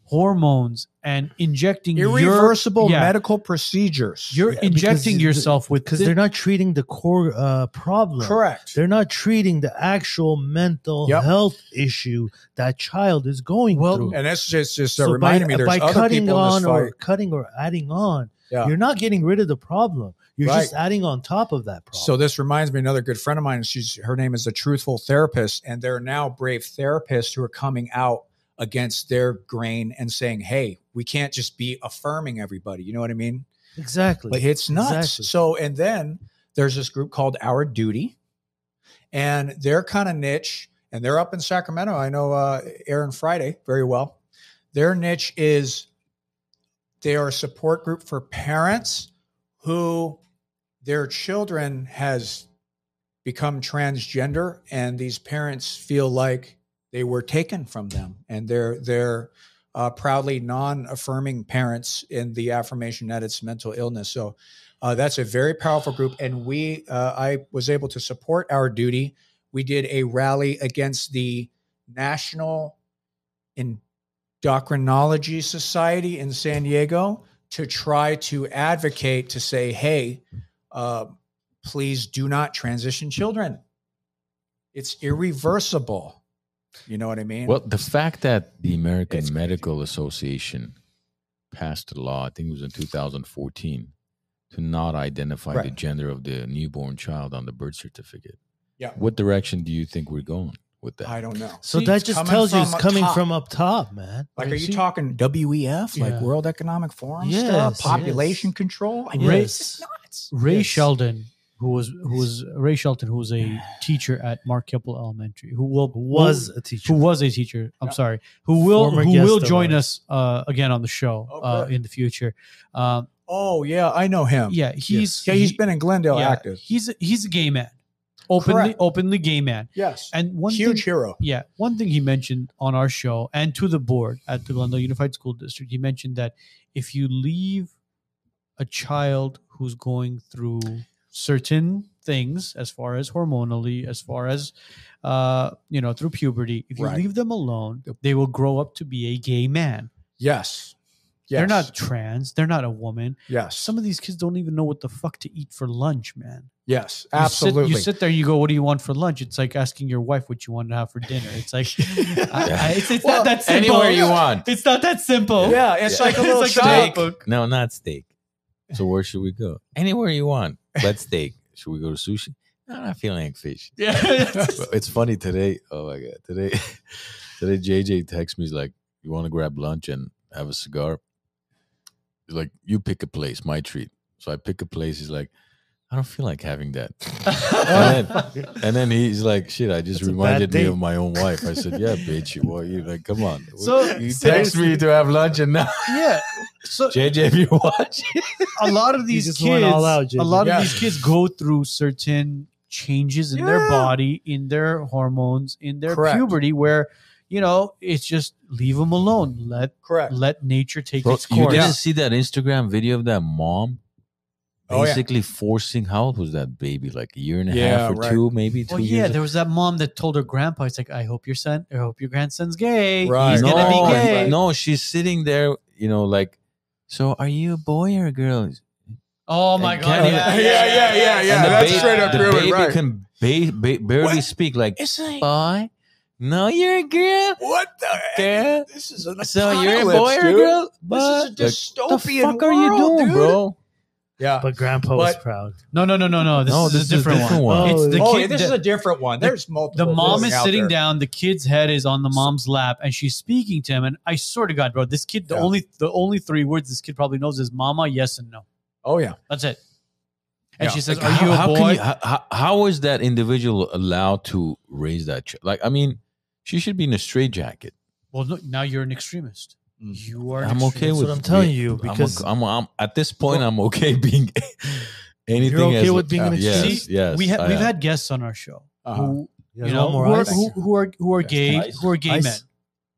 S1: hormones and injecting your-
S3: irreversible
S1: yeah,
S3: medical procedures.
S1: You're
S4: Yeah, because
S1: injecting
S4: the-
S1: yourself with
S4: because
S1: thi-
S4: they're not treating the core uh, problem.
S3: correct.
S4: They're not treating the actual mental
S3: Yep.
S4: health issue that child is going
S1: Well,
S4: through.
S3: And that's just just uh,
S4: So
S3: reminding me there's other
S4: cutting
S3: people in
S4: on
S3: this
S4: or
S3: fight.
S4: cutting or adding on,
S3: Yeah.
S4: you're not getting rid of the problem. You're
S3: Right.
S4: just adding on top of that problem.
S3: So this reminds me another good friend of mine. She's her name is the Truthful Therapist, and there are now brave therapists who are coming out against their grain and saying, "Hey, we can't just be affirming everybody." You know what I mean?
S4: exactly.
S3: Like it's nuts.
S4: Exactly.
S3: So, and then there's this group called Our Duty, and they're kind of niche, and they're up in Sacramento. I know uh, Aaron Friday very well. Their niche is they are a support group for parents who their children has become transgender, and these parents feel like they were taken from them, and they're they're uh, proudly non-affirming parents in the affirmation that it's mental illness. So uh, that's a very powerful group, and we uh, I was able to support our duty. We did a rally against the National Endocrinology Society in San Diego to try to advocate to say, hey. Uh, please do not transition children. It's irreversible. You know what I mean?
S2: Well, the fact that the American
S3: It's crazy.
S2: Medical Association passed a law, I think it was in 2014, to not identify the
S3: Right.
S2: gender of the newborn child on the birth certificate.
S3: Yeah.
S2: What direction do you think we're going with that?
S3: I don't know.
S4: So
S2: See,
S4: that
S2: it's
S4: just
S3: coming
S4: tells you
S3: from
S4: it's
S3: up
S4: coming
S3: top.
S4: from up top, man.
S3: Like,
S2: I
S3: are you
S2: see.
S3: talking WEF,
S1: Yeah.
S3: like World Economic Forum
S4: Yes,
S3: stuff, population control? I mean,
S1: Right.
S3: this is nuts.
S1: Ray
S4: Yes.
S1: Sheldon, who was who was Ray Shelton, who was a teacher at Mark Keppel Elementary, who will
S4: Was a teacher.
S1: who was a teacher. I'm
S3: Yeah.
S1: sorry, who will
S4: Former
S1: who
S4: guest
S1: will
S4: of
S1: join us
S4: ours.
S1: uh, again on the show
S3: Oh,
S1: uh,
S3: good.
S1: in the future. Um,
S3: Oh yeah, I know him.
S1: yeah, he's
S3: yeah, he's
S1: he-
S3: been in Glendale
S1: yeah,
S3: active.
S1: He's a, he's a gay man, openly
S3: Correct.
S1: openly gay man.
S3: Yes,
S1: And one
S3: huge
S1: thing,
S3: hero.
S1: yeah, one thing he mentioned on our show and to the board at the Glendale Unified School District, he mentioned that if you leave a child who's going through certain things, as far as hormonally, as far as uh, you know, through puberty, if you
S3: Right.
S1: leave them alone, they will grow up to be a gay man.
S3: Yes, yes,
S1: They're not trans. They're not a woman.
S3: Yes,
S1: Some of these kids don't even know what the fuck to eat for lunch, man.
S3: yes,
S1: You sit-
S3: absolutely.
S1: You sit, there and you go, "What do you want for lunch?" It's like asking your wife what you want to have for dinner. It's like, I, I, it's, it's
S3: Well,
S1: not that simple.
S2: Anywhere you want.
S1: It's not that simple.
S3: yeah, it's
S2: Yeah.
S3: like a little
S1: It's like
S3: shop.
S1: a
S2: Steak.
S1: cookbook.
S2: No, not steak. So where should we go? Anywhere you want, but steak. Should we go to sushi? No, I'm not feeling like fish.
S1: Yeah.
S2: But it's funny today. Oh my god, today, today JJ texts me. He's like, "You want to grab lunch and have a cigar?" He's like, "You pick a place, my treat." So I pick a place. He's like, "I don't feel like having that." and, then, and then he's like, "Shit, I just
S4: That's a bad
S2: reminded me
S4: date.
S2: of my own wife." I said, "Yeah, bitch, you well, you like, come on."
S1: So,
S2: you text
S1: seriously-
S2: me to have lunch, and now
S1: yeah. So
S2: JJ, if you watch,
S1: a lot of these
S4: just
S1: kids,
S4: went all out,
S1: a
S4: Jason.
S1: lot
S3: Yeah.
S1: of these kids go through certain changes in their
S3: Yeah.
S1: body, in their hormones, in their
S3: Correct.
S1: puberty, where you know it's just leave them alone. Let
S3: Correct.
S1: let nature take its
S2: you
S1: course.
S2: didn't see that Instagram video of that mom
S3: Oh, yeah.
S2: basically forcing how old was that baby like a year and a
S3: Yeah,
S2: half or
S3: right.
S2: two maybe two
S1: Well, yeah,
S2: years
S1: there was that mom that told her grandpa, "It's like I hope your son, I hope your grandson's gay.
S3: Right.
S1: He's
S2: no,
S1: gonna be
S3: Right.
S1: gay."
S2: no she's sitting there you know like so are you a boy or a girl
S1: Oh my
S2: And
S1: god!
S2: Canada-
S1: Yeah,
S3: Yeah, yeah, yeah, yeah,
S2: And the
S3: that's
S2: ba-
S3: straight up
S2: the
S3: true and
S2: baby
S3: right.
S2: can ba- ba- barely
S3: What?
S2: speak like
S3: It's like
S2: boy no you're a girl
S3: what the
S2: girl
S3: This is an
S2: so you're a boy
S3: apocalypse,
S2: or a
S3: dude.
S2: girl
S3: This
S2: What? Like,
S3: is a
S2: the
S3: dystopian
S2: fuck
S3: world,
S2: are you doing
S3: dude.
S2: bro
S3: Yeah.
S4: But grandpa was
S3: But-
S4: proud.
S1: No, no, no, no, no. Oh, This,
S2: No,
S1: is, a different one.
S4: one.
S1: It's the
S3: oh,
S1: kid.
S3: yeah, this
S1: the,
S3: is a different one.
S1: the-
S3: There's multiple.
S1: the mom
S3: things
S1: is
S3: out
S1: sitting
S3: there.
S1: down. The kid's head is on the mom's lap, and she's speaking to him. And I swear to God, bro, this kid. The
S3: Yeah.
S1: only the only three words this kid probably knows is "mama," "yes," and "no."
S3: Oh yeah.
S1: That's it. And
S3: Yeah.
S1: she says,
S2: Like,
S1: "Are you a
S2: how
S1: boy?"
S2: Can you, how- how, how is that individual allowed to raise that child? Like, I mean, she should be in a straitjacket.
S1: well, look, now you're an extremist.
S3: Mm-hmm.
S1: You are. An
S2: I'm okay
S1: extremist.
S2: with.
S4: what I'm telling
S2: be-
S4: you,
S2: I'm o-
S4: because-
S2: I'm, I'm- at this point, I'm okay being anything.
S4: You're okay
S2: as-
S4: with being an
S3: uh,
S4: extremist?
S1: See,
S2: Yes, yes.
S1: we have
S2: I
S1: we've
S2: am.
S1: had guests on our show
S3: Uh-huh.
S1: who
S4: You
S1: you
S4: know,
S1: know,
S4: more
S1: who are,
S4: ice.
S1: who, who are who are
S2: Yes,
S1: gay,
S2: ice.
S1: who are gay
S4: Ice.
S1: men.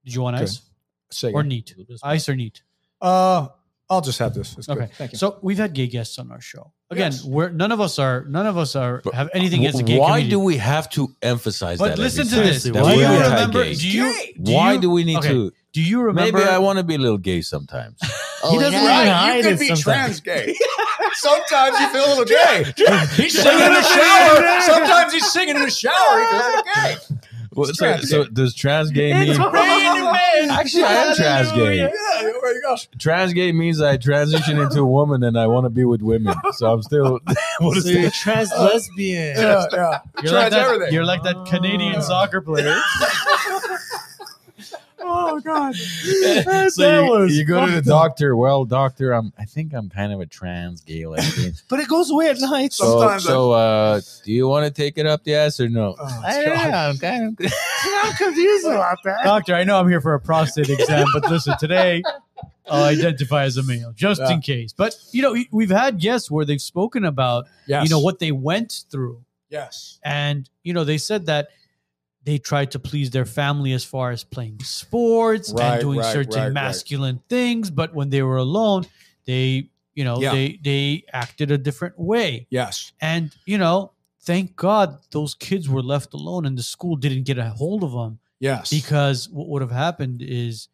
S1: Did you want
S3: Okay.
S1: ice
S3: Say
S1: or
S3: again.
S1: neat? Ice or neat?
S3: Uh, I'll just have this. It's
S1: Okay.
S3: Good. Thank you.
S1: So we've had gay guests on our show. Again,
S3: Yes.
S1: we're none of us are none of us are
S2: But
S1: have anything against a gay
S2: Why
S1: comedian.
S2: do we have to emphasize
S1: But
S2: that?
S1: listen to
S2: every
S1: this.
S2: time?
S1: Do
S2: That
S4: Why
S1: you
S2: we're
S4: do we
S1: remember?
S2: anti-gays.
S1: Do you
S3: Gay.
S1: do
S2: Why
S1: you,
S2: do we need
S1: okay,
S2: to?
S1: Do you remember?
S2: Maybe I want to be a little gay sometimes.
S4: he doesn't
S3: Right,
S4: even hide
S3: you
S4: it
S3: could be
S4: sometimes.
S3: trans gay. Sometimes you feel a little gay. He's singing in the
S1: Yeah.
S3: shower. Sometimes he's singing in the shower. He feels a little gay.
S2: Well, so,
S3: trans
S2: so does trans gay mean? Actually, I am trans gay.
S3: Yeah, oh there you go.
S2: Trans gay means I transition into a woman and I want to be with women. So I'm still. what is
S4: So you're
S2: that?
S4: trans lesbian.
S3: Yeah, yeah.
S1: You're like
S3: Trans
S1: that,
S3: everything.
S1: You're like that
S3: Ah.
S1: Canadian soccer player.
S3: Oh God.
S2: so you, you go to the doctor. Well, doctor, I'm. I think I'm kind of a trans gay lesbian.
S4: But it goes away at night.
S3: So-
S2: so,
S3: Sometimes I-
S2: so uh, do you want to take it up the ass or no?
S3: Oh,
S4: I don't know.
S3: God.
S4: I'm kind of I'm confused about that.
S1: Doctor, I know I'm here for a prostate exam, but listen, today I'll identify as a male just
S3: Yeah.
S1: in case. But you know, we've had guests where they've spoken about
S3: Yes.
S1: you know what they went through,
S3: Yes.
S1: and you know they said that they tried to please their family as far as playing sports and
S3: Right,
S1: doing
S3: right,
S1: certain
S3: right, right.
S1: masculine things, but when they were alone, they you know
S3: Yeah.
S1: they they acted a different way,
S3: Yes.
S1: and you know. Thank God those kids were left alone and the school didn't get a hold of them
S3: Yes.
S1: because what would have happened is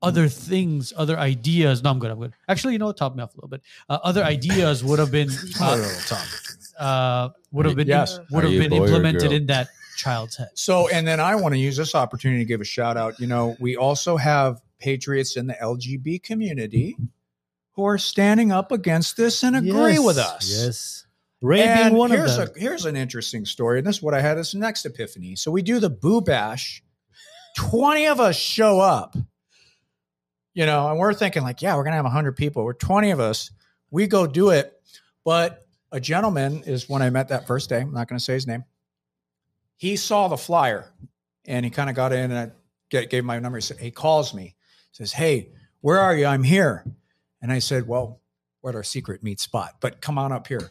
S1: other things, other ideas. No, I'm good. I'm good. Actually, you know, what? top me off a little bit. Uh, other ideas would have been.
S3: Oh,
S1: uh,
S3: little Tom.
S1: uh, would have been
S3: Yes.
S1: would
S2: Are
S1: have
S2: you a
S1: been
S2: boy or
S1: implemented
S2: girl?
S1: in that child's head.
S3: So, and then I want to use this opportunity to give a shout out. You know, we also have patriots in the LGB community who are standing up against this and agree
S4: Yes,
S3: with us.
S4: Yes. Ray being
S3: And
S4: one of
S3: here's
S4: them.
S3: A, here's an interesting story, and this is what I had this next epiphany. So we do the boo bash. Twenty of us show up, you know, and we're thinking like, yeah, we're gonna have hundred people. We're twenty of us. We go do it, but a gentleman is when I met that first day. I'm not gonna say his name. He saw the flyer, and he kind of got in, and I ga- gave him my number. He said, he calls me, says, hey, where are you? I'm here, and I said, well, we're at our secret meet spot, but come on up here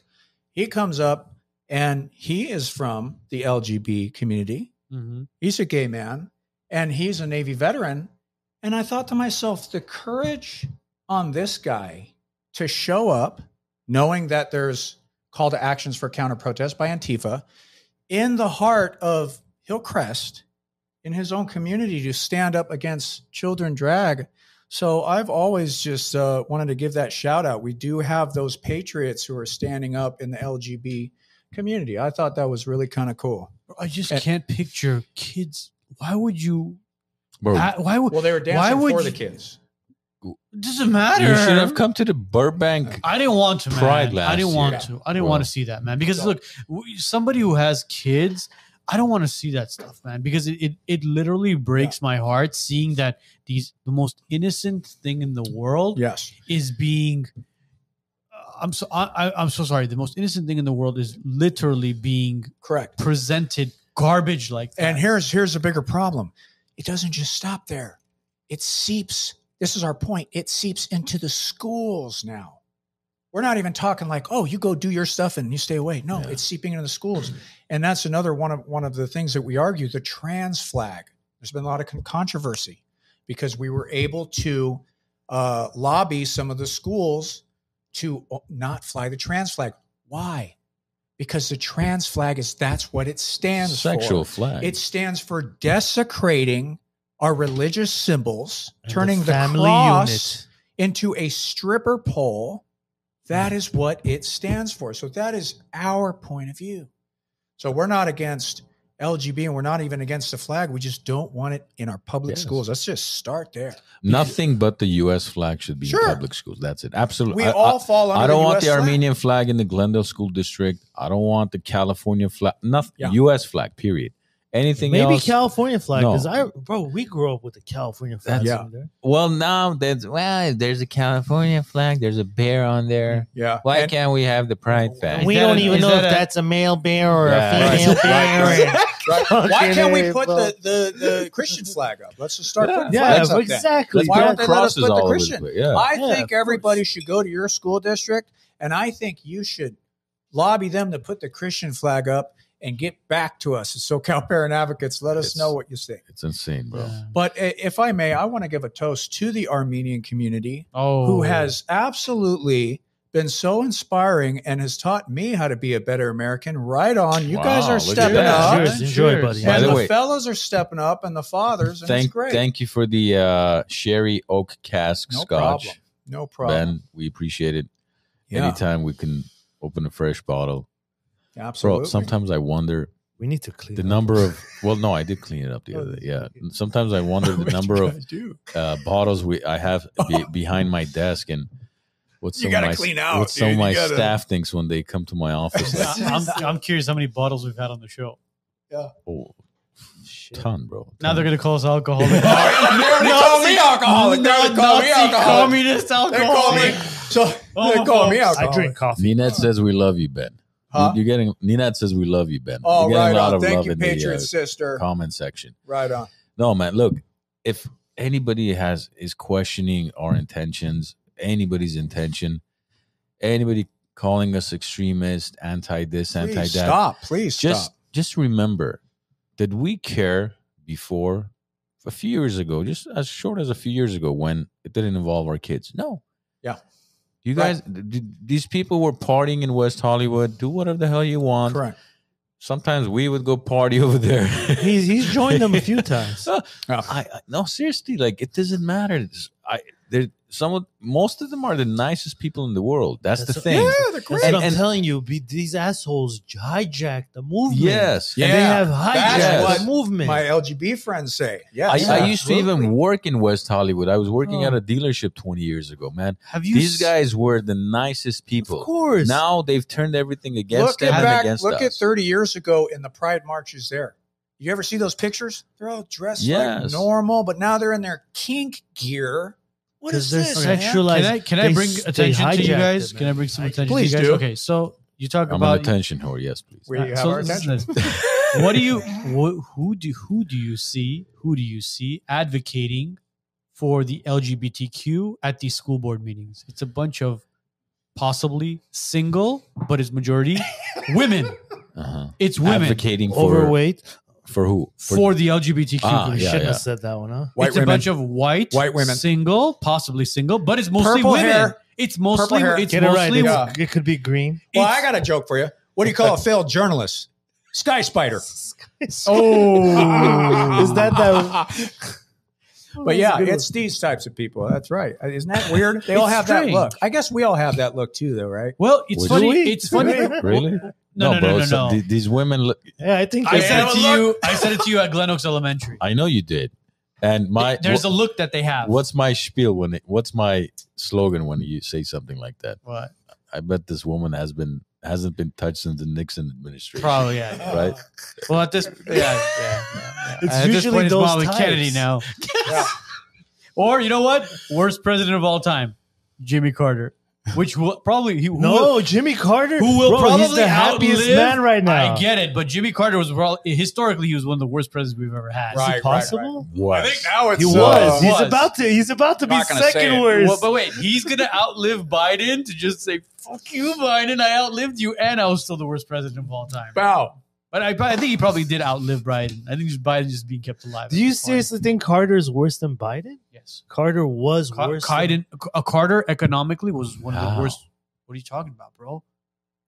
S3: he comes up and he is from the LGB community.
S2: Mm-hmm.
S1: Mhm.
S3: He's a gay man and he's a Navy veteran. And I thought to myself, the courage on this guy to show up, knowing that there's call to actions for counter protest by Antifa in the heart of Hillcrest in his own community to stand up against children drag. So I've always just uh, wanted to give that shout out. We do have those patriots who are standing up in the LGB community. I thought that was really kind of cool.
S1: I just
S3: Uh,
S1: can't picture kids. Why would you?
S2: Bro,
S1: I- Why would?
S3: Well, they were dancing
S1: would
S3: for
S1: you-
S3: the kids.
S1: Doesn't matter.
S2: you should have come to the Burbank.
S1: I didn't want to, man.
S2: Pride last
S1: I didn't want
S3: year.
S1: to. I didn't
S2: Well.
S1: want to see that, man. Because
S3: So-
S1: look, w- somebody who has kids, I don't want to see that stuff, man. Because it it, it literally breaks my heart seeing that these the most innocent thing in the world
S3: Yes.
S1: is being. uh, I'm so I, I- I'm so sorry. The most innocent thing in the world is literally being
S3: Correct.
S1: presented garbage like that.
S3: And here's here's a bigger problem. It doesn't just stop there. It seeps. This is our point. It seeps into the schools now. We're not even talking like, oh, you go do your stuff and you stay away. No,
S2: Yeah.
S3: it's seeping into the schools, and that's another one of one of the things that we argue: the trans flag. There's been a lot of con- controversy because we were able to uh, lobby some of the schools to o- not fly the trans flag. Why? Because the trans flag is that's what it stands for.
S2: Sexual flag.
S3: It stands for desecrating our religious symbols,
S4: And
S3: turning the, cross into a stripper pole.
S2: Mm.
S3: That is what it stands for. So that is our point of view. So we're not against LGB and we're not even against the flag. We just don't want it in our public
S2: Yes.
S3: schools. Let's just start there.
S2: Nothing but the U.S. flag should be
S3: Sure.
S2: in public schools. That's it. Absolutely.
S3: We
S2: I-
S3: all fall under
S2: I don't
S3: the
S2: want
S3: US
S2: the
S3: flag.
S2: Armenian flag in the Glendale School District. I don't want the California flag. Nothing.
S3: Yeah.
S2: U.S. flag. Period. Anything
S4: Maybe
S2: else?
S4: California flag
S2: No.
S4: because I bro we grew up with the California flag.
S3: That's-
S4: Yeah. There.
S2: well, now there's well, there's a California flag. There's a bear on there.
S3: Yeah.
S2: Why
S3: And-
S2: can't we have the pride
S1: Is
S2: flag?
S4: we
S1: that
S4: don't
S1: a-
S4: even
S1: is
S4: know
S1: that
S4: if
S1: a-
S4: that's a male bear or
S2: Yeah,
S4: a
S2: right,
S4: female
S2: right,
S4: bear.
S3: Why can't we put the, the, the Christian flag up? Let's just start putting
S2: Yeah,
S3: flags
S4: yeah,
S3: up there.
S4: exactly.
S2: There's
S3: Why
S2: bear
S3: don't they let us
S2: crosses
S3: put the
S2: all over
S3: Christian?
S2: place. Yeah.
S3: I
S4: Yeah,
S3: think
S4: of
S3: everybody should go to your school district, and I think you should lobby them to put the Christian flag up and get back to us. So, SoCal Parent Advocates, let us
S2: It's-
S3: know what you think.
S2: it's insane, bro.
S1: Yeah.
S3: But i- if I may, I want to give a toast to the Armenian community
S1: oh,
S3: who has absolutely been so inspiring and has taught me how to be a better American. Right on. You guys
S2: Wow,
S3: are
S2: look at
S3: stepping
S2: that.
S3: up.
S1: Cheers.
S4: Cheers, enjoy,
S1: Cheers.
S4: buddy.
S2: By
S3: And
S2: the
S3: the,
S2: way-
S3: fellas are stepping up, and the fathers, and it's
S2: Thank,
S3: great.
S2: thank you for the uh, sherry oak cask
S3: no
S2: scotch,
S3: problem. No problem.
S2: Ben. We appreciate it.
S3: yeah,
S2: Anytime we can open a fresh bottle,
S3: absolutely.
S2: bro. Sometimes I wonder
S4: we need to clean
S2: the
S4: up.
S2: number of well no i did clean it up the other day yeah sometimes i wonder the number of
S3: do.
S2: uh, bottles we i have be, behind my desk and what
S3: You
S2: some
S3: gotta
S2: of my,
S3: clean out,
S2: what some of
S3: dude. You
S2: my
S3: gotta-
S2: staff thinks when they come to my office like,
S1: I'm, I'm curious how many bottles we've had on the show.
S2: oh
S4: Shit.
S2: ton bro
S1: Now they're
S2: ton.
S1: gonna call us alcoholics.
S3: already call me alcoholic. They already call me
S1: Nazi
S3: alcoholic.
S1: communist
S3: They call me.
S1: alcoholic. Oh,
S3: So they call me
S1: Homophobes.
S3: alcoholic.
S4: Oh, I drink coffee.
S2: Ninette says we love you ben
S3: Huh?
S2: you're getting Ninette says we love you ben
S3: Oh,
S2: you're
S3: right
S2: getting a lot
S3: on.
S2: of
S3: Thank
S2: love
S3: you,
S2: in the
S3: Patriot
S2: uh,
S3: sister.
S2: comment section
S3: Right on.
S2: No, man. Look, if anybody has is questioning our intentions, anybody's intention, anybody calling us extremist, anti this, anti that,
S3: Please stop. Please
S2: just
S3: stop.
S2: just remember that we care before a few years ago, just as short as a few years ago when it didn't involve our kids. No.
S3: Yeah.
S2: You
S3: Right.
S2: guys, th- th- these people were partying in West Hollywood. Do whatever the hell you want.
S3: Correct.
S2: Sometimes we would go party over there.
S4: He's he's joined them a few times.
S2: I, I no seriously like it doesn't matter It's- i there some of most of them are the nicest people in the world. That's,
S4: That's
S2: the
S4: a-
S2: thing.
S3: Yeah, they're
S4: That's
S3: great.
S2: And-
S4: what I'm
S2: and-
S4: telling you. Be, these assholes hijack the movement.
S2: Yes.
S4: And they
S3: Yeah,
S4: have hijacked
S2: what
S4: the movement.
S3: My LGB friends say,
S2: I,
S3: yes.
S2: I used to even
S3: absolutely.
S2: work in West Hollywood. I was working
S4: Oh.
S2: at a dealership 20 years ago, man.
S1: Have you s-
S2: These guys were the nicest
S4: of
S2: people.
S4: course.
S2: Now they've turned everything against
S3: look
S2: them
S3: at
S2: and
S3: back,
S2: against
S3: look
S2: us.
S3: at 30 years ago in the pride marches there you ever see those pictures they're all dressed like
S2: Yes.
S3: normal but now they're in their kink gear what is
S4: because they're
S3: this man?
S4: sexualized.
S1: Can I can I
S4: they
S1: bring
S4: s- they
S1: attention to you
S4: hijacked
S1: guys?
S4: it,
S1: Can I
S4: man.
S1: bring some
S4: Hijacked
S1: attention
S3: Please
S1: to you guys?
S3: do.
S1: Okay, so you talk
S2: I'm an
S1: about
S2: attention whore. Yes, please.
S3: where you
S1: Uh,
S3: have
S1: so
S3: our
S1: listen to
S3: attention
S1: this. what do you wh- who do who do you see who do you see advocating for the LGBTQ at these school board meetings? It's a bunch of possibly single, but it's majority women.
S2: Uh-huh.
S1: It's women
S2: Advocating for
S4: overweight.
S2: for who?
S1: for, the LGBTQ
S2: Ah,
S1: community.
S2: yeah,
S4: Shouldn't
S2: yeah.
S4: have said that one, huh?
S3: white
S1: it's
S3: women
S1: a bunch of white,
S3: White women.
S1: single, possibly single, but it's mostly
S3: Purple
S1: women.
S3: hair.
S1: It's mostly
S3: hair.
S1: it's
S4: Get it right.
S1: mostly
S4: It's-
S3: Yeah.
S4: It could be green.
S3: well
S1: it's-
S3: i got a joke for you what do you call a failed journalist sky spider
S1: Oh.
S4: Is that that-
S3: but yeah it's these types of people that's right Uh, isn't that weird they all
S1: It's
S3: have
S1: strange.
S3: that look i guess we all have that look too though right
S1: Well, it's
S2: Would
S1: funny.
S4: you?
S1: It's funny.
S4: Really?
S2: really?
S1: No, no, no, no, no.
S2: so th- these women. Look,
S4: Yeah, I think
S1: I
S4: it's-
S1: said it
S3: have
S1: to
S3: a
S1: you. I said it to you at Glen Oaks Elementary.
S2: I know you did. And my
S1: There's
S2: wh-
S1: a look that they have.
S2: what's my spiel when it, what's my slogan when you say something like that?
S1: What?
S2: I bet this woman has been hasn't been touched since the Nixon administration.
S1: Probably yeah.
S2: Right?
S1: Well, at this, yeah, yeah, yeah, yeah.
S4: It's
S1: at this
S4: usually
S1: point, it's
S4: those
S1: Bobby
S4: types.
S1: Kennedy now.
S3: Yeah.
S1: Or you know what? Worst president of all time, Jimmy Carter, which will probably he who will,
S4: no, Jimmy Carter.
S1: who will
S4: bro,
S1: probably
S4: he's the happiest
S1: outlive-
S4: man right now.
S1: I get it, but Jimmy Carter was probably, historically he was one of the worst presidents we've ever had.
S3: Right, right,
S4: possible.
S2: Was.
S3: now it's uh,
S4: He
S1: So-
S4: was. He's
S1: Was.
S4: about to. He's about to be
S3: Not gonna say
S4: second
S3: it.
S4: worst.
S1: Well, but wait, he's gonna outlive Biden to just say "fuck you, Biden." I outlived you, and I was still the worst president of all time.
S3: wow
S1: But I, I think he probably did outlive Biden. I think just Biden's just being kept alive. at
S4: Do you
S1: this point.
S4: seriously think Carter is worse than Biden?
S1: Yes.
S4: Carter was
S1: Ca-
S4: worse.
S1: Biden, a Carter economically was one of
S2: Wow.
S1: the worst. What are you talking about, bro?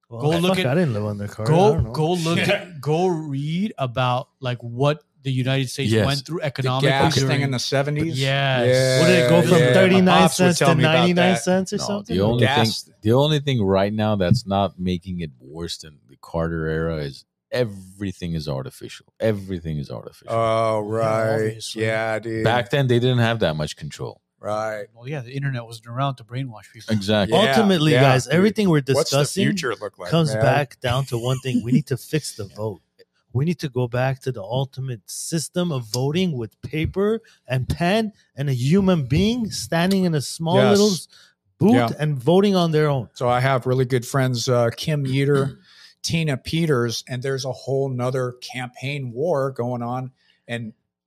S4: Well,
S1: Go look
S4: fuck,
S1: at-
S4: I didn't live under Carter. I
S1: Go,
S4: don't know.
S1: go look, at, go read about like what the United States
S2: Yes.
S1: went through
S3: the
S1: economically.
S3: gas
S1: during-
S3: thing in the 70s
S1: Yes.
S4: What did it go from
S1: Yeah, my
S4: thirty nine
S3: pops would
S4: cents
S3: tell
S4: to
S3: me about
S4: ninety nine
S3: that.
S4: cents or
S2: No,
S4: something?
S2: the only
S3: Gas.
S2: thing the only thing right now that's not making it worse than the Carter era is everything is artificial. Everything is artificial.
S3: Oh
S1: Yeah,
S3: right,
S1: obviously.
S3: yeah, dude.
S2: Back then they didn't have that much control.
S3: right.
S1: Well, yeah, the internet wasn't around to brainwash people.
S2: Exactly.
S3: Yeah,
S4: Ultimately,
S3: yeah,
S4: guys,
S3: dude.
S4: everything we're
S3: What's the
S4: discussing
S3: future look like?
S4: comes
S3: man?
S4: back down to one thing: we need to fix the vote. We need to go back to the ultimate system of voting with paper and pen and a human being standing in a small
S3: Yes.
S4: little booth
S3: Yeah.
S4: and voting on their own.
S3: So I have really good friends, uh, Kim Yeter, Tina Peters, and there's a whole nother campaign war going on. And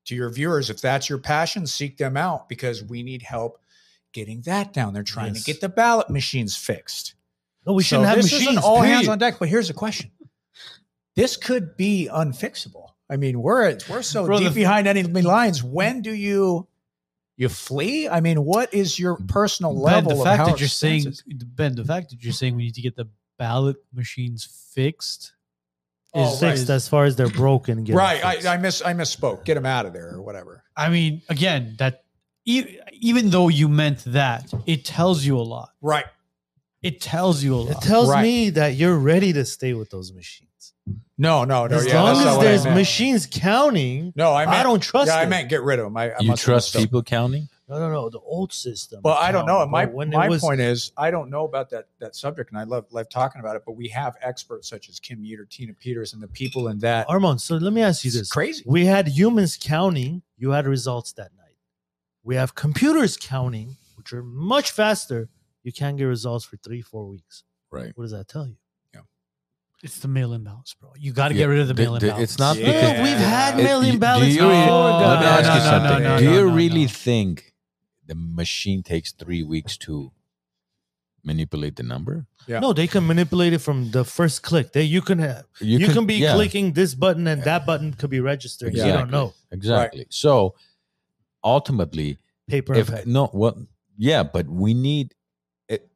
S3: to your viewers, if that's your passion, seek them out because we need help getting that down. They're trying
S4: Yes.
S3: to get the ballot machines fixed.
S4: No, we
S3: So
S4: shouldn't have
S3: this isn't
S4: machines.
S3: all
S4: period.
S3: hands on deck. But here's the question: This could be unfixable. I mean, we're at- we're so
S1: Bro,
S3: deep
S1: the-
S3: behind enemy lines. When do you you flee? I mean, what is your personal
S1: Ben,
S3: level?
S1: the fact
S3: of how
S1: that you're saying,
S3: expensive-
S1: Ben, the fact that you're saying we need to get the ballot machines fixed
S3: Oh,
S1: is
S4: fixed as far as they're broken. get
S3: right?
S4: fixed.
S3: I, I miss I misspoke. Get them out of there or whatever.
S1: I mean, again, that e- even though you meant that, it tells you a lot.
S3: Right.
S1: It tells you a lot.
S4: It tells
S3: Right.
S4: me that you're ready to stay with those machines.
S3: No, no, no.
S4: As
S3: oh, yeah,
S4: long
S3: that's not
S4: as
S3: what I
S4: there's
S3: meant.
S4: machines counting,
S3: No, I
S4: I,
S3: meant,
S4: don't trust.
S3: Yeah, I
S4: it.
S3: meant get rid of them. I, I
S2: you
S3: must have
S2: trust
S3: misspoke.
S2: people counting?
S4: No, no, no. The old system.
S3: Well, I don't know.
S4: counted,
S3: My
S4: but when it
S3: my
S4: was-
S3: point is, I don't know about that that subject, and I love love talking about it. But we have experts such as Kim Yeter, Tina Peters, and the people in that.
S4: Armand. So let me ask you
S3: It's
S4: Oh, this:
S3: crazy.
S4: We had humans counting. You had results that night. We have computers counting, which are much faster. You can't get results for three, four weeks.
S2: Right.
S4: What does that tell you?
S1: It's the mail in balance, bro. You got to
S2: Yeah,
S1: get rid of the
S2: the-
S1: mail in
S2: the-
S1: balance.
S2: it's not
S3: Yeah.
S2: because
S4: Well, we've had
S2: It-
S4: mail
S2: you- do
S4: imbalance.
S2: you- Oh, Let me
S1: No,
S2: ask
S1: no,
S2: you
S1: no,
S2: something.
S1: no, no,
S2: Do
S1: no,
S2: you
S1: no,
S2: really
S1: no.
S2: think the machine takes three weeks to manipulate the number?
S3: Yeah.
S4: No, they can manipulate it from the first click. They you can have, you, can, be
S2: yeah,
S4: clicking this button and that button could be registered. You don't
S2: Exactly.
S4: know.
S2: Exactly. So ultimately,
S4: Paper. and
S2: if
S4: pen.
S2: no, well, yeah, but we need it.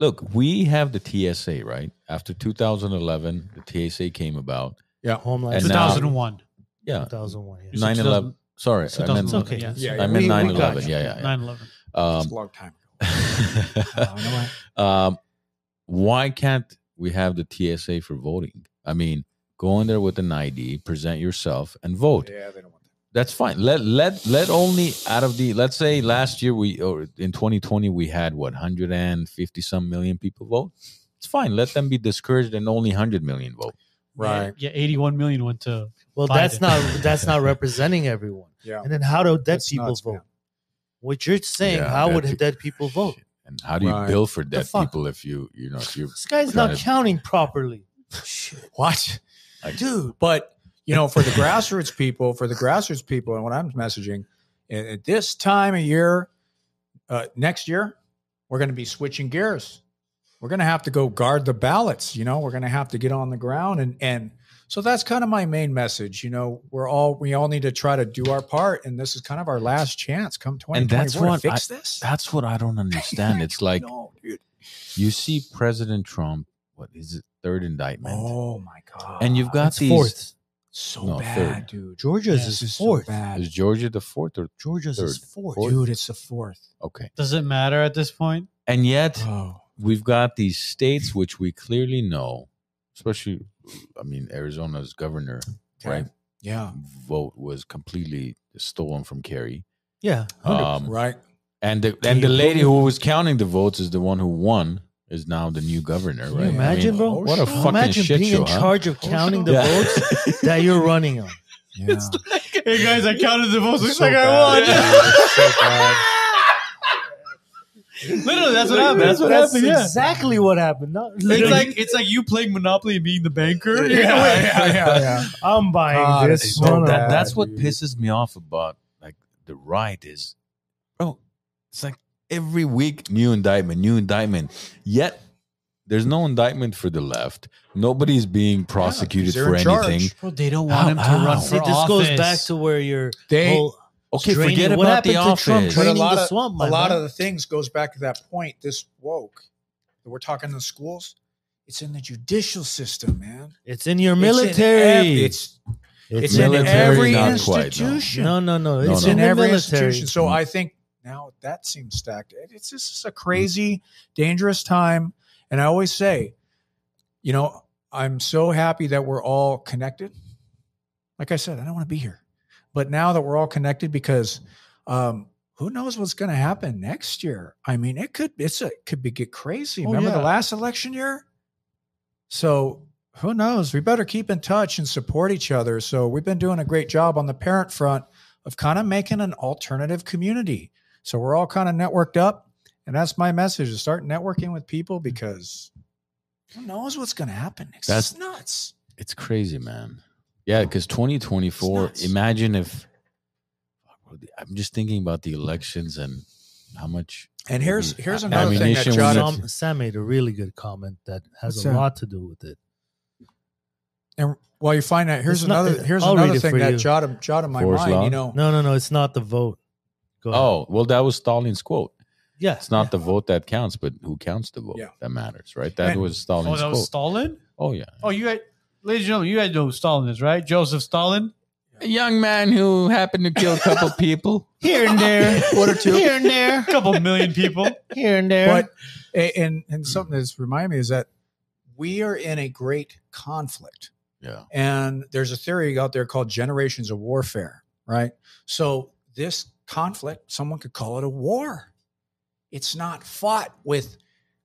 S2: Look, we have the TSA, right? After 2011, the TSA came about.
S4: Homeland.
S2: and now-
S1: 2001.
S2: Yeah,
S4: Two thousand one.
S1: You said
S2: 9 11. Sorry, I meant,
S1: 2011,
S4: okay.
S1: yes.
S3: Yeah,
S2: I
S3: yeah.
S2: meant
S4: We- we
S2: 9
S4: got
S2: 11.
S4: you.
S2: Yeah, yeah, yeah.
S1: 9 11.
S2: Um,
S3: It's a long time ago.
S4: Oh,
S2: um, why can't we have the TSA for voting? I mean, go in there with an ID, present yourself, and vote.
S3: Yeah, they don't want that.
S2: That's fine. Let let let only out of the let's say last year we or in 2020 we had what 150 some million people vote. It's fine. Let them be discouraged and only 100 million vote.
S3: Right.
S1: Yeah, 81 million went to
S4: Well,
S1: Biden.
S4: that's not that's not representing everyone.
S3: Yeah.
S4: And then how do dead
S3: That's
S4: people
S3: nuts,
S4: vote?
S3: man.
S4: What you're saying?
S2: Yeah,
S4: how
S2: dead
S4: would
S2: peo-
S4: dead people vote?
S2: And how do you
S3: Right.
S2: bill for dead
S4: fuck?
S2: people if you you know if you
S4: This guy's
S2: Trying
S4: not
S2: to-
S4: counting properly. Shit,
S3: What?
S2: like,
S4: dude.
S3: But you know, for the grassroots people, for the grassroots people, and what I'm messaging a- at this time of year, uh, next year, we're going to be switching gears. We're going to have to go guard the ballots. You know, we're going to have to get on the ground and and so that's kind of my main message. You know, we're all we all need to try to do our part, and this is kind of our last chance. Come 2024
S2: And that's
S3: to
S2: what
S3: fix this.
S2: That's what I don't understand. It's like
S3: no, dude.
S2: you see President Trump, what is it, third indictment?
S3: Oh my god!
S2: and you've got
S4: It's
S2: these.
S4: fourth.
S3: so
S2: No,
S3: bad,
S2: third.
S3: dude.
S4: Georgia's
S3: This
S4: is
S3: is so
S4: fourth.
S3: bad.
S2: Is Georgia the fourth or
S4: Georgia's is
S2: Third.
S4: fourth.
S3: Dude, it's the fourth.
S2: okay?
S1: does it matter at this point?
S2: And yet
S3: Oh.
S2: we've got these states which we clearly know, especially, I mean, Arizona's governor Right.
S3: Yeah.
S2: vote was completely stolen from Kerry,
S4: Yeah,
S2: um,
S3: Right.
S2: and the and the lady who was counting the votes is the one who won. Is now the new governor,
S4: Can
S2: right? I
S4: you
S2: mean,
S4: imagine, bro?
S2: What a
S3: Can you
S2: fucking
S4: imagine
S2: shit
S4: being
S2: show,
S4: in
S2: huh?
S4: charge of counting the
S2: Yeah.
S4: votes that you're running on.
S3: Yeah. It's
S1: Hey guys, I counted the votes. Looks
S3: so
S1: like
S3: bad,
S1: I
S3: dude. It's so bad.
S1: won. Literally, that's what happened. That's what happened. Yeah.
S4: exactly what happened. No,
S1: It's
S4: literally,
S1: like it's like you playing Monopoly and being the banker.
S3: Yeah, yeah, yeah, yeah.
S4: I'm buying
S3: God,
S4: this
S3: it's
S2: Bro,
S3: so
S4: one.
S2: that,
S3: bad,
S2: that's what
S3: dude.
S2: pisses me off about like the right is, bro. It's like every week new indictment, new indictment. Yet there's no indictment for the left. Nobody's being prosecuted
S3: they're
S2: for
S3: in charge.
S2: anything.
S1: Bro, they don't
S2: How-
S1: want him to
S2: how?
S1: run
S2: See,
S1: for
S4: See, this
S1: office.
S4: goes back to where you're.
S3: They-
S4: whole-
S2: Okay,
S4: Draining-
S2: forget
S4: what
S2: about the
S4: happened to
S2: office.
S4: Trump?
S3: But a
S4: Draining
S3: lot
S4: the
S3: of
S4: swamp, Oh my
S3: a lot
S4: man.
S3: of the things goes back to that point. This woke. that We're talking the schools. It's in the judicial system, man.
S4: It's in your
S3: It's in ev-
S4: military.
S3: It's
S4: It's
S3: it's,
S4: in
S3: in
S2: military,
S3: every
S2: not quite, no.
S3: institution.
S4: No, no, no.
S2: No,
S4: It's
S2: no.
S4: in,
S3: in, every
S4: the military.
S3: institution. So
S2: Mm.
S3: I think now that seems stacked. It- It's just it's a crazy, dangerous time. And I always say, you know, I'm so happy that we're all connected. Like I said, I don't want to be here, but now that we're all connected, because um, who knows what's going to happen next year? I mean, it could it's a it could be get crazy.
S1: Oh,
S3: Remember the
S1: yeah.
S3: last election year? So who knows? We better keep in touch and support each other. So we've been doing a great job on the parent front of kind of making an alternative community. So we're all kind of networked up. And that's my message is start networking with people
S4: Mm-hmm.
S3: because who knows what's going to happen next.
S2: That's-
S3: it's nuts.
S2: It's crazy, man. Yeah, because 2024,
S3: It's nuts.
S2: imagine if I'm just thinking about the elections and how much
S3: And here's
S4: Mm-hmm.
S2: Mhm.
S3: here's
S2: A-
S3: another thing that
S2: ammunition we
S3: John
S2: need
S4: Sam, Sam made a really good comment that has
S3: What's
S4: a
S3: that?
S4: lot to do with it.
S3: and while you find out here's
S4: It's not-
S3: another here's
S4: I'll read
S3: another
S4: it
S3: thing
S4: for
S3: that
S4: you.
S3: jotted jotted my
S2: Forrest
S3: mind,
S2: Lawn?
S3: you know.
S4: No, no, no. It's not the vote. Go ahead.
S2: Oh, well, that was Stalin's quote.
S4: yeah.
S2: It's not the vote that counts, but who counts the vote
S3: Yeah.
S2: that matters, right? That
S3: And-
S2: was
S1: Oh,
S2: Stalin's
S1: that
S2: quote.
S1: was Stalin.
S2: oh yeah,
S1: Oh, you had, ladies and gentlemen, you guys know who Stalin is, right? Joseph Stalin.
S2: a young man who happened to kill a couple people.
S4: here and there,
S3: One or two.
S4: here and there,
S1: A couple million people.
S4: here and there.
S3: But a- and and something that's reminded me is that we are in a great conflict.
S2: Yeah,
S3: And there's a theory out there called generations of warfare, right? So this conflict, someone could call it a war. It's not fought with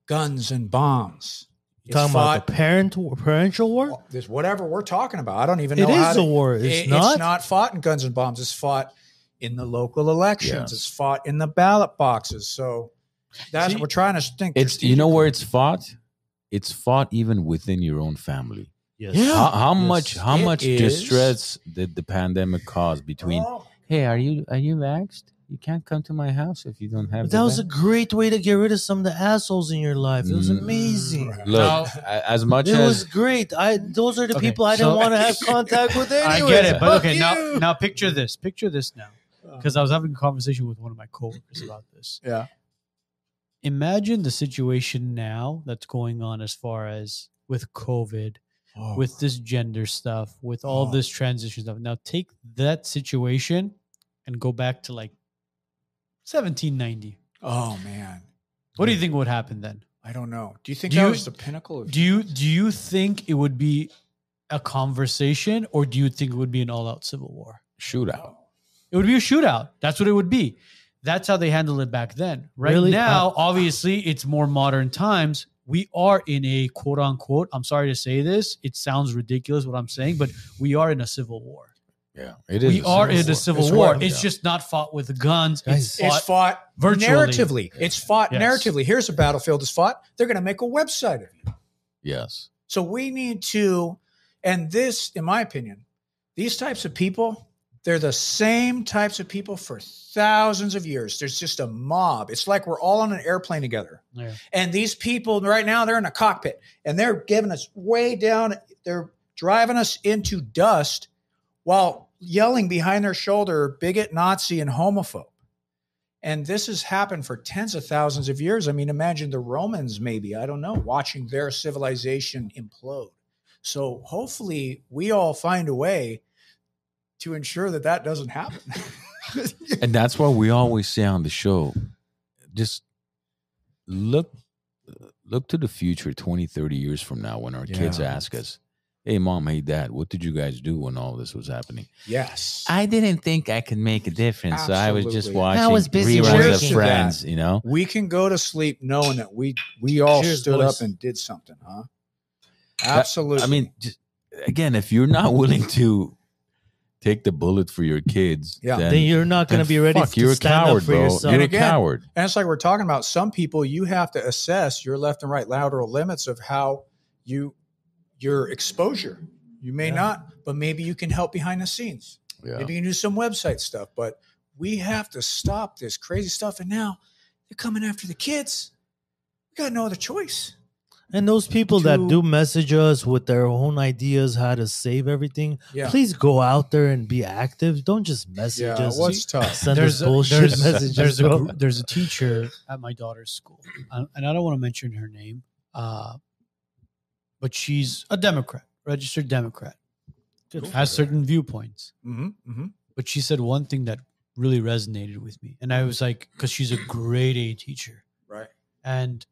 S3: guns and bombs.
S4: you talking about the parent parental war?
S3: Well, This whatever we're talking about. I don't even know.
S4: it
S3: how
S4: is
S3: to-
S4: a war. It's
S3: it-
S4: not.
S3: fought in guns and bombs. It's fought in the local elections.
S2: Yeah.
S3: It's fought in the ballot boxes. So that's
S1: See,
S3: what we're trying to think.
S2: it's you know where it's fought. It's fought even within your own family.
S4: Yes.
S2: How, how
S4: Yes.
S2: much? How
S3: It
S2: much
S3: is.
S2: distress did the pandemic cause between?
S3: Oh,
S2: Hey, are you are you vaxxed? You can't come to my house if you don't have.
S4: But
S2: the
S4: that was a
S2: vac-
S4: great way to get rid of some of the assholes in your life. It was
S2: Mm.
S4: amazing.
S3: Right.
S2: look a- as much
S4: It
S2: as
S4: was great. I those are the
S1: Okay,
S4: people I didn't
S1: so-
S4: want to have contact with anyway.
S1: I get it, but
S4: Fuck
S1: okay, now
S4: you.
S1: now picture this. Picture this now, because I was having a conversation with one of my coworkers about this.
S3: Yeah.
S1: Imagine the situation now that's going on as far as with COVID,
S3: oh,
S1: with this gender stuff, with all
S3: Oh.
S1: this transition stuff. Now take that situation and go back to like 1790.
S3: Oh man,
S1: What do you think would happen then?
S3: I don't know. Do you think
S1: Do
S3: that
S1: you-
S3: was the pinnacle? Of
S1: Do you do you think it would be a conversation, or do you think it would be an all-out civil war?
S2: Shootout.
S1: It would be a shootout. That's what it would be. That's how they handled it back then. Right
S4: Really?
S1: now, obviously, it's more modern times. We are in a quote unquote, I'm sorry to say this, it sounds ridiculous what I'm saying, but we are in a civil war.
S2: Yeah, it is.
S1: We are in a civil
S3: It's
S1: war.
S3: what-
S1: It's
S2: yeah.
S1: just not fought with guns.
S4: Guys,
S1: It's
S3: it's
S1: fought.
S3: fought
S1: virtually.
S3: narratively. It's fought
S1: Yes.
S3: narratively. Here's a battlefield is fought. They're going to make a website of you.
S2: Yes.
S3: So we need to, and this, in my opinion, these types of people, they're the same types of people for thousands of years. There's just a mob. It's like we're all on an airplane together.
S1: Yeah.
S3: And these people right now, they're in a cockpit and they're giving us way down. They're driving us into dust while yelling behind their shoulder, bigot, Nazi, and homophobe. And this has happened for tens of thousands of years. I mean, imagine the Romans, maybe, I don't know, watching their civilization implode. So hopefully we all find a way to ensure that that doesn't happen.
S2: And that's what we always say on the show. Just look look to the future 20, 30 years from now when our kids
S3: Yeah.
S2: ask us, Hey mom, hey dad, what did you guys do when all this was happening?
S3: yes.
S2: I didn't think I could make a difference. So I was just
S3: Absolutely.
S2: watching
S4: I was busy
S2: reruns
S3: working.
S2: of friends, you know?
S3: we can go to sleep knowing that we we all
S4: Cheers,
S3: stood
S4: boys.
S3: up and did something, huh? Absolutely.
S2: I mean, just, again, if you're not willing to take the bullet for your kids,
S3: Yeah.
S2: then,
S4: then you're not going to
S2: then
S4: be ready
S2: fuck,
S4: to
S2: you're a
S4: stand
S2: coward,
S4: up for
S2: bro.
S4: yourself.
S2: You're a
S3: Again,
S2: coward.
S3: And it's like we're talking about some people you have to assess your left and right lateral limits of how you your exposure. You may
S4: Yeah.
S3: not, but maybe you can help behind the scenes.
S2: Yeah.
S3: Maybe you can do some website stuff, but we have to stop this crazy stuff. And now they're coming after the kids. We got no other choice.
S4: And those people that
S3: to-
S4: do message us with their own ideas how to save everything,
S3: Yeah.
S4: please go out there and be active. Don't just message
S3: Yeah,
S4: us.
S3: what's tough?
S4: Send
S1: there's
S4: us bullshit
S1: a, there's,
S4: messages.
S1: There's a,
S4: bro.
S1: gr- there's a teacher at my daughter's school, uh, and I don't want to mention her name, uh, but she's a Democrat, registered Democrat,
S4: Good for
S1: has
S4: her.
S1: certain viewpoints.
S3: Mm-hmm, mm-hmm.
S1: But she said one thing that really resonated with me,
S3: Mm-hmm.
S1: and I was like, because she's a grade A teacher,
S3: Right.
S1: and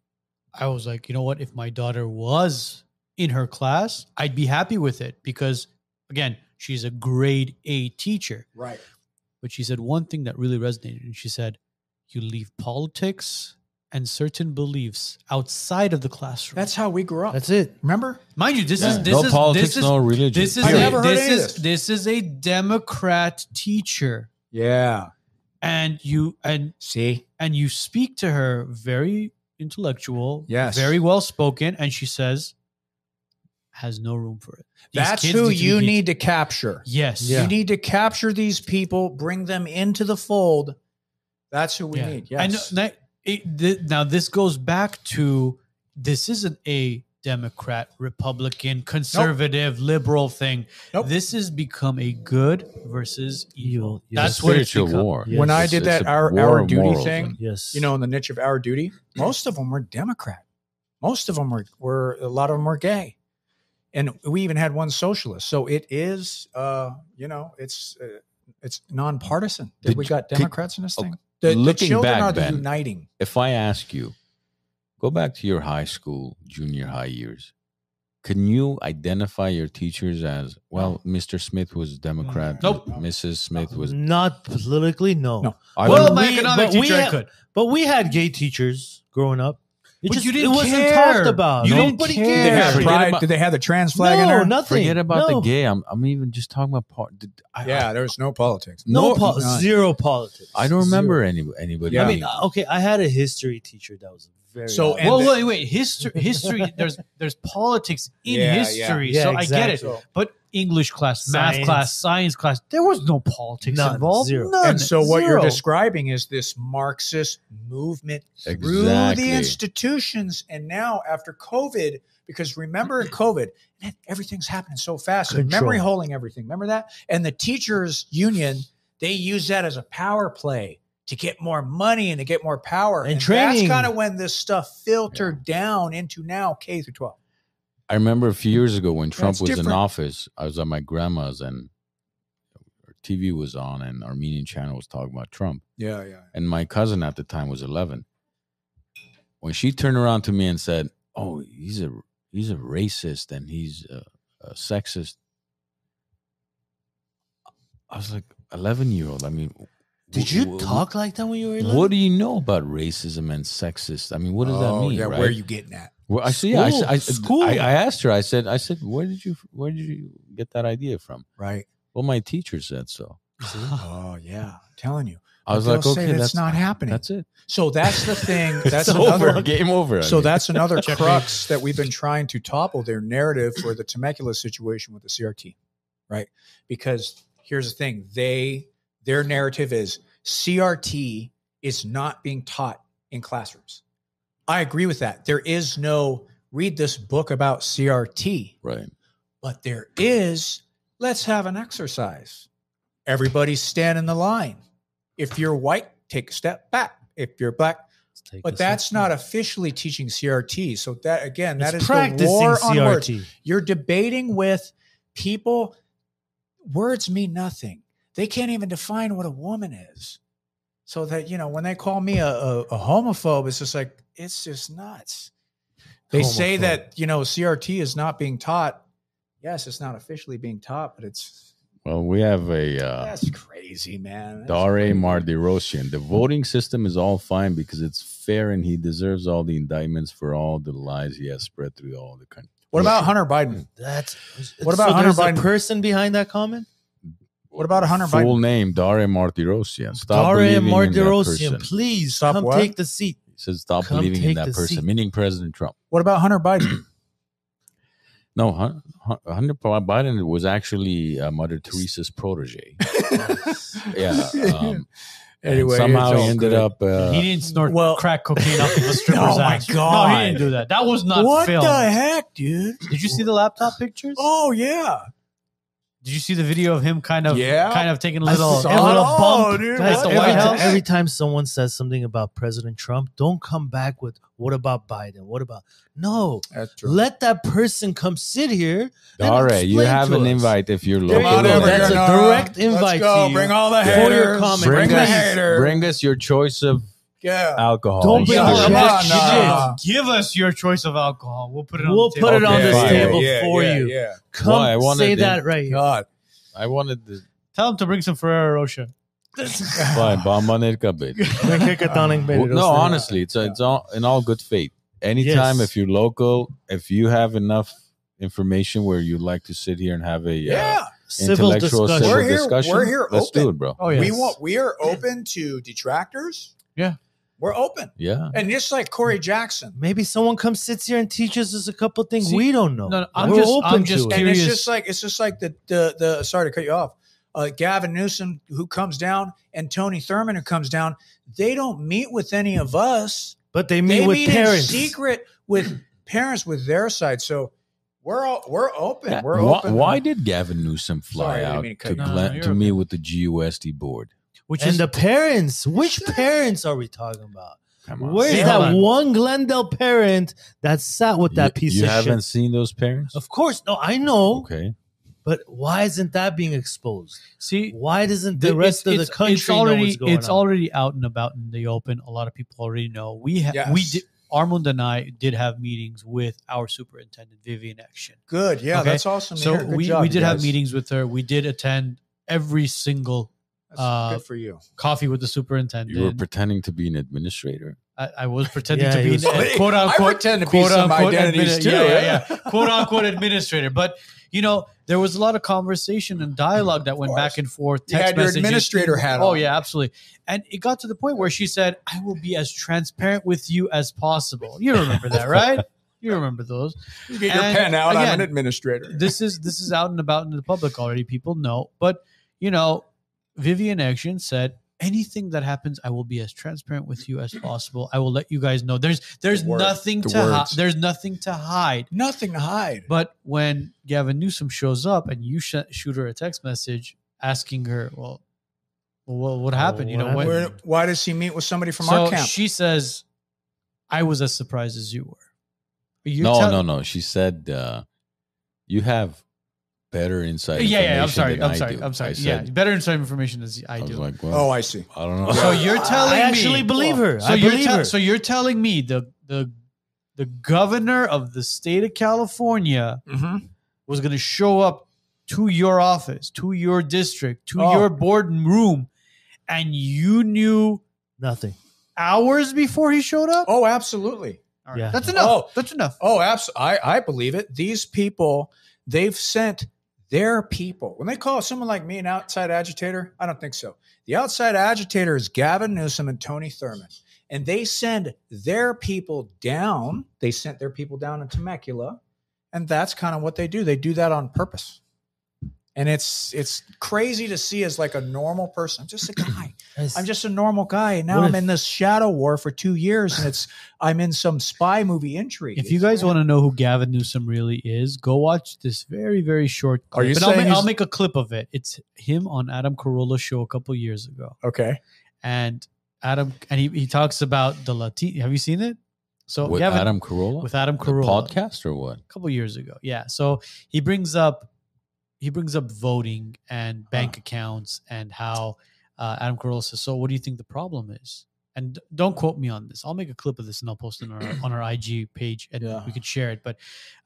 S1: I was like, you know what? If my daughter was in her class, I'd be happy with it because, again, she's a grade A teacher.
S3: Right.
S1: but she said one thing that really resonated and she said you leave politics and certain beliefs outside of the classroom
S3: That's how we grew up.
S4: That's it.
S3: Remember?
S1: mind you this is
S2: Yeah.
S1: this
S2: no
S1: is
S2: politics,
S1: this is
S2: no religion.
S1: this is
S3: I've
S1: a-
S3: never heard
S1: this
S3: any of
S1: is
S3: this.
S1: this is a democrat teacher
S3: Yeah.
S1: and you and
S3: See?
S1: and you speak to her very intellectual
S3: Yes.
S1: very well spoken and she says has no room for it These
S3: That's
S1: kids
S3: who
S1: need to be-
S3: you need to capture.
S1: yes
S3: You need to capture these people, bring them into the fold. That's who we
S1: Yeah.
S3: need.
S1: I know
S3: Yes.
S1: that it, th- now this goes back to this isn't a Democrat, Republican, conservative, liberal thing.
S3: Nope.
S1: This has become a good versus evil.
S4: Evil.
S1: That's
S4: Yes.
S1: what it's
S2: spiritual
S1: become.
S2: war.
S4: Yes.
S3: When I
S2: It's-
S3: did
S2: it's
S3: that
S2: a
S3: our,
S2: war
S3: our
S2: of
S3: duty
S2: morals,
S3: thing,
S4: Yes.
S3: you know, in the niche of our duty, most of them were Democrat. Most of them were, were a lot of them were gay. And we even had one socialist. So it is, uh, you know, it's uh, it's nonpartisan. That
S2: Did-
S3: we got
S2: did-
S3: Democrats in this
S2: oh,
S3: thing. The, the
S2: looking
S3: children
S2: back,
S3: are the
S2: Ben,
S3: uniting.
S2: if I ask you, go back to your high school, junior high years. Can you identify your teachers as well? Mr. Smith was Democrat.
S1: Nope.
S2: Mrs. Smith was.
S4: Not politically, no.
S3: No.
S2: I
S1: well,
S2: don't-
S1: my
S4: we-
S1: economic
S4: but we
S1: teacher, I
S4: ha-
S1: could.
S4: But we had gay teachers growing up. It
S1: But
S4: just
S1: you didn't
S4: it wasn't
S1: care.
S4: talked about.
S1: You didn't
S4: Nobody
S1: care.
S3: Did they,
S1: Yeah.
S3: have
S2: Forget
S3: pride?
S2: about-
S3: did they have the trans flag in
S4: No,
S3: there?
S4: nothing.
S2: forget about
S4: No.
S2: the gay. I'm, I'm even just talking about. Part, did- I,
S3: Yeah, there was no politics.
S4: No,
S2: No,
S4: pol-
S3: none.
S4: zero politics.
S2: I, I don't remember any, anybody.
S3: Yeah.
S4: I
S2: being-
S4: mean, uh, okay, I had a history teacher that was very
S3: So,
S4: odd.
S3: and
S1: Well,
S3: the-
S1: wait, wait. History, history. There's there's politics in
S3: Yeah, yeah.
S1: history,
S4: Yeah,
S1: so I get it.
S4: exactly.
S1: But English class, math
S4: Science.
S1: class, science class, there was no politics
S4: None,
S1: involved.
S4: zero.
S1: None,
S3: and so what you you're
S1: zero.
S3: describing is this Marxist movement through
S2: Exactly.
S3: uh, the institutions, and now after COVID, because remember in COVID, man, everything's happening so fast, and
S4: Control.
S3: memory holding everything. Remember that, and the teachers union they use that as a power play to get more money and to get more power,
S4: And training.
S3: That's kind of when this stuff filtered down into now K through twelve.
S2: I remember a few years ago when Trump
S3: That's
S2: was in
S3: different.
S2: office, I was at my grandma's and her TV was on and Armenian channel was talking about Trump.
S3: Yeah, yeah.
S2: And my cousin at the time was 11. When she turned around to me and said, "Oh, he's a he's a racist and he's a, a sexist," I was like, "11 year old. I mean,
S4: Did
S2: wh-
S4: you
S2: wh-
S4: talk like that when you were? 11?
S2: What do you know about racism and sexist? I mean, what does
S3: Oh,
S2: that mean?
S3: Yeah,
S2: right?
S3: where are you getting at?
S2: Well, I see. I, s- I,
S4: School,
S2: I,
S4: school.
S2: I asked her. I said, I said, where did you, where did you get that idea from?
S3: Right.
S2: Well, my teacher said so.
S3: Oh yeah, I'm telling you.
S2: I was
S3: But
S2: like,
S3: they'll
S2: okay,
S3: say
S2: that's
S3: not happening.
S2: That's it.
S3: so that's the thing. That's
S2: it's
S3: another
S2: over. Game over. I
S3: So
S2: mean.
S3: that's another crux that we've been trying to topple their narrative for the Temecula situation with the CRT, right? Because here's the thing: they their narrative is CRT is not being taught in classrooms. I agree with that. There is no read this book about CRT,
S2: right.
S3: but there is let's have an exercise. Everybody stand in the line. If you're white, take a step back. If you're black,
S4: Let's take
S3: but
S4: this
S3: that's
S4: off.
S3: not officially teaching CRT. So that again, that
S4: It's
S3: is the
S4: practicing
S3: war on words.
S4: CRT.
S3: You're debating with people. Words mean nothing. They can't even define what a woman is. So that you know, when they call me a, a, a homophobe, it's just like it's just nuts. They say
S4: Homophobe.
S3: that you know CRT is not being taught. Yes, it's not officially being taught, but it's
S2: Well, we have a uh,
S3: that's crazy, man. That's
S2: Dare
S3: crazy.
S2: Mardirosian. The voting system is all fine because it's fair, and he deserves all the indictments for all the lies he has spread through all the country.
S3: What about Hunter Biden?
S4: That's
S3: What about
S4: so
S3: Hunter
S4: there's
S3: Biden?
S4: A person behind that comment?
S3: What about Hunter Biden?
S2: Full name Dare Mardirosian. Stop
S4: Daria
S2: believing in that
S4: Mardirosian,
S2: person.
S4: please
S3: Stop
S4: come
S3: what?
S4: take the seat.
S2: He said, "Stop
S4: Come
S2: believing in
S4: take
S2: that
S4: the
S2: person,"
S4: seat.
S2: meaning President Trump.
S3: What about Hunter Biden?
S2: No, Hun- Hun- Hunter Biden was actually uh, Mother Teresa's protege. Yeah. Um, and
S3: Anyway,
S2: somehow
S3: it's all
S2: he ended
S3: good.
S2: up. Uh,
S1: he didn't snort
S3: well-
S1: crack cocaine off of a stripper's
S3: Oh my
S1: ass. No,
S3: God.
S1: he didn't do that. That was not
S3: what
S1: filmed.
S3: the heck, dude?
S1: Did you see the laptop pictures?
S3: Oh yeah,
S1: Did you see the video of him kind of
S3: Yeah.
S1: kind of taking a little,
S4: saw
S1: a little
S3: it.
S1: bump?
S3: Oh, dude,
S1: That's
S4: Guys,
S1: the
S4: every,
S1: White
S4: ti-
S1: House.
S4: every time someone says something about President Trump, don't come back with "What about Biden? What about?" No,
S3: that's
S4: let that person come sit here. and
S2: all right, you
S4: explain
S2: have
S4: to
S2: an
S4: us.
S2: invite if you're
S4: There
S2: local.
S4: you go. That's a
S2: Bring
S3: Nora.
S4: direct invite
S3: Let's go.
S4: to you
S3: Bring all the
S4: for your
S3: haters.
S4: comment.
S3: Bring the
S4: Please.
S3: haters.
S2: us, bring us your choice of
S3: yeah.
S2: alcohol.
S4: Don't bring
S2: Sure.
S3: Yeah,
S4: all
S3: come
S4: that
S3: on
S4: shit.
S3: now.
S1: Give us your choice of alcohol. We'll put it on
S4: We'll
S1: the table.
S4: put it on
S2: Okay,
S4: this
S2: yeah,
S4: table
S3: yeah,
S4: for
S3: yeah,
S4: you.
S3: Yeah.
S4: Come
S2: Why? I wanted
S4: say
S2: it.
S4: that right here.
S3: God.
S2: I wanted the
S1: Tell him to bring some Ferrero Rocher.
S2: fine. Bamanet kabit. No, honestly, it's it's all in all good faith. Anytime,
S4: Yes.
S2: if you're local, if you have enough information where you like to sit here and have a uh,
S3: Yeah.
S4: Civil
S2: intellectual
S4: discussion.
S2: civil
S3: We're here-
S2: discussion,
S3: we're here
S2: let's
S3: open.
S2: do it, bro.
S1: Oh yeah.
S3: We want. We are open to detractors.
S1: Yeah.
S3: We're open,
S2: Yeah.
S3: and just like Corey Jackson,
S4: Maybe someone comes sits here and teaches us a couple things
S1: See,
S4: we don't know.
S1: no, no, I'm
S4: We're
S1: just-
S4: open
S1: I'm
S4: to
S1: just
S4: it.
S1: curious.
S3: and it's just like it's just like the the the. Sorry to cut you off. Uh, Gavin Newsom, who comes down, and Tony Thurman, who comes down. They don't meet with any of us.
S4: But they meet
S3: they
S4: with
S3: meet
S4: parents.
S3: in secret with parents with their side. So we're all we're open.
S2: Yeah,
S3: We're
S2: why,
S3: open.
S2: why did Gavin Newsom fly
S3: Sorry, I didn't
S2: out
S3: mean to cut
S2: to,
S3: you
S1: off.
S2: plan-
S1: No, no,
S2: to
S1: you're
S2: meet
S1: okay.
S2: with the GUSD board?
S1: Which
S4: and
S1: is
S4: the parents. Which parents are we talking about?
S2: Come on,
S4: Where's
S3: Yeah.
S4: that
S1: Hold on.
S4: one Glendale parent that sat with that
S2: You-
S4: piece
S2: you
S4: of
S2: haven't
S4: shit?
S2: seen those parents?
S4: Of course, no, I know,
S2: Okay,
S4: but why isn't that being exposed?
S1: see
S4: Why doesn't
S1: th-
S4: the rest
S1: it's-
S4: of the
S1: it's-
S4: country
S1: it's already
S4: know what's going
S1: it's
S4: on?
S1: already out and about in the open. A lot of people already know. We ha-
S3: Yes.
S1: we did, Armand and I did have meetings with our superintendent Vivian Action.
S3: Good. Yeah,
S1: Okay.
S3: that's awesome. to
S1: So
S3: hear. Good
S1: we,
S3: job,
S1: we
S3: you
S1: did have
S3: guys.
S1: meetings with her. We did attend every single
S3: That's
S1: uh,
S3: good for you.
S1: coffee with the superintendent.
S2: you were pretending to be an administrator.
S1: I, I was pretending
S4: Yeah,
S1: to
S4: he
S1: be
S4: was-
S1: an, quote
S3: I
S1: unquote
S3: pretend to be
S1: quote
S3: some
S1: unquote
S3: identities
S1: admini-
S3: too.
S1: yeah,
S3: Yeah,
S1: yeah, yeah. quote unquote administrator. But you know, there was a lot of conversation and dialogue that went
S3: course.
S1: back and forth.
S3: You had your administrator hat
S1: Oh
S3: on.
S1: yeah, absolutely. And it got to the point where she said, "I will be as transparent with you as possible." You remember that, right? You remember those.
S3: You get your
S1: And
S3: pen out. I'm
S1: again,
S3: an administrator.
S1: This is this is out and about in the public already. People know, but you know, Vivian Action said. Anything that happens, I will be as transparent with you as possible. I will let you guys know. There's there's
S3: The word-
S1: nothing
S3: the
S1: to hi-
S3: words.
S1: there's nothing to hide.
S3: Nothing to hide.
S1: But when Gavin Newsom shows up and you sh- shoot her a text message asking her, well, well
S2: Oh,
S1: what happened? you
S4: what
S1: know, when,
S3: Where, why does he meet with somebody from
S1: so
S3: our camp?
S1: she says, I was as surprised as you were. But You're
S2: no,
S1: tell-
S2: no, no. She said, uh, "You have better insight.
S1: yeah, yeah, I'm
S2: information
S1: sorry.
S2: than
S1: I'm
S2: I
S1: sorry.
S2: do.
S1: I'm sorry.
S2: I
S1: yeah,
S2: said-
S1: better inside information as I
S2: I was
S1: do.
S2: like,
S3: Oh,
S2: well,
S3: I see.
S2: I don't know.
S1: so you're telling
S4: I
S1: me
S4: actually believe her.
S1: So
S4: I
S1: you're
S4: believe
S1: tell-
S4: her.
S1: so you're telling me the the the governor of the state of California was going to show up to your office, to your district, to
S3: Oh.
S1: your board room, and you knew
S4: Nothing.
S1: hours before he showed up.
S3: Oh, absolutely.
S1: All right.
S4: Yeah.
S1: that's enough.
S3: Oh.
S1: That's enough.
S3: Oh, absolutely. I, I believe it. These people, they've sent their people. When they call someone like me an outside agitator, I don't think so. The outside agitator is Gavin Newsom and Tony Thurman. And they send their people down. They sent their people down in Temecula. And that's kind of what they do. They do that on purpose. And it's it's crazy to see as like a normal person. I'm just a guy. I'm just a normal guy. And now
S4: What
S3: I'm
S4: if-
S3: in this shadow war for two years, and it's I'm in some spy movie intrigue.
S1: If you guys want to know who Gavin Newsom really is, go watch this very, very short clip.
S3: you
S1: and I'll,
S3: saying
S1: ma-
S3: he's-
S1: I'll make a clip of it. It's him on Adam Carolla's show a couple years ago.
S3: okay,
S1: And Adam and he, he talks about the Latino. Have you seen it? So
S2: with
S1: Gavin
S2: Adam Carolla,
S1: with Adam
S2: The
S1: Carolla
S2: podcast or what?
S1: a couple years ago. Yeah. So he brings up he brings up voting and bank accounts and how uh, Adam Carolla says, "So what do you think the problem is?" And d- don't quote me on this. I'll make a clip of this and I'll post it on our, on our IG page and
S3: Yeah.
S1: we could share it. But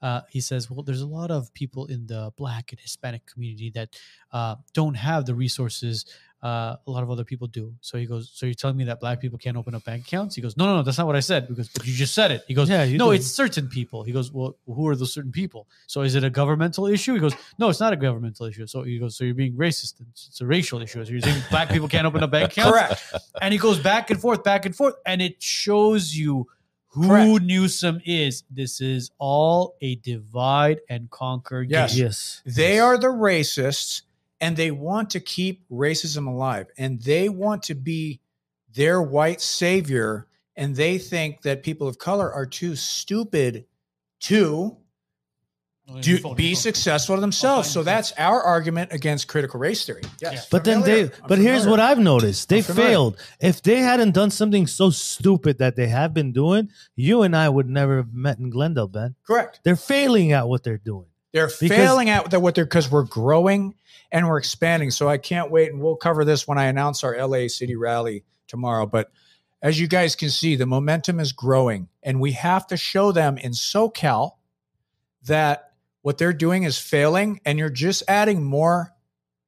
S1: uh, he says, "Well, there's a lot of people in the Black and Hispanic community that uh, don't have the resources." Uh, a lot of other people do. So he goes. So you're telling me that black people can't open up bank accounts? He goes, No, no, no. That's not what I said. Because but you just said it. He goes,
S4: Yeah, you
S1: no,
S4: do.
S1: it's certain people. He goes, well, who are those certain people? So is it a governmental issue? He goes, no, it's not a governmental issue. So he goes, so you're being racist. It's, it's a racial issue. So you're saying black people can't open up bank accounts.
S3: correct.
S1: And he goes back and forth, back and forth, and it shows you who
S3: Correct.
S1: Newsom is. This is all a divide and conquer game.
S3: Yes.
S4: Yes.
S3: They are the racists, and they want to keep racism alive, and they want to be their white savior, and they think that people of color are too stupid to
S1: Oh,
S3: do, be successful themselves. So that's our argument against critical race theory. Yes,
S4: But then they.
S3: familiar. I'm
S4: But here's
S3: familiar.
S4: what I've noticed: they
S3: I'm familiar.
S4: failed. If they hadn't done something so stupid that they have been doing, you and I would never have met in Glendale, Ben.
S3: correct.
S4: They're failing at what they're doing.
S3: They're failing at the- what they're because we're growing and we're expanding. So I can't wait, and we'll cover this when I announce our LA City rally tomorrow. But as you guys can see, the momentum is growing, and we have to show them in SoCal that what they're doing is failing, and you're just adding more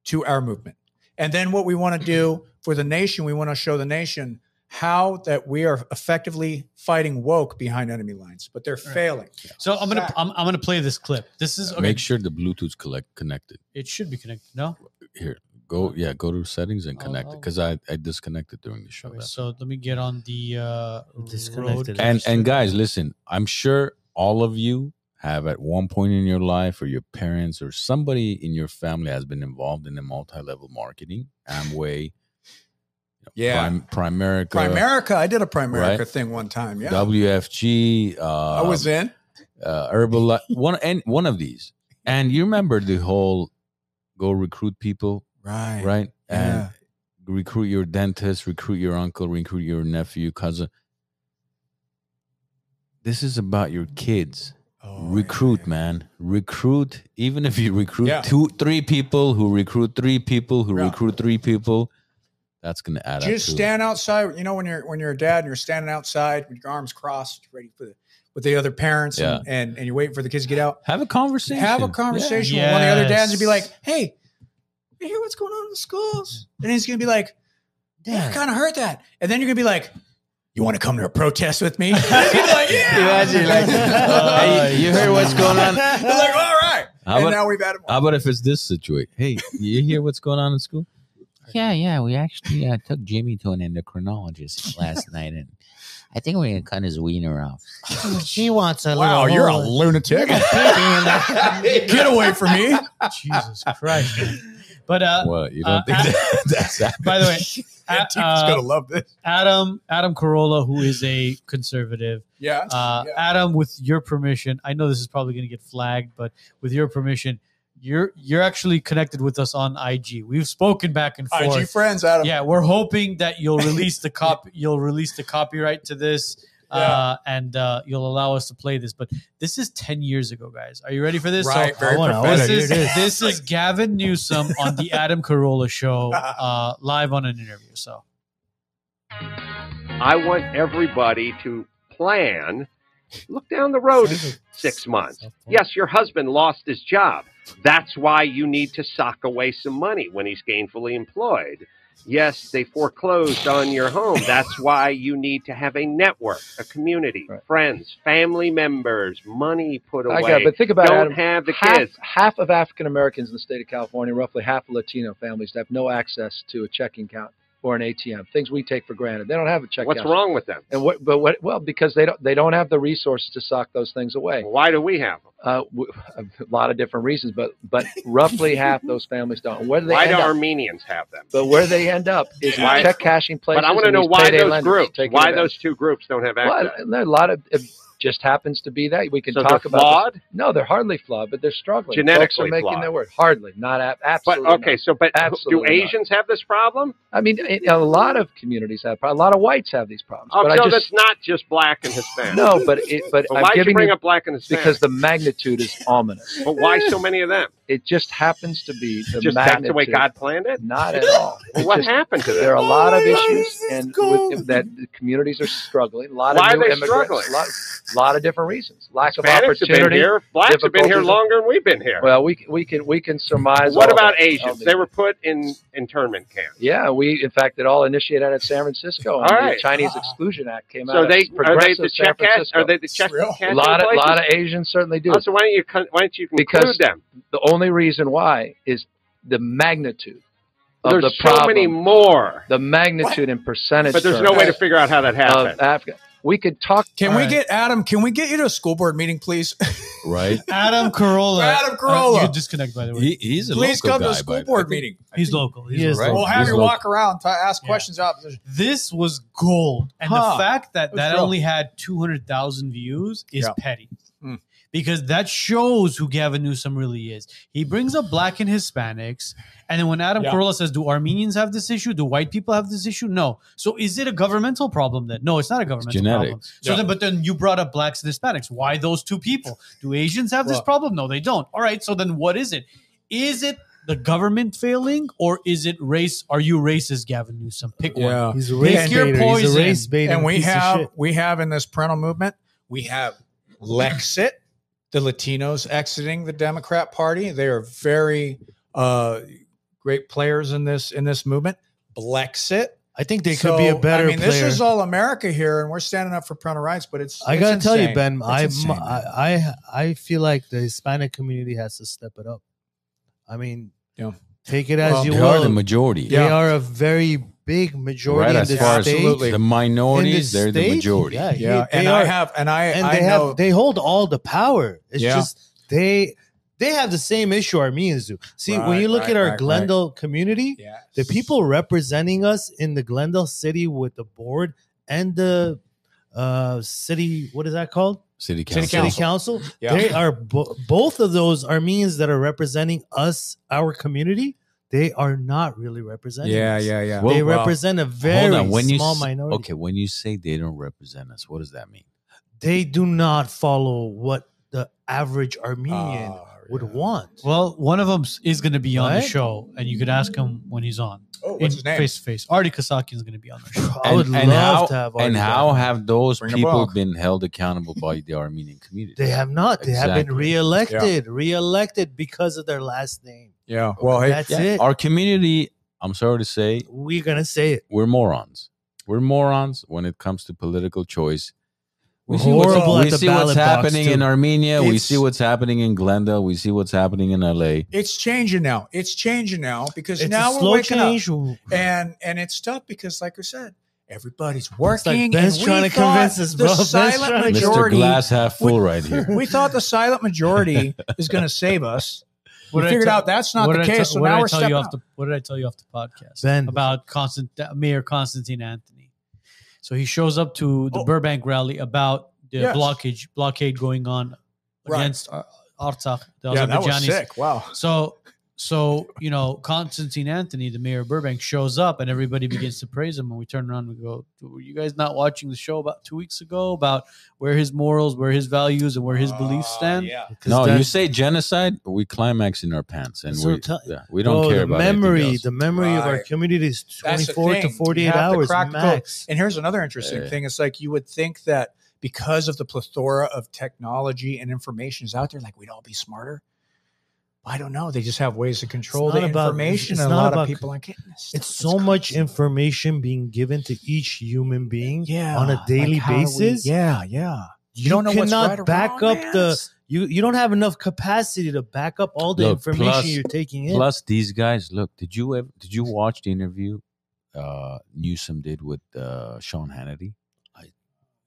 S3: to our movement. And then what we want to do for the nation, we want to show the nation how that we are effectively fighting woke behind enemy lines, but they're failing.
S1: So I'm gonna
S3: Zach.
S1: I'm, I'm gonna play this clip. This is okay.
S2: Make sure the Bluetooth's collect connected.
S1: it should be connected. No.
S2: Here, go. Yeah, go to settings and
S1: I'll-
S2: connect it
S1: I'll-
S2: because I, I disconnected during the show.
S1: Oh, Okay,
S2: that's
S1: so let me get on the uh, road.
S4: Disconnected.
S2: and and guys listen i'm sure all of you have at one point in your life or your parents or somebody in your family has been involved in the multi-level marketing amway
S3: Yeah.
S2: Prim- primerica,
S3: Primerica. I did a Primerica
S2: Uh, Right.
S3: thing one time. Yeah.
S2: wfg uh,
S3: I was in.
S2: uh, herbal one and one of these and you remember the whole go recruit people
S3: Right.
S2: right and
S3: Yeah.
S2: recruit your dentist, recruit your uncle, recruit your nephew, cousin. This is about your kids.
S3: Oh,
S2: recruit, man. Recruit. Even if you recruit
S3: Yeah.
S2: two, three people who recruit three people who
S3: Yeah.
S2: recruit three people, that's gonna add up.
S3: Just
S2: to-
S3: stand outside. You know, when you're when you're a dad and you're standing outside with your arms crossed, ready for the with the other parents and, and, and you're waiting for the kids to get out.
S2: Have a conversation.
S3: Have a
S2: Yeah.
S3: conversation with one of the other dads and be
S1: Yes.
S3: like, hey, you hear what's going on in the schools? And he's gonna be like, I
S4: Damn.
S3: kind of heard that. And then you're gonna be like, You want to come to a protest with me? And he's gonna be like, uh, yeah.
S2: Imagine, like, hey, you heard what's going on? How
S3: They're like, all right. and
S2: about,
S3: now we've had him.
S2: how about if it's this situation? Hey, you hear what's going on in school?
S5: Yeah, yeah. We actually uh, took Jimmy to an endocrinologist last night, and I think we're gonna cut his wiener off.
S4: She wants a
S3: Wow, you're a lunatic. Get away from me.
S1: Jesus Christ. man. But uh,
S2: What you don't
S1: uh,
S2: think
S1: I-
S2: that, that's happening?
S1: by the way,
S3: That
S1: a-
S3: teacher's
S1: uh,
S3: gonna love this.
S1: Adam Adam Carolla, who is a conservative,
S3: Yeah.
S1: uh,
S3: Yeah.
S1: Adam, with your permission, I know this is probably going to get flagged, but with your permission, you're you're actually connected with us on IG. We've spoken back and forth.
S3: IG friends, Adam.
S1: yeah, we're hoping that you'll release the cop. You'll release the copyright to this. uh, and uh, you'll allow us to play this. But this is 10 years ago, guys. Are you ready for this?
S3: Right, very
S4: I wanna- I wanna
S1: this
S3: prophetic.
S4: hear
S1: is
S4: this.
S1: this is Gavin Newsom on the Adam Carolla show, uh, live on an interview. So
S6: I want everybody to plan. Look down the road six months. Yes, your husband lost his job. That's why you need to sock away some money when he's gainfully employed. Yes, they foreclosed on your home. That's why you need to have a network, a community,
S7: Right.
S6: friends, family members, money put away.
S7: I got it, but think about
S6: Don't
S7: it. Adam.
S6: have the
S7: half,
S6: kids.
S7: half of African Americans in the state of California, roughly half of Latino families, have no access to a checking account or an ATM. Things we take for granted. They don't have a checking.
S6: What's
S7: account.
S6: wrong with them?
S7: And what? But what? Well, because they don't. They don't have the resources to sock those things away.
S6: Why do we have them?
S7: Uh, w- a lot of different reasons, but but roughly half those families don't. And Where do they
S6: Why
S7: end
S6: do
S7: up?
S6: Armenians have them?
S7: But where they end up is
S6: Why-
S7: check cashing places.
S6: But I want to
S7: and
S6: know
S7: these
S6: why
S7: payday
S6: those
S7: lenders
S6: groups,
S7: taking
S6: why
S7: advantage.
S6: those two groups don't have
S7: Well,
S6: access.
S7: there are a lot of it just happens to be that we can
S6: So
S7: talk
S6: they're
S7: about.
S6: flawed?
S7: this. No, they're hardly flawed, but they're struggling. Folks
S6: Genetically
S7: are making
S6: flawed.
S7: their word hardly, not ab-
S6: But
S7: absolutely.
S6: okay,
S7: not.
S6: so but do
S7: Absolutely not.
S6: Asians have this problem?
S7: I mean, it- a lot of communities have pro- a lot of whites have these problems.
S6: Oh,
S7: but I
S6: so that's
S7: just
S6: not just black and Hispanic.
S7: no, but it, but
S6: But
S7: I'm
S6: why would you
S7: giving
S6: bring
S7: you
S6: up black and Hispanic?
S7: because the magnitude is ominous.
S6: but why so many of them?
S7: It just happens to be the
S6: Just
S7: magnitude.
S6: that's the way God planned it.
S7: Not at all.
S6: Well,
S7: It
S6: what
S7: just-
S6: happened to
S7: There are
S6: them?
S7: a lot of
S4: Oh, my God,
S7: issues,
S4: this is
S7: and
S4: gold.
S7: with, that the communities are struggling. A lot
S6: Why are
S7: of new
S6: they
S7: immigrants.
S6: struggling?
S7: A lot, lot of different reasons. Lack
S6: Hispanics
S7: of
S6: have been
S7: opportunity.
S6: here. Blacks have been here
S7: difficulties.
S6: longer than we've been here.
S7: Well, we we can we can surmise.
S6: what
S7: all
S6: about
S7: that.
S6: Asians? They were put in internment camps.
S7: Yeah, we in fact it all initiated out at San Francisco. and
S6: All
S7: the
S6: right.
S7: Chinese Exclusion Act came out.
S6: So
S7: of
S6: they are they
S7: progressive
S6: the
S7: San
S6: check cash?
S7: Francisco.
S6: Are they the check
S3: Real.
S6: cash?
S7: a lot of
S6: places?
S7: lot of Asians certainly do.
S6: Oh, so why don't you con- why don't you conclude
S7: Because
S6: them?
S7: the only reason why is the magnitude of
S6: There's
S7: the
S6: so
S7: problem.
S6: many more,
S7: the magnitude and percentage.
S6: but there's no
S7: terms
S6: way to figure out how that happened.
S7: of Africa. We could talk.
S3: Can
S7: All
S3: we
S7: right.
S3: get Adam? Can we get you to a school board meeting, please?
S2: right?
S1: Adam Carolla, Uh,
S3: Adam
S1: you
S3: Carolla.
S1: can disconnect by the way.
S2: He, he's a
S3: please
S2: local
S3: come to
S2: guy,
S3: a school
S2: but I
S3: board
S2: think-
S3: meeting.
S1: he's local. He's
S4: He is
S1: local.
S2: local.
S3: We'll have
S2: He's
S3: you
S2: low.
S3: walk around, t- ask
S1: Yeah.
S3: questions out. There's-
S1: This was gold, and
S3: Huh.
S1: the fact that
S3: That's
S1: that
S3: real.
S1: only had two hundred thousand views is
S3: Yeah.
S1: petty.
S3: Mm.
S1: Because that shows who Gavin Newsom really is. He brings up black and Hispanics, and then when Adam
S3: Yeah.
S1: Carolla says, "Do Armenians have this issue? Do white people have this issue?" No. So is it a governmental problem then? No, it's not a governmental problem.
S2: genetics.
S1: So
S3: Yeah.
S1: then, but then you brought up blacks and Hispanics. Why those two people? Do Asians have this
S3: Well-
S1: problem? No, they don't. All right. So then, what is it? Is it the government failing, or is it race? Are you racist, Gavin Newsom? Pick one.
S4: He's a race
S1: Pick your
S4: baiter. He's
S1: poison.
S4: a race baiter.
S3: and we
S4: piece of
S3: have
S4: shit.
S3: we have in this parental movement we have Lexit, the Latinos exiting the Democrat Party. They are very uh, great players in this in this movement. Blexit.
S4: I think they
S3: So,
S4: could be a better
S3: I mean,
S4: player.
S3: this is all America here, and we're standing up for parental rights. But it's
S4: I
S3: it's
S4: gotta tell you,
S3: insane.
S4: Ben,
S3: It's
S4: I,
S3: insane.
S4: I I I feel like the Hispanic community has to step it up. I mean,
S3: Yeah.
S4: take it as
S3: Well,
S4: you
S2: They are the
S4: will.
S2: majority.
S4: they
S3: Yeah.
S4: are a very big majority
S2: Right,
S4: in
S2: as
S4: this
S2: far as
S4: state.
S3: Absolutely.
S2: the
S4: In
S2: minorities,
S4: this
S2: they're the
S4: state,
S2: majority.
S4: Yeah,
S3: yeah,
S4: they
S3: and
S4: are,
S3: I have, and I
S4: and
S3: I
S4: they
S3: know,
S4: have they hold all the power. It's
S3: Yeah.
S4: just they they have the same issue Armenians do. See,
S3: Right,
S4: when you look
S3: right,
S4: at our
S3: right, right.
S4: Glendale community,
S3: yeah,
S4: the people representing us in the Glendale City with the board and the uh city what is that called
S2: City
S3: City
S2: council.
S4: city council
S3: Yeah.
S4: they are bo- both of those armenians that are representing us our community they are not really representing
S3: yeah,
S4: us.
S3: yeah, yeah.
S4: they
S2: Well,
S4: represent a very small
S2: s-
S4: minority
S2: Okay, when you say they don't represent us, what does that mean?
S4: they do not follow what the average armenian
S3: Oh,
S4: would
S3: yeah.
S4: want
S1: Well, one of them is going to be on
S4: Right?
S1: the show, and you could ask him when he's on.
S3: Oh, what's
S1: In
S3: his name?
S1: Face to face. Artie Kasakian is going to be on the show.
S4: i would
S2: And-
S4: love
S2: and how-
S4: to have
S2: and
S4: Artie
S2: how
S4: back.
S2: have those
S3: Bring 'em
S2: people
S3: back.
S2: been held accountable by the Armenian community?
S4: they have not they have been
S2: Exactly.
S4: reelected reelected because of their last name
S3: Yeah. Well, hey,
S4: that's it
S2: Our community, I'm sorry to say,
S4: we're gonna say it
S2: we're morons. We're morons when it comes to political choice. We
S4: We're
S2: see what's,
S4: horrible
S2: we
S4: at the
S2: see what's
S4: ballot box,
S2: happening in
S4: too.
S2: Armenia. we
S3: It's-
S2: see what's happening in Glendale. We see what's happening in LA.
S3: it's changing now. It's changing now because
S4: it's
S3: now
S4: a
S3: we're
S4: slow
S3: waking up.
S4: change
S3: and and it's tough because, like I said, everybody's
S4: like
S3: working.
S4: Ben's
S3: and we
S4: trying to
S3: thought
S4: convince us,
S3: the
S4: bro. Ben's trying
S3: silent
S4: to-
S2: Mr.
S3: majority.
S2: Glass half full
S3: we-
S2: right here.
S3: We thought the silent majority is going to save us. We
S1: What did I
S3: figured
S1: tell-
S3: out that's not
S1: what did
S3: the
S1: I tell-
S3: case. so
S1: what did
S3: now
S1: I
S3: we're
S1: tell
S3: stepping
S1: you off
S3: up.
S1: the What did I tell you off the podcast
S4: Ben.
S1: about Constant Mayor Constantine Anthony? So he shows up to the
S3: Oh.
S1: Burbank rally about the
S3: Yes.
S1: blockage blockade going on
S3: Right.
S1: against Ar- Artsakh, the
S3: yeah, that was
S1: Azerbaijanis.
S3: sick. Wow.
S1: So So, you know, Constantine Anthony, the mayor of Burbank, shows up and everybody begins to praise him. And we turn around and we go, Were you guys not watching the show about two weeks ago about where his morals, where his values, and where his beliefs
S3: Ah,
S1: stand?
S3: Yeah.
S4: Because
S2: No, you
S4: that's-
S2: say genocide, we climax in our pants, and
S4: That's what
S2: we
S4: I'm tell-
S2: yeah, we don't
S4: Bro,
S2: care
S4: the
S2: about anything
S4: memory.
S2: else.
S4: The memory of our
S3: Right.
S4: community is
S3: That's the
S4: 24 to
S3: thing. You
S4: 48
S3: have to
S4: hours
S3: crack the code.
S4: max.
S3: And here's another interesting
S2: Yeah.
S3: thing. It's like you would think that because of the plethora of technology and information is out there, like we'd all be smarter. I don't know. They just have ways to control
S4: not
S3: the
S4: about-
S3: information.
S4: it's
S3: and a
S4: not
S3: lot
S4: about-
S3: of people aren't getting this. stuff.
S4: It's so much
S3: crazy.
S4: information being given to each human being.
S3: yeah,
S4: on a daily
S3: how do we-
S4: basis.
S3: yeah, yeah.
S4: You
S3: don't know what's
S4: cannot
S3: right or
S4: back
S3: wrong,
S4: up
S3: man.
S4: the- You you don't have enough capacity to back up all the
S2: Look,
S4: information
S2: plus-
S4: you're taking in.
S2: Plus, these guys. Look, did you ever did you watch the interview uh, Newsom did with uh, Sean Hannity?
S4: I-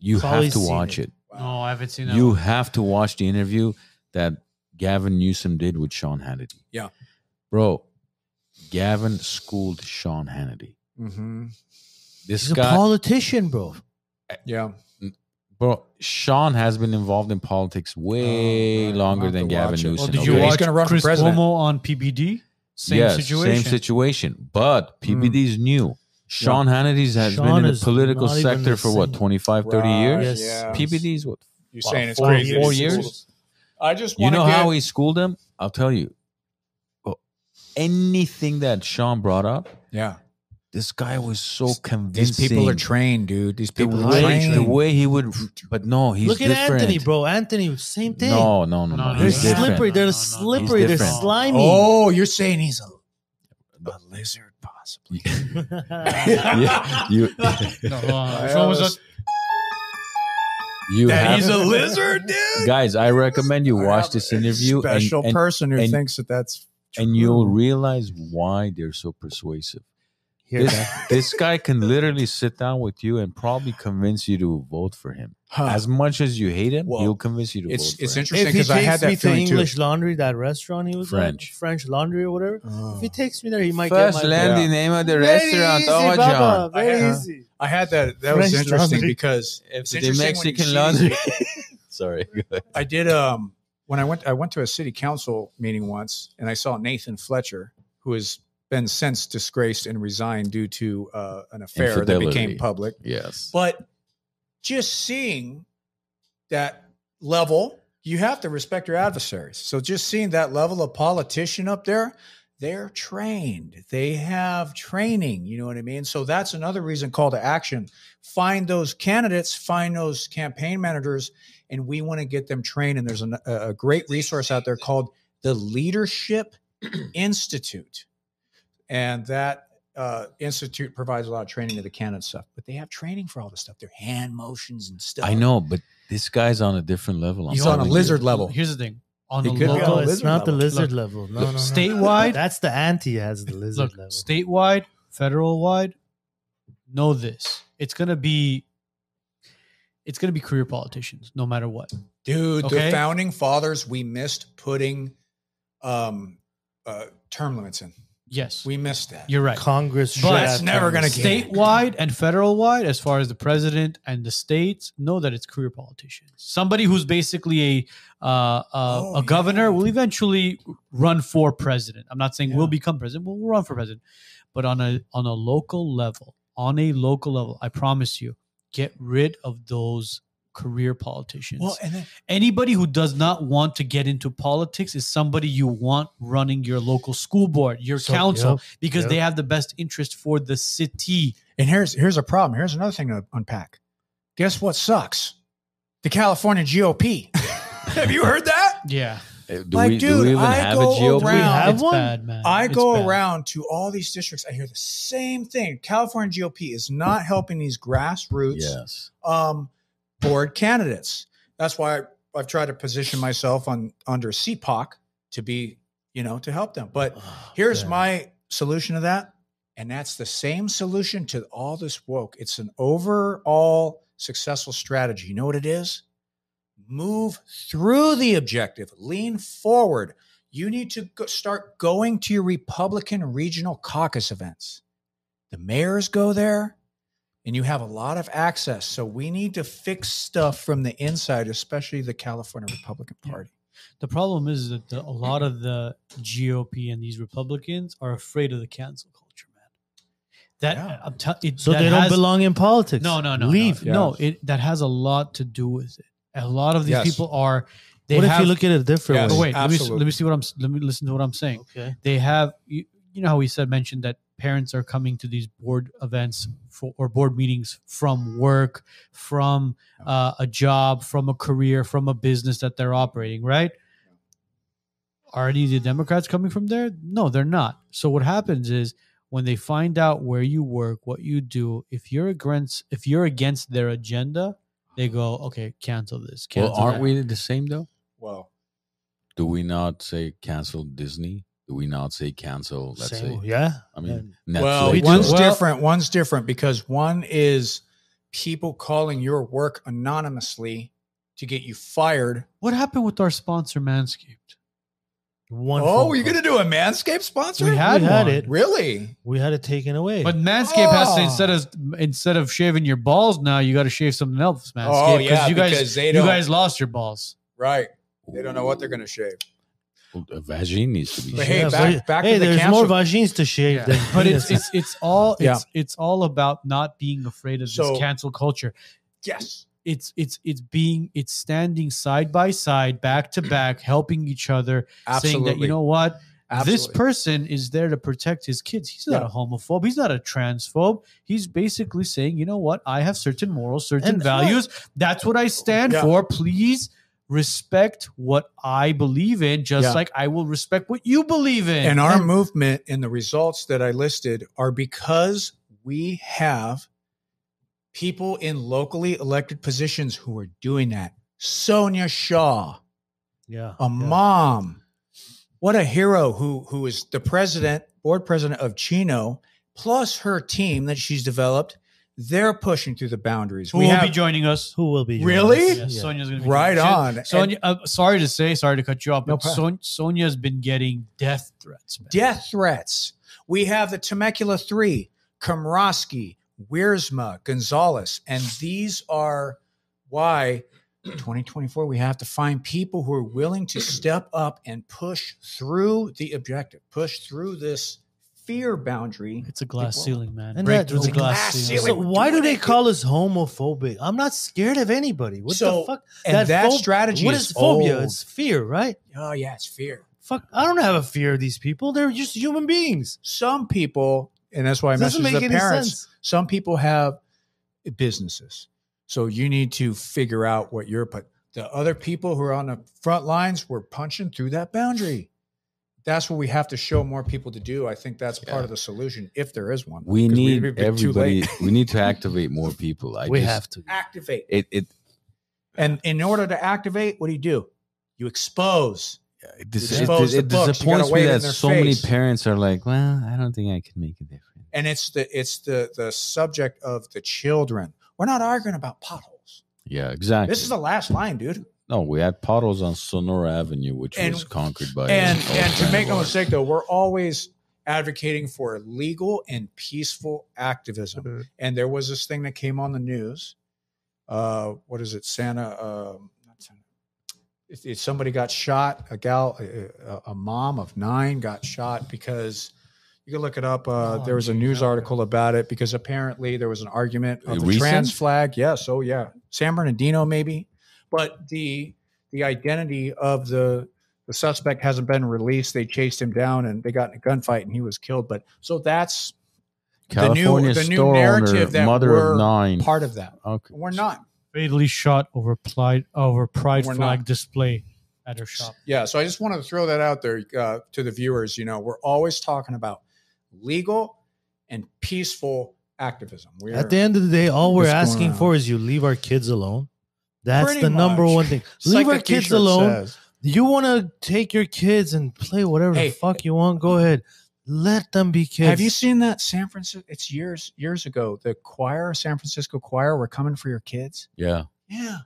S2: you
S4: Probably
S2: have to
S4: seen
S2: watch
S4: it.
S2: it.
S1: No, I haven't seen that.
S2: You
S1: one.
S2: have to watch the interview that Gavin Newsom did with Sean Hannity.
S3: Yeah.
S2: bro, Gavin schooled Sean Hannity.
S3: Mm-hmm.
S2: This
S4: He's a
S2: guy,
S4: politician, bro.
S3: Yeah,
S2: bro, Sean has been involved in politics way
S3: Oh, man,
S2: longer
S3: I'll
S2: than
S3: have to
S2: Gavin
S3: watch it.
S2: Newsom.
S1: well,
S3: Listen,
S1: did you
S3: okay. He's
S1: watch
S3: gonna run for
S1: Chris
S3: president.
S1: Cuomo on PBD? Same
S2: Yes,
S1: situation.
S2: Same situation. But PBD's new. Sean Hannity's has
S4: Mm. Sean
S2: been in
S4: is
S2: the political
S4: not even
S2: sector for what,
S4: the same.
S2: 25, 30 years?
S4: Yes.
S3: Yeah.
S2: PBD's what?
S3: You're
S2: Wow,
S3: saying it's
S2: four-
S3: crazy.
S2: four
S3: It's-
S2: years?
S3: I just
S2: You
S3: want
S2: know
S3: to get,
S2: how he schooled him? I'll tell you. Well, Anything that Sean brought up,
S3: Yeah,
S2: this guy was so
S3: These
S2: convincing.
S3: trained, dude. These
S2: the
S4: are
S2: way, the way he would, but no, he's
S4: Look at
S2: different.
S4: Anthony, bro. Anthony, same thing.
S2: No, no, no, no.
S1: No,
S4: They're
S2: He's
S1: no, no,
S2: different.
S4: slippery. They're
S1: no, no, no.
S4: slippery. They're
S2: He's different.
S4: slimy.
S3: Oh, you're saying he's a, a lizard, possibly.
S2: Yeah, you,
S1: No, hold
S4: Uh,
S1: on. Which
S3: I
S1: one was
S3: always-
S1: that?
S2: you
S3: That
S2: have
S3: he's a lizard, dude.
S2: guys. I recommend you
S3: I
S2: watch
S3: have
S2: this
S3: a
S2: interview and,
S3: Special
S2: and
S3: person who
S2: and-
S3: thinks that that's
S2: and you'll
S3: true.
S2: realize why they're so persuasive.
S4: Here,
S2: this,
S4: guy.
S2: this guy can literally sit down with you and probably convince you to vote for him.
S3: Huh.
S2: As much as you hate him,
S3: Well,
S2: he'll convince you to
S3: it's
S2: vote
S3: it's
S2: for him.
S3: interesting
S4: If he
S3: because I had
S4: takes me
S3: that
S4: to
S3: feeling too.
S4: English Laundry, that restaurant he was at,
S2: French.
S4: French Laundry or whatever.
S3: Oh.
S4: If he takes me there, he might
S2: First,
S4: get my
S2: learn
S3: vote.
S2: the name of the
S4: Very
S2: restaurant,
S4: easy,
S2: Our
S4: Baba,
S2: John.
S4: Very
S3: I-
S4: easy.
S3: I had that. That was
S4: French
S3: interesting
S4: laundry.
S3: because it's
S2: The
S3: interesting when you
S2: Mexican
S3: see-
S2: laundry. Sorry. go ahead.
S3: I did um when I went I went to a city council meeting once and I saw Nathan Fletcher who has been since disgraced and resigned due to uh, an affair that
S2: Infidelity.
S3: became public.
S2: Yes.
S3: But just seeing that level, you have to respect your adversaries. So just seeing that level of politician up there, they're trained. They have training. You know what I mean? So that's another reason call to action. Find those candidates, find those campaign managers, and we want to get them trained. And there's an, a a great resource out there called the Leadership Institute. And that uh, institute provides a lot of training to the canon stuff, but they have training for all this stuff. Their hand motions and stuff.
S2: I know, but this guy's on a different level. I'm
S3: He's on a
S2: telling you.
S3: lizard level.
S1: Here's the thing. On
S3: He
S1: the
S3: could be on
S1: local,
S4: No,
S3: the
S4: it's
S3: lizard
S4: not the
S3: level.
S4: lizard level. No, no, no.
S1: statewide-
S4: That's the anti has the lizard
S1: look,
S4: level.
S1: statewide, federal wide, know this. It's gonna be it's gonna be career politicians, no matter what.
S3: dude.
S1: Okay.
S3: The founding fathers, we missed putting um, uh, term limits in.
S1: Yes.
S3: We missed that.
S1: you're right.
S4: Congress. should
S1: that's
S4: have
S3: never gonna
S4: Congress.
S3: get- Okay.
S1: Statewide and federal wide, as far as the president and the states, know that it's career politicians. Somebody who's basically a uh, uh,
S3: Oh,
S1: a
S3: yeah.
S1: governor will eventually run for president. I'm not saying
S3: Yeah.
S1: will become president, but will run for president. But on a on a local level, on a local level, I promise you, get rid of those career politicians.
S3: well, and then,
S1: Anybody who does not want to get into politics is somebody you want running your local school board, your
S4: So-
S1: council,
S4: yep,
S1: because
S4: yep.
S1: they have the best interest for the city.
S3: and here's here's a problem. Here's another thing to unpack. Guess what sucks? The California GOP. have you heard that?
S1: Yeah,
S2: Uh, Do,
S3: Like,
S2: we, do
S3: dude,
S2: we even
S3: I
S2: have a
S3: go
S2: GOP?
S3: around-
S4: have
S1: it's
S4: one?
S1: bad, man.
S3: I
S1: It's
S3: go
S1: bad.
S3: around to all these districts. I hear the same thing. California GOP is not helping these grassroots.
S2: Yes.
S3: um, board candidates. That's why I've tried to position myself on under CPOC to be, you know, to help them. But
S4: Oh,
S3: here's
S4: man.
S3: my solution to that, and that's the same solution to all this woke. It's an overall successful strategy. You know what it is? Move through the objective. Lean forward. You need to go, start going to your Republican regional caucus events. The mayors go there and you have a lot of access. So we need to fix stuff from the inside, especially the California Republican Party.
S1: The problem is that the, a lot of the GOP and these Republicans are afraid of the cancel culture, man. That
S3: Yeah.
S1: I'm telling you,
S4: So they don't
S1: has,
S4: belong in politics.
S1: No, no, no,
S4: Leave.
S1: No, no it that has a lot to do with it. A lot of these
S3: Yes.
S1: people are. They
S4: what if
S1: have-
S4: you look at it differently?
S3: Yes.
S1: But wait, let me, s-
S3: Absolutely.
S1: let me see what I'm. s- Let me listen to what I'm saying.
S4: Okay.
S1: They have. You, you know how we said mentioned that parents are coming to these board events for, or board meetings from work, from uh, a job, from a career, from a business that they're operating, right? Are any of the Democrats coming from there? No, they're not. So what happens is when they find out where you work, what you do, if you're against if you're against their agenda, they go, okay, cancel this. Cancel
S2: Well, aren't
S1: that."
S2: we the same though?
S3: Well,
S2: Do we not say cancel Disney? Do we not say cancel? Let's
S4: Same.
S2: say.
S4: Oh, Yeah.
S2: I mean, Netflix.
S3: well,
S1: we do.
S3: one's
S1: Well-
S3: different. One's different because one is people calling your work anonymously to get you fired.
S1: What happened with our sponsor Manscaped?
S4: One.
S3: oh,
S4: phone
S3: you're
S4: call.
S3: gonna do a Manscaped sponsor?
S1: We had,
S4: We had
S1: one.
S4: it.
S3: really?
S4: We had it taken away.
S1: But Manscaped has to
S3: Oh.
S1: instead of instead of shaving your balls now, you got to shave something else, Manscaped.
S3: Oh yeah,
S1: you guys
S3: because they
S1: you
S3: don't.
S1: guys lost your balls.
S3: right? They don't know what they're gonna shave.
S2: Well, a vagine needs to be.
S3: But
S2: shaved.
S3: hey,
S4: Yeah,
S3: back-
S4: but-
S3: back
S4: hey,
S3: to the
S4: there's
S3: cancel-
S4: more vagines to shave than
S1: But it's
S4: penises.
S1: it's it's all
S3: Yeah.
S1: it's it's all about not being afraid of
S3: So-
S1: this cancel culture.
S3: Yes.
S1: It's it's it's being it's standing side by side, back to back, helping each other,
S3: Absolutely.
S1: saying that you know what, this
S3: Absolutely.
S1: person is there to protect his kids. He's not
S3: Yeah.
S1: a homophobe. He's not a transphobe. He's basically saying, you know what? I have certain morals, certain
S4: And-
S1: values. That's what I stand
S3: Yeah.
S1: for. Please respect what I believe in, just
S3: Yeah.
S1: like I will respect what you believe in.
S3: and our movement and the results that I listed are because we have people in locally elected positions who are doing that. Sonia Shaw,
S4: yeah.
S3: a mom. What a hero who who is the president, board president of Chino, plus her team that she's developed. They're pushing through the boundaries.
S1: who
S3: we
S1: will
S3: have
S1: be joining us?
S4: Who will be?
S3: Really?
S4: joining us?
S1: Yes,
S4: Yeah.
S1: Sonia's going to be
S3: right
S1: joining us.
S3: on. And
S1: Sonia, uh, sorry to say, sorry to cut you off,
S3: No
S1: but Son- Sonia's been getting death threats. man.
S3: death threats. We have the Temecula Three, Komrosky, Wiersma, Gonzalez, and these are why 2024 we have to find people who are willing to step up and push through the objective, push through this fear boundary.
S1: It's a glass
S3: People-
S1: ceiling, man.
S4: And
S1: Break
S4: that-
S1: through the
S4: it's a
S1: glass,
S3: glass
S1: ceiling.
S3: ceiling.
S4: So
S3: We're
S4: why do
S3: doing
S4: they
S3: it.
S4: call us homophobic? I'm not scared of anybody. What
S3: So,
S4: the fuck?
S3: And that,
S4: phob-
S3: strategy
S4: What
S3: is,
S4: is phobia?
S3: old.
S4: It's fear, right?
S3: oh yeah, it's fear.
S4: Fuck, I don't have a fear of these people. They're just human beings.
S3: Some people, and that's why I
S4: It doesn't
S3: message
S4: make
S3: the
S4: any
S3: parents.
S4: sense.
S3: some people have businesses so you need to figure out what you're put the other people who are on the front lines were punching through that boundary that's what we have to show more people to do i think that's part of the solution if there is one
S2: we
S3: 'Cause
S2: need
S3: we've been too
S2: everybody.
S3: late.
S2: we need to activate more people. I
S4: we
S2: just,
S4: have to.
S3: activate
S2: It, it
S3: and in order to activate what do you do you expose
S2: it, dis- it,
S3: expose
S2: it
S3: the books, you
S2: disappoints
S3: gotta
S2: me
S3: wave it
S2: that
S3: in their
S2: so many
S3: face.
S2: parents are like, "Well, I don't think I can make a difference."
S3: and it's the it's the the subject of the children we're not arguing about potholes
S2: Yeah, exactly.
S3: this is the last line dude
S2: no. We had potholes on Sonora Avenue, which
S3: And-
S2: was conquered by
S3: and
S2: an old
S3: and to
S2: friend
S3: make
S2: of
S3: no
S2: ours.
S3: mistake though we're always advocating for legal and peaceful activism and there was this thing that came on the news uh what is it santa um not santa It's it's somebody got shot a gal a, a- a mom of nine got shot because you can look it up uh
S1: Oh,
S3: there was a
S1: geez,
S3: news
S1: okay.
S3: article about it because apparently there was an argument
S2: Uh,
S3: of the
S2: recent?
S3: trans flag yes oh yeah san bernardino maybe but the the identity of the the suspect hasn't been released. They chased him down and they got in a gunfight and he was killed. But so that's the new-
S2: California
S3: the new
S2: store owner,
S3: narrative that
S2: mother
S3: we're
S2: of nine.
S3: part of that.
S2: Okay.
S3: We're not.
S1: fatally shot over pride over pride
S3: We're
S1: flag
S3: not.
S1: display at her shop.
S3: Yeah. So I just wanted to throw that out there uh, to the viewers. You know, we're always talking about legal and peaceful activism. We're,
S4: At the end of the day, all we're
S3: What's going
S4: asking
S3: on?
S4: for is you leave our kids alone. That's
S3: Pretty
S4: the number
S3: much.
S4: one thing.
S3: It's
S4: Leave
S3: like
S4: our
S3: the
S4: kids
S3: t-shirt
S4: alone.
S3: says.
S4: You want to take your kids and play whatever
S3: Hey.
S4: the fuck you want? Go ahead. Let them be kids.
S3: Have you seen that San Francisco? It's years years ago. The choir, San Francisco choir, were coming for your kids.
S2: Yeah.
S3: Yeah.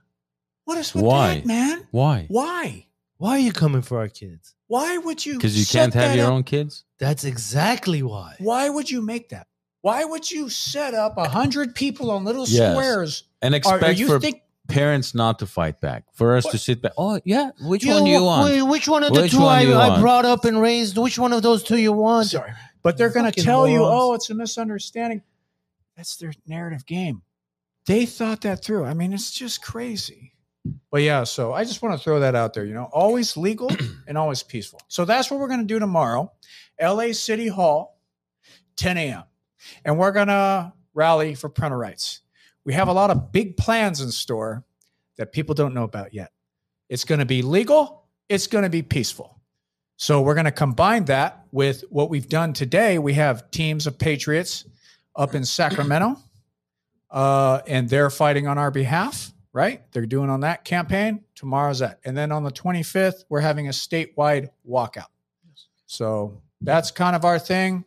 S3: What is with
S2: Why?
S3: that, man?
S2: Why?
S3: Why?
S4: Why are you coming for our kids?
S3: Why would you?
S2: Because you
S3: set
S2: can't have
S3: that
S2: your
S3: up?
S2: own kids.
S4: That's exactly why.
S3: Why would you make that? Why would you set up a hundred people on little
S2: Yes.
S3: squares?
S2: And
S3: Are,
S2: expect
S3: are you
S2: for
S3: think
S2: parents not to fight back, for us to sit back. Oh yeah, which one do
S5: wh-
S2: you want?
S5: wh- Which one of the
S2: Which
S5: two
S2: one
S5: I,
S2: do you
S5: I
S2: want?
S5: brought up and raised? Which one of those two you want?
S3: Sorry. But they're going to
S4: Fucking
S3: tell you,
S4: morons.
S3: oh, it's a misunderstanding. That's their narrative game. They thought that through. I mean, it's just crazy. But yeah, so I just want to throw that out there. You know, always legal and always peaceful. So that's what we're going to do tomorrow, LA City Hall, 10 a.m. And we're going to rally for printer rights. We have a lot of big plans in store that people don't know about yet. It's going to be legal, it's going to be peaceful. So we're going to combine that with what we've done today. We have teams of patriots up in Sacramento, uh, and they're fighting on our behalf. Right? They're doing on that campaign. Tomorrow's that, and then on the 25th, we're having a statewide walkout. So that's kind of our thing.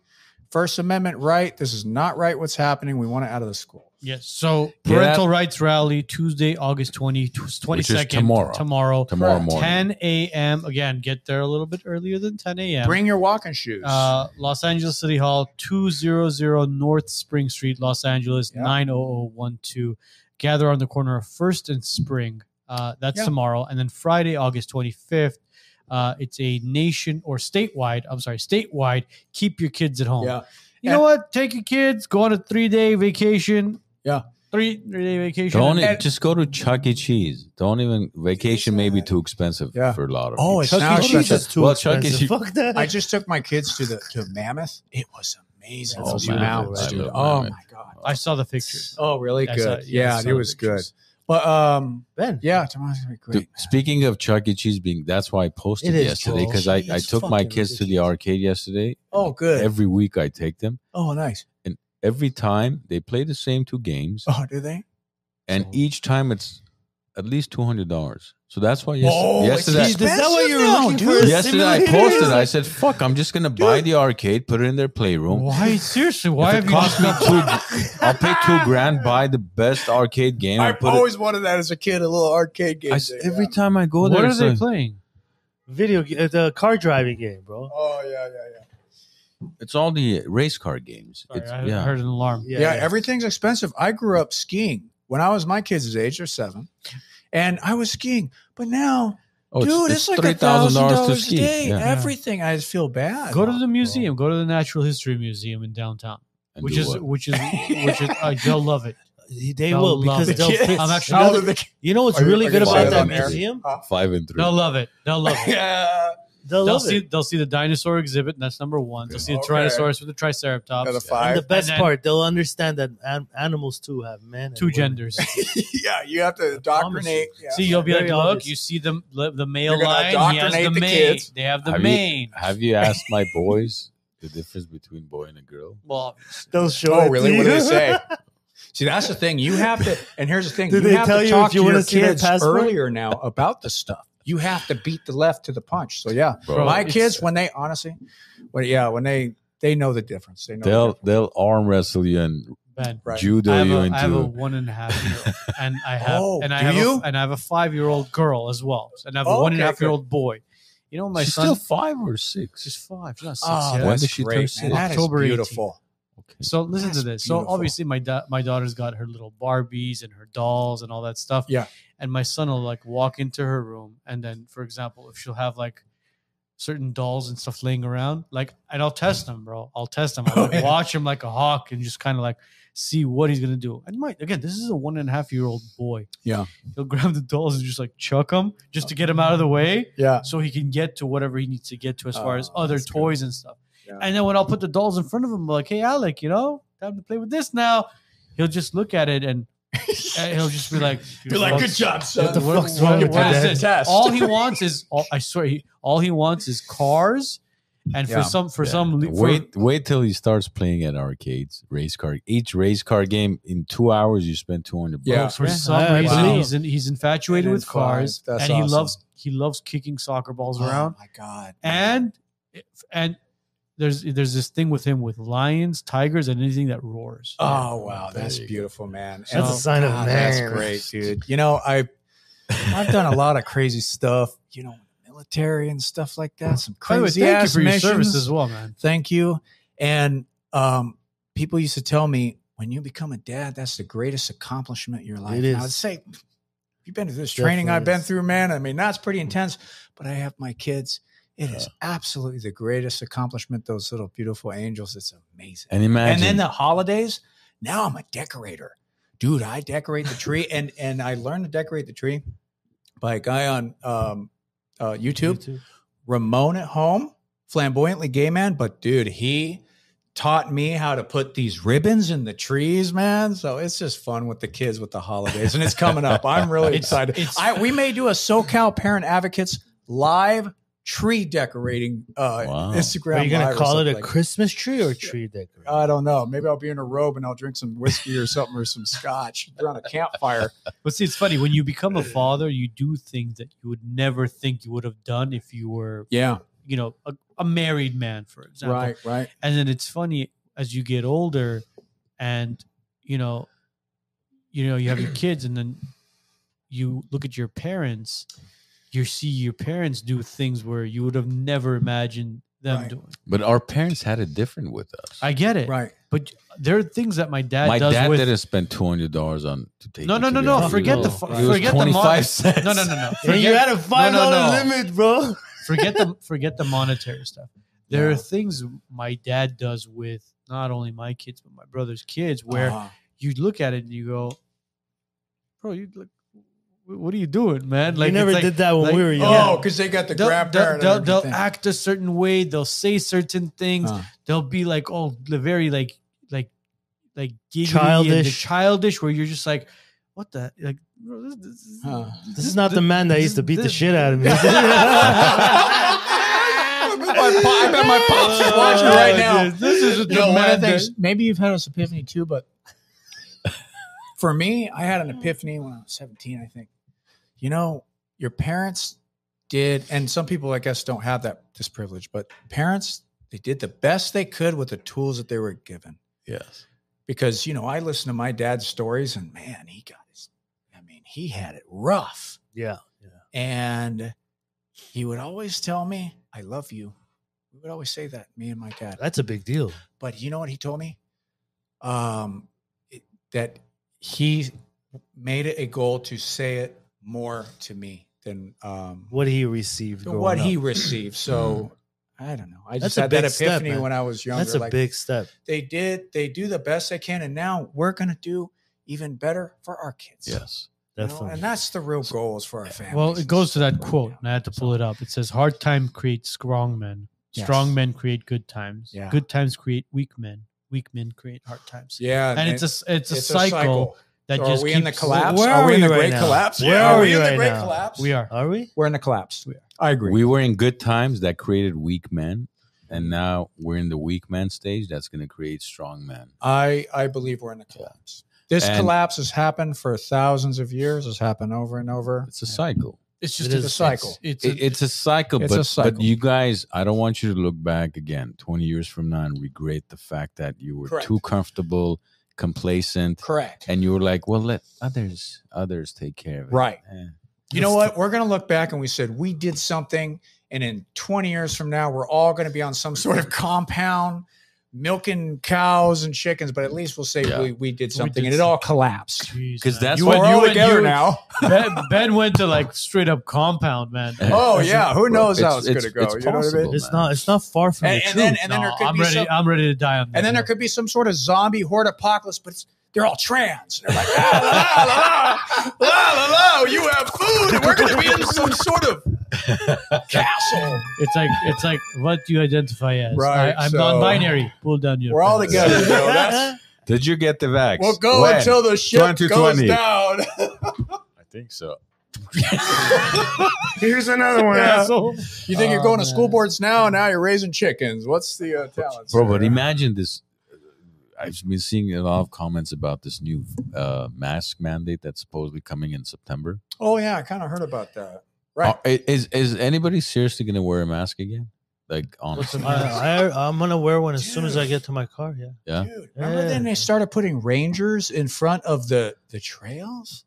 S3: First Amendment right. This is not right. What's happening? We want it out of the school.
S1: Yes. So
S2: Yeah.
S1: parental rights rally Tuesday, August 20, 22nd.
S2: is tomorrow.
S1: Tomorrow.
S2: Tomorrow
S3: Correct.
S2: morning.
S1: 10 a.m. Again, get there a little bit earlier than 10 a.m.
S3: Bring your walking shoes.
S1: uh, Los Angeles City Hall, 200 North Spring Street, Los Angeles,
S3: Yeah.
S1: 90012. Gather on the corner of First and Spring. Uh, that's
S3: Yeah.
S1: tomorrow. And then Friday, August 25th, uh, it's a nation or statewide, I'm sorry, statewide, keep your kids at home.
S3: yeah.
S1: You know what? Take your kids, go on a three day vacation.
S3: Yeah.
S1: Three, three day vacation.
S2: Don't
S3: And-
S2: just go to Chuck E. Cheese. Don't even vacation may be too expensive
S3: Yeah.
S2: for a lot of
S4: Oh,
S2: people.
S4: it's
S3: Chuck E.
S4: Chuck E.
S3: Cheese
S4: Cheese is too
S2: Well, Chuck E.
S4: expensive.
S2: Cheese-
S4: Fuck that.
S3: I just took my kids to the to Mammoth. It was amazing.
S4: That's
S3: Two
S4: Mammoth.
S3: mountains,
S4: I love
S3: dude.
S2: Mammoth.
S3: Oh my god.
S1: I saw the pictures.
S3: Oh, really
S1: I
S3: good.
S1: saw it. Yeah, I
S3: yeah,
S1: saw
S3: it
S1: the
S3: was good.
S1: pictures.
S3: But um,
S4: ben.
S3: yeah, tomorrow's gonna be great.
S2: Dude, speaking of Chuck E. Cheese being, that's why I posted
S4: It is
S2: yesterday
S4: true.
S2: because I, I
S4: It's
S2: took my
S4: fucking
S2: kids to the
S4: ridiculous.
S2: arcade yesterday.
S3: oh, good.
S2: Every week I take them.
S3: oh, nice.
S2: Every time they play the same two games,
S3: Oh, do they?
S2: and
S4: So-
S2: each time it's at least two hundred dollars. So that's why yes,
S3: Whoa, it's
S2: yesterday.
S3: cheap.
S2: I-
S4: Is that what you were
S3: Expensive
S4: looking
S3: now,
S4: for?
S3: dude.
S4: A
S2: Yesterday I
S4: simulator?
S2: posted. I said, "Fuck! I'm just gonna buy the arcade, put it in their playroom.
S1: Why? Seriously,
S2: If
S1: why
S2: it
S1: have you just
S2: cost me
S1: not
S2: two? I'll pay two grand, buy the best arcade game. and
S3: I've
S2: put it-
S3: always wanted that as a kid, a little arcade game.
S2: I s-
S3: thing,
S2: every
S3: yeah.
S2: time I go
S1: What
S2: there,
S1: are
S2: it's
S1: they
S2: like-
S1: playing?
S4: Video, ga- uh, the car driving game, bro.
S3: Oh yeah, yeah,
S2: it's all the uh, race car games.
S1: Sorry,
S2: It's-
S1: I
S2: yeah.
S1: heard an alarm.
S3: yeah. Yeah, everything's expensive. I grew up skiing when I was my kids' age, or seven, and I was skiing. But now,
S2: Oh,
S3: dude, it's, like a thousand dollars a day.
S2: Yeah.
S3: Everything. I just feel bad.
S1: Go to the museum. Go to the Natural History Museum in downtown,
S2: And
S1: which
S2: do
S1: is,
S2: what?
S1: which is which is uh, they'll love it.
S4: He- They
S1: They'll
S4: will
S1: love
S4: because
S1: it.
S4: they'll
S1: The
S4: fix.
S1: I'm actually-
S3: How old are
S4: another,
S3: the kids?
S4: you know what's
S3: are you-
S4: really
S3: are
S4: good
S3: you
S4: about
S2: five
S4: that
S2: on there?
S4: museum?
S2: five and 3
S1: They'll love it. They'll love it.
S3: yeah.
S4: They'll
S1: They'll
S4: love
S1: see
S4: it.
S1: they'll see the dinosaur exhibit, and that's number one. They'll see the
S3: Okay.
S1: Tyrannosaurus with the
S3: Out of
S1: Triceratops.
S4: And the
S3: five.
S4: best
S1: then-
S4: part, they'll understand that an- animals too have men, and
S1: Two
S4: women.
S1: genders.
S3: yeah, you have to indoctrinate. Yeah.
S1: See, you'll be
S4: Very
S1: like, look,
S4: obvious.
S1: you see the the male
S3: You're gonna
S1: line. He has the,
S3: indoctrinate the
S1: mane.
S3: kids.
S1: They have the
S2: Have you-
S1: mane.
S2: Have you asked my boys the difference between boy and a girl?
S1: well,
S4: They'll show.
S3: Oh,
S4: it to
S3: really?
S4: you.
S3: What do they say? See, that's the thing. You have to, and here's the thing.
S4: Did
S3: you
S4: they
S3: have
S4: tell
S3: to
S4: you
S3: talk
S4: if you
S3: to
S4: wanna
S3: your
S4: see their
S3: kids
S4: passport?
S3: earlier now about the stuff. You have to beat the left to the punch. So yeah,
S2: Bro,
S3: my
S1: it's-
S3: kids when they honestly, well, yeah, when they they know the difference. They know. the
S2: They'll
S3: difference.
S2: they'll arm wrestle you and
S1: Ben.
S3: Right.
S2: judo
S1: I have,
S2: you
S1: a, I have a
S2: into.
S1: one and a half year old, and I have
S3: Oh,
S1: and I
S3: do
S1: have
S3: you?
S1: a, and I have a five year old girl as well, and I have a
S3: Oh,
S1: one and a
S3: okay,
S1: half year old boy. You know, my
S2: She's
S1: son
S2: still five or six.
S1: She's five. She's not six
S4: Ah,
S3: Oh,
S1: yet.
S2: When
S3: that's
S2: did she turn
S3: great, man.
S2: six?
S3: That is
S1: October 18th.
S3: beautiful.
S2: Okay.
S1: So listen
S3: That's
S1: to this. So
S3: beautiful.
S1: obviously my da- my daughter's got her little Barbies and her dolls and all that stuff.
S3: Yeah.
S1: And my son will like walk into her room and then, for example, if she'll have like certain dolls and stuff laying around, like and I'll test him, bro. I'll test him. I'll like,
S3: Oh, yeah.
S1: watch him like a hawk and just kind of like see what he's gonna do. And my again, this is a one and a half year old boy.
S3: Yeah.
S1: He'll grab the dolls and just like chuck them just to get him out of the way
S3: Yeah.
S1: so he can get to whatever he needs to get to as far as
S3: Oh,
S1: other
S3: that's good.
S1: toys and stuff.
S3: Yeah.
S1: And then when I'll put the dolls in front of him, I'm like, hey, Alec, you know, time to play with this now. He'll just look at it and and he'll just be like,
S3: You're like, good job, son.
S4: What the
S1: What-
S4: fuck's
S1: what-
S4: wrong with
S1: what is
S4: that?
S1: this?
S3: Test.
S1: All he wants is, all, I swear, he, all he wants is cars. And
S3: Yeah.
S1: for some, for
S2: Yeah.
S1: some, le- for-
S2: wait wait till he starts playing at arcades, race car. Each race car game in two hours you spend two hundred bucks.
S3: Yeah.
S1: for
S4: Yeah,
S1: some
S4: I- I
S1: reason,
S3: believe.
S1: he's in, he's infatuated
S3: And
S1: with
S3: five.
S1: cars,
S3: That's
S1: and he
S3: awesome.
S1: loves he loves kicking soccer balls around.
S3: Oh my god.
S1: and and there's there's this thing with him with lions, tigers, and anything that roars.
S3: Oh wow, that's
S2: There you go.
S3: beautiful, man.
S1: That's a
S4: sign of
S3: God,
S4: man.
S3: That's great, dude. You know, I I've done a lot of crazy stuff. You know, military and stuff like that. Some
S1: By the way,
S3: crazy
S1: thank you
S3: ass
S1: for your
S3: missions.
S1: service as well, man.
S3: Thank you. And um, people used to tell me when you become a dad, that's the greatest accomplishment of your life.
S4: It
S3: And
S4: is.
S3: I would say, You've been through this training I've been
S4: Definitely.
S3: through, man. I mean, that's pretty intense, but I have my kids. It
S1: Uh.
S3: is absolutely the greatest accomplishment, those little beautiful angels. It's amazing.
S2: And imagine.
S3: And then the holidays, now I'm a decorator. Dude, I decorate the tree and and I learned to decorate the tree by a guy on um, uh, YouTube, Ramon at home, flamboyantly gay man, but dude, he taught me how to put these ribbons in the trees, man. So it's just fun with the kids with the holidays and it's coming up. I'm really
S1: It's-
S3: excited.
S1: it's-
S3: I, we may do a SoCal Parent Advocates live tree decorating uh,
S2: Wow.
S3: Instagram.
S4: Are you gonna
S3: live or
S4: call it a
S3: something like that.
S4: Christmas tree or a tree decoration?
S3: I don't know. Maybe I'll be in a robe and I'll drink some whiskey or something or some scotch around a campfire.
S1: But see, it's funny when you become a father, you do things that you would never think you would have done if you were,
S3: Yeah.
S1: you know, a, a married man, for example.
S3: Right. Right.
S1: And then it's funny as you get older, and you know, you know, you have your kids, and then you look at your parents. You see your parents do things where you would have never imagined them
S3: Right.
S1: doing.
S2: but our parents had it different with us.
S1: I get it,
S3: Right.
S1: but there are things that my dad
S2: my
S1: does
S2: dad
S1: with.
S2: didn't spend two hundred dollars on to take.
S1: no,
S2: me
S1: no,
S2: to
S1: no,
S2: the
S1: no.
S2: airport.
S1: Forget the
S4: No.
S1: fu-
S2: It was
S1: forget the mon-
S2: 25 cents.
S1: No, no, no, no.
S4: Hey, you had a five
S1: no, no.
S4: dollar limit, bro.
S1: forget the forget the monetary stuff. There are
S3: Yeah.
S1: things my dad does with not only my kids but my brother's kids where
S3: Uh-huh.
S1: you look at it and you go, "Bro, you look, what are you doing, man?"
S4: Like,
S1: it's
S4: we never
S1: like-
S4: did that when
S1: like-
S4: we were young.
S3: Oh, because they got the
S1: They'll,
S3: grab
S1: they'll,
S3: parent.
S1: they'll,
S3: and
S1: they'll
S3: everything.
S1: act a certain way. They'll say certain things.
S3: Uh,
S1: They'll be like, "Oh, the very like, like, like giggly and the
S4: Childish.
S1: childish," where you're just like, "What the like." Bro, this, this, is-
S3: Huh.
S4: this is not the man that used to beat the
S1: this-
S4: shit out of me.
S3: I bet my pa- I bet my pops is watching right now.
S1: Oh, This is
S3: You know, one of the
S1: tremendous-
S3: things, maybe you've had this epiphany too, but for me, I had an epiphany when I was 17, I think. You know, your parents did, and some people, I guess, don't have that this privilege, but parents, they did the best they could with the tools that they were given.
S2: Yes.
S3: Because, you know, I listen to my dad's stories, and man, he got his, I mean, he had it rough.
S4: yeah,
S3: And he would always tell me, I love you. We would always say that, me and my dad.
S4: that's a big deal.
S3: But you know what he told me? Um, it- that he made it a goal to say it more to me than um,
S4: What he received.
S3: than
S4: growing
S3: what he
S4: up. Hmm.
S3: received. So I don't know. I
S4: That's
S3: just
S4: a
S3: had that
S4: big step,
S3: epiphany
S4: man.
S3: when I was younger.
S4: That's a
S3: like,
S4: big step.
S3: They did. They do the best they can, and now we're gonna do even better for our kids.
S2: Yes.
S3: You know?
S4: Definitely.
S3: And that's the real goals for our families.
S1: Well, it
S3: and
S1: goes to
S3: stuff
S1: that
S3: like
S1: quote, and I had to pull it up. It says, "Hard time creates strong men. Strong
S3: Yes.
S1: men create good times.
S3: Yeah.
S1: Good times create weak men. Weak men create hard times."
S3: Yeah,
S1: And it's a s- it's a cycle That
S3: So
S1: just
S3: are we in the
S1: keeps-
S3: collapse?
S4: Where
S3: are,
S4: are
S3: we in the
S4: we right
S3: great
S4: now?
S3: collapse?
S4: Where
S3: Yeah,
S4: are
S3: in
S4: we
S3: the
S4: right
S3: great
S4: now?
S3: collapse?
S1: We are.
S4: Are we?
S3: We're in the collapse. I agree.
S2: We were in good times that created weak men, and now we're in the weak man stage that's going to create strong men.
S3: I I believe we're in the collapse. This
S2: And-
S3: collapse has happened for thousands of years. Has happened over and over.
S2: It's a cycle.
S1: It's
S4: It
S1: just
S4: is.
S1: a
S3: It's a cycle.
S1: It's,
S2: It-
S1: a,
S2: it's a cycle,
S3: It's
S2: but,
S3: a cycle.
S2: but you guys, I don't want you to look back again 20 years from now and regret the fact that you were
S3: Correct.
S2: too comfortable, complacent,
S3: Correct.
S2: and you were like, well, let others others take care of it.
S3: Right.
S2: Eh.
S3: You know what? We're going to look back and we said we did something, and in 20 years from now, we're all going to be on some sort of compound milking cows and chickens. But at least we'll say
S2: Yeah.
S3: we, we did
S1: did
S3: something, and it all collapsed.
S1: Jeez,
S2: 'Cause
S1: man.
S2: that's
S3: You
S2: what
S3: are all
S1: and-
S3: together
S1: you-
S3: now.
S1: Ben, Ben went to like straight up compound, man.
S3: Oh yeah, who knows how it's,
S2: It's-
S3: going to
S2: it's-
S3: go?
S2: it's
S3: you know what I mean?
S2: possible.
S4: It's not. It's not far from
S3: Oh, And-
S4: the
S3: and
S4: truth.
S3: then- and then
S1: No,
S3: there could
S1: I'm
S3: be
S1: ready.
S3: some-
S1: I'm ready to die on that.
S3: And then there
S1: hill.
S3: could be some sort of zombie horde apocalypse, but it's, they're all trans. They're like, "Ah, la, la, la, la, la, la, you have food, and we're going to be in some sort of castle.
S1: it's like it's like what do you identify as?
S3: Right,
S1: I, am
S3: so-
S1: non-binary. Pull down your.
S3: We're all
S1: pants.
S3: together. You know, that's,
S2: Did you get the vax?
S3: we'll go
S2: When?
S3: until the ship goes
S2: 2020.
S3: down.
S2: I think so.
S8: Here's another one,
S3: Yeah.
S8: asshole.
S3: You think you're going to school boards now, and now you're raising chickens. What's the uh, talent?
S2: Bro, but
S3: sir?
S2: imagine this. I've been seeing a lot of comments about this new uh, mask mandate that's supposedly coming in September.
S3: oh, yeah, I kind of heard about that. Right.
S2: Are- is is anybody seriously going to wear a mask again? Like honestly,
S4: I, I, I'm gonna wear one as soon as I get to my car. Yeah.
S2: Yeah.
S3: Dude, remember
S4: Yeah.
S3: then they started putting rangers in front of the the trails?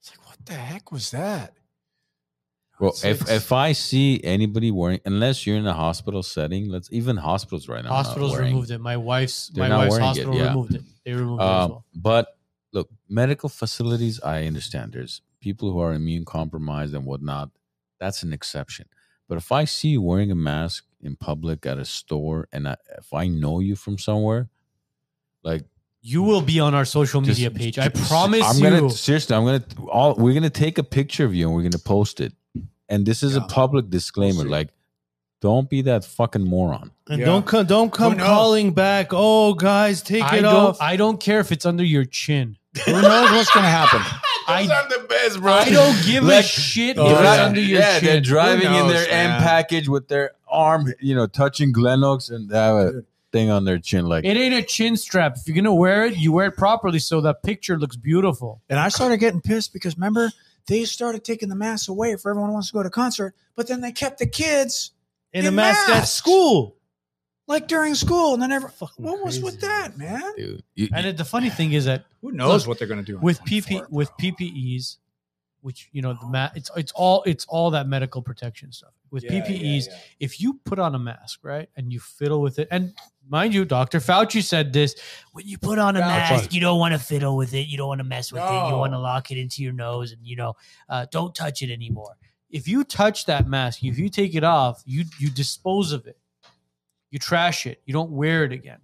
S3: It's like, what the heck was that?
S2: well,
S3: It's-
S2: if
S3: it's-
S2: if I see anybody wearing, unless you're in a hospital setting, let's even hospitals right now. are not
S1: Hospitals
S2: wearing.
S1: removed it. My wife's
S2: They're
S1: my
S2: not
S1: wife's
S2: wearing it,
S1: hospital
S2: yeah.
S1: removed it. They removed it as
S2: Um,
S1: well.
S2: but look, medical facilities. I understand there's people who are immune compromised and whatnot, that's an exception. But if I see you wearing a mask in public at a store, and I, if I know you from somewhere, like
S1: You will be on our social
S2: just-
S1: media page. I
S2: just-
S1: promise
S2: I'm
S1: you.
S2: gonna seriously. I'm gonna all. We're gonna take a picture of you and we're gonna post it. And this is
S3: Yeah.
S2: a public disclaimer.
S3: see.
S2: like, don't be that fucking moron.
S4: And
S3: Yeah.
S4: don't come, don't come
S3: knows?
S4: calling back. Oh, guys, take
S1: I
S4: it
S1: don't,
S4: off.
S1: I don't care if it's under your chin.
S2: Who knows what's gonna happen?
S1: I-
S2: Those are the best, bro.
S1: I don't give a
S2: Like,
S1: shit
S3: Oh,
S1: if it's
S3: yeah.
S1: under your
S2: yeah, they're
S1: chin.
S2: driving in
S3: knows,
S2: their
S3: man?
S2: end package with their arm, you know, touching Glenox and they have a thing on their chin. Like,
S1: It ain't a chin strap. If you're gonna wear it, you wear it properly so that picture looks beautiful.
S3: And I started getting pissed because remember, they started taking the masks away for everyone who wants to go to concert, but then they kept the kids
S4: in a
S3: in
S4: mask at
S3: masks.
S4: school.
S3: like during school. And then everyone,
S4: Fucking
S3: what was
S4: crazy,
S3: with that, man?
S2: dude, you-
S1: And it, the funny thing is that
S3: Who
S1: knows
S3: what they're going to do
S1: with PP with PPEs, which you know the ma- it's it's all it's all that medical protection stuff. With PPEs, if you put on a mask, right, and you fiddle with it, and mind you, Dr. Fauci said this: when you put on a
S3: Fauci.
S1: mask, you don't want to fiddle with it, you don't want to mess with it, you
S3: No.
S1: want to lock it into your nose, and you know, uh, don't touch it anymore. If you touch that mask, if you take it off, you you dispose of it, you trash it, you don't wear it again.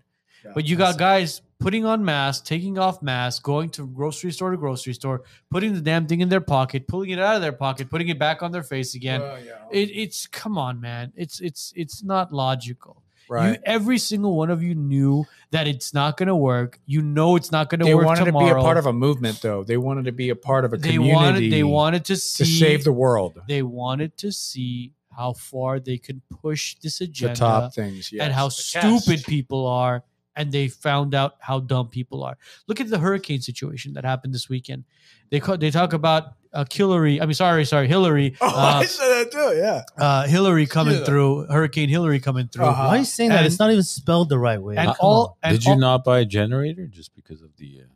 S1: But you got guys putting on masks, taking off masks, going to grocery store to grocery store, putting the damn thing in their pocket, pulling it out of their pocket, putting it back on their face again.
S3: Oh,
S1: It, it's come on, man. It's it's it's not logical. You,
S3: right.
S1: every single one of you knew that it's not going to work. You know it's not going to
S3: they
S1: work
S3: wanted
S1: tomorrow.
S3: to be a part of a movement, though. They wanted to be a part of a
S1: they
S3: community
S1: wanted they wanted to see
S3: to save the world.
S1: they wanted to see how far they could push this
S3: The
S1: agenda
S3: top things. Yes.
S1: and how
S3: The
S1: stupid
S3: cast.
S1: people are. And they found out how dumb people are. Look at the hurricane situation that happened this weekend. They call, they talk about uh, Hillary. I mean, sorry, sorry, Hillary.
S3: Oh,
S1: uh,
S3: I said that too. Yeah.
S1: uh, Hillary coming
S3: Yeah.
S1: through, Hurricane Hillary coming through.
S3: Uh-huh.
S4: Why are you saying that?
S1: And-
S4: It's not even spelled the right way.
S1: and
S4: Come
S1: all-
S4: on.
S1: and
S2: did you
S1: all-
S2: not buy a generator just because of the? Uh,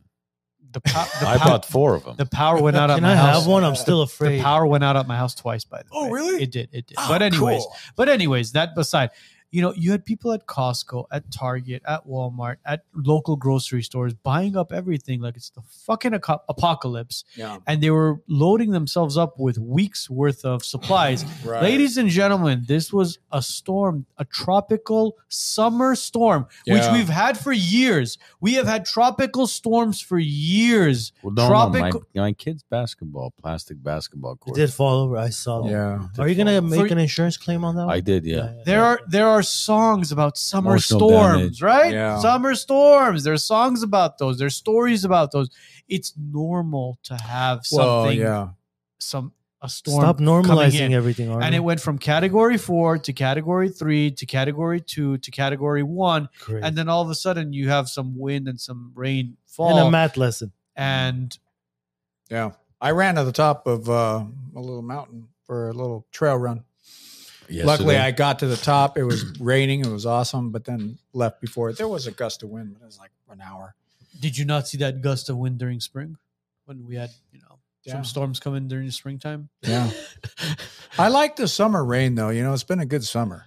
S1: The, pow- the,
S2: I
S1: pow-
S2: bought four of them.
S1: the power went out at
S4: Can
S1: my
S4: I
S1: house.
S4: have one? I'm still
S1: The
S4: afraid.
S1: power went out at my house twice, by the
S3: Oh,
S1: way.
S3: really?
S1: It did. It did.
S9: Ah,
S3: Oh,
S1: but anyways,
S3: cool.
S1: but anyways, that aside, you know, you had people at Costco, at Target, at Walmart, at local grocery stores buying up everything like it's the fucking aco- apocalypse,
S3: Yeah.
S1: and they were loading themselves up with weeks worth of supplies.
S3: Right.
S1: Ladies and gentlemen, this was a storm, a tropical summer storm,
S3: Yeah.
S1: which we've had for years. We have had tropical storms for years.
S2: well, don't know,
S1: tropical-
S2: my, my kids' basketball, plastic basketball
S4: It
S2: court.
S4: did fall over. I saw that.
S3: Yeah.
S4: Are you gonna
S1: For-
S4: make an insurance claim on that?
S2: I
S4: one?
S2: did, yeah.
S1: There are there are songs about summer
S2: Emotional
S1: storms,
S2: damage.
S1: right?
S3: Yeah.
S1: Summer storms. There's songs about those. There's stories about those. It's normal to have
S3: Well,
S1: something,
S3: yeah.
S1: some a storm.
S4: Stop
S1: coming in.
S4: normalizing everything.
S1: And it went from category four to category three to category two to category one,
S4: Great.
S1: and then all of a sudden you have some wind and some rain
S4: in a
S1: fall,
S4: math lesson.
S1: and
S3: Yeah. I ran to the top of uh, a little mountain for a little trail run. Luckily,
S2: Yesterday.
S3: I got to the top. It was raining. It was awesome, but then left before it. There was a gust of wind, but it was like an hour.
S1: did you not see that gust of wind during spring when we had you know
S3: Yeah.
S1: some storms coming during the springtime?
S3: Yeah. I like the summer rain, though. You know, it's been a good summer.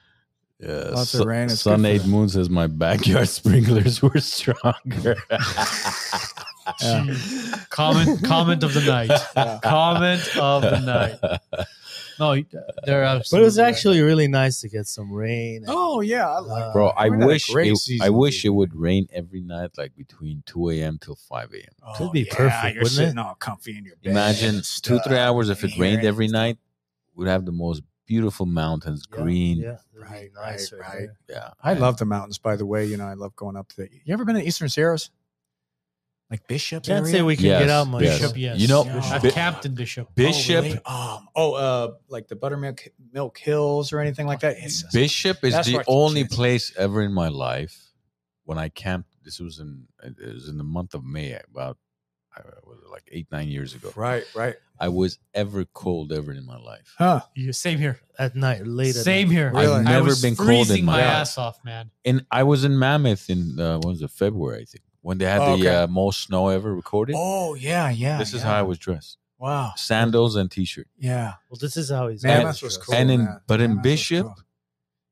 S2: Yeah,
S3: Lots of rain, it's
S2: Sun
S3: good for
S2: eight
S3: them.
S2: moon says my backyard sprinklers were stronger.
S3: Yeah.
S1: Comment comment of the night.
S3: Yeah.
S1: comment of the night. No, there are.
S4: But it was actually really nice to get some rain.
S3: Oh, yeah. I like
S4: Uh,
S2: Bro, I
S3: We're in a
S2: wish
S3: great
S2: it,
S3: season,
S2: I wish
S3: dude.
S2: it would rain every night, like between two a.m. till five a.m.
S9: Oh,
S4: Could be perfect,
S3: You're
S4: wouldn't it?
S3: sitting all comfy in your bed.
S2: Imagine
S3: and
S2: two
S3: stuff.
S2: three hours if it
S3: Here
S2: rained
S3: and
S2: every night, we'd have the most beautiful mountains,
S4: Yeah,
S2: green.
S4: Yeah,
S3: Right,
S4: nice
S3: right,
S4: right
S3: right.
S4: there.
S2: Yeah,
S3: I
S2: And
S3: love the mountains, by the way. You know, I love going up to the. You ever been to Eastern Sierras? Like Bishop?
S4: Can't
S3: area?
S4: say we can
S2: Yes,
S4: get out much.
S2: yes.
S1: Bishop. Yes,
S2: You know,
S1: Bishop.
S2: Bi-
S1: Captain Bishop.
S2: Bishop.
S3: Oh, really? um, oh uh, like the Buttermilk Milk Hills or anything like that. It's
S2: Bishop is
S3: That's
S2: the
S3: what I keep
S2: only
S3: saying.
S2: place ever in my life when I camped. This was in it was in the month of May, about I was it, like eight nine years ago.
S3: right, right,
S2: I was ever cold ever in my life.
S3: huh?
S1: Yeah, same here.
S4: At night, late. at
S1: Same
S4: night.
S1: here.
S3: Really?
S2: I've
S1: I
S2: never
S1: was
S2: been cold
S1: freezing
S2: in my
S1: my
S2: life.
S1: ass off, man.
S2: And I was in Mammoth in uh, what was it February I think when they had
S3: Oh,
S2: the
S3: okay.
S2: uh, most snow ever recorded.
S3: Oh yeah, yeah.
S2: this is
S3: yeah.
S2: how I was dressed:
S3: Wow.
S2: sandals and t-shirt.
S3: Yeah.
S4: Well, this is how he's.
S3: Mammoth was cool.
S2: and in
S3: man.
S2: but in
S3: Mammoth was
S2: Bishop,
S3: cool.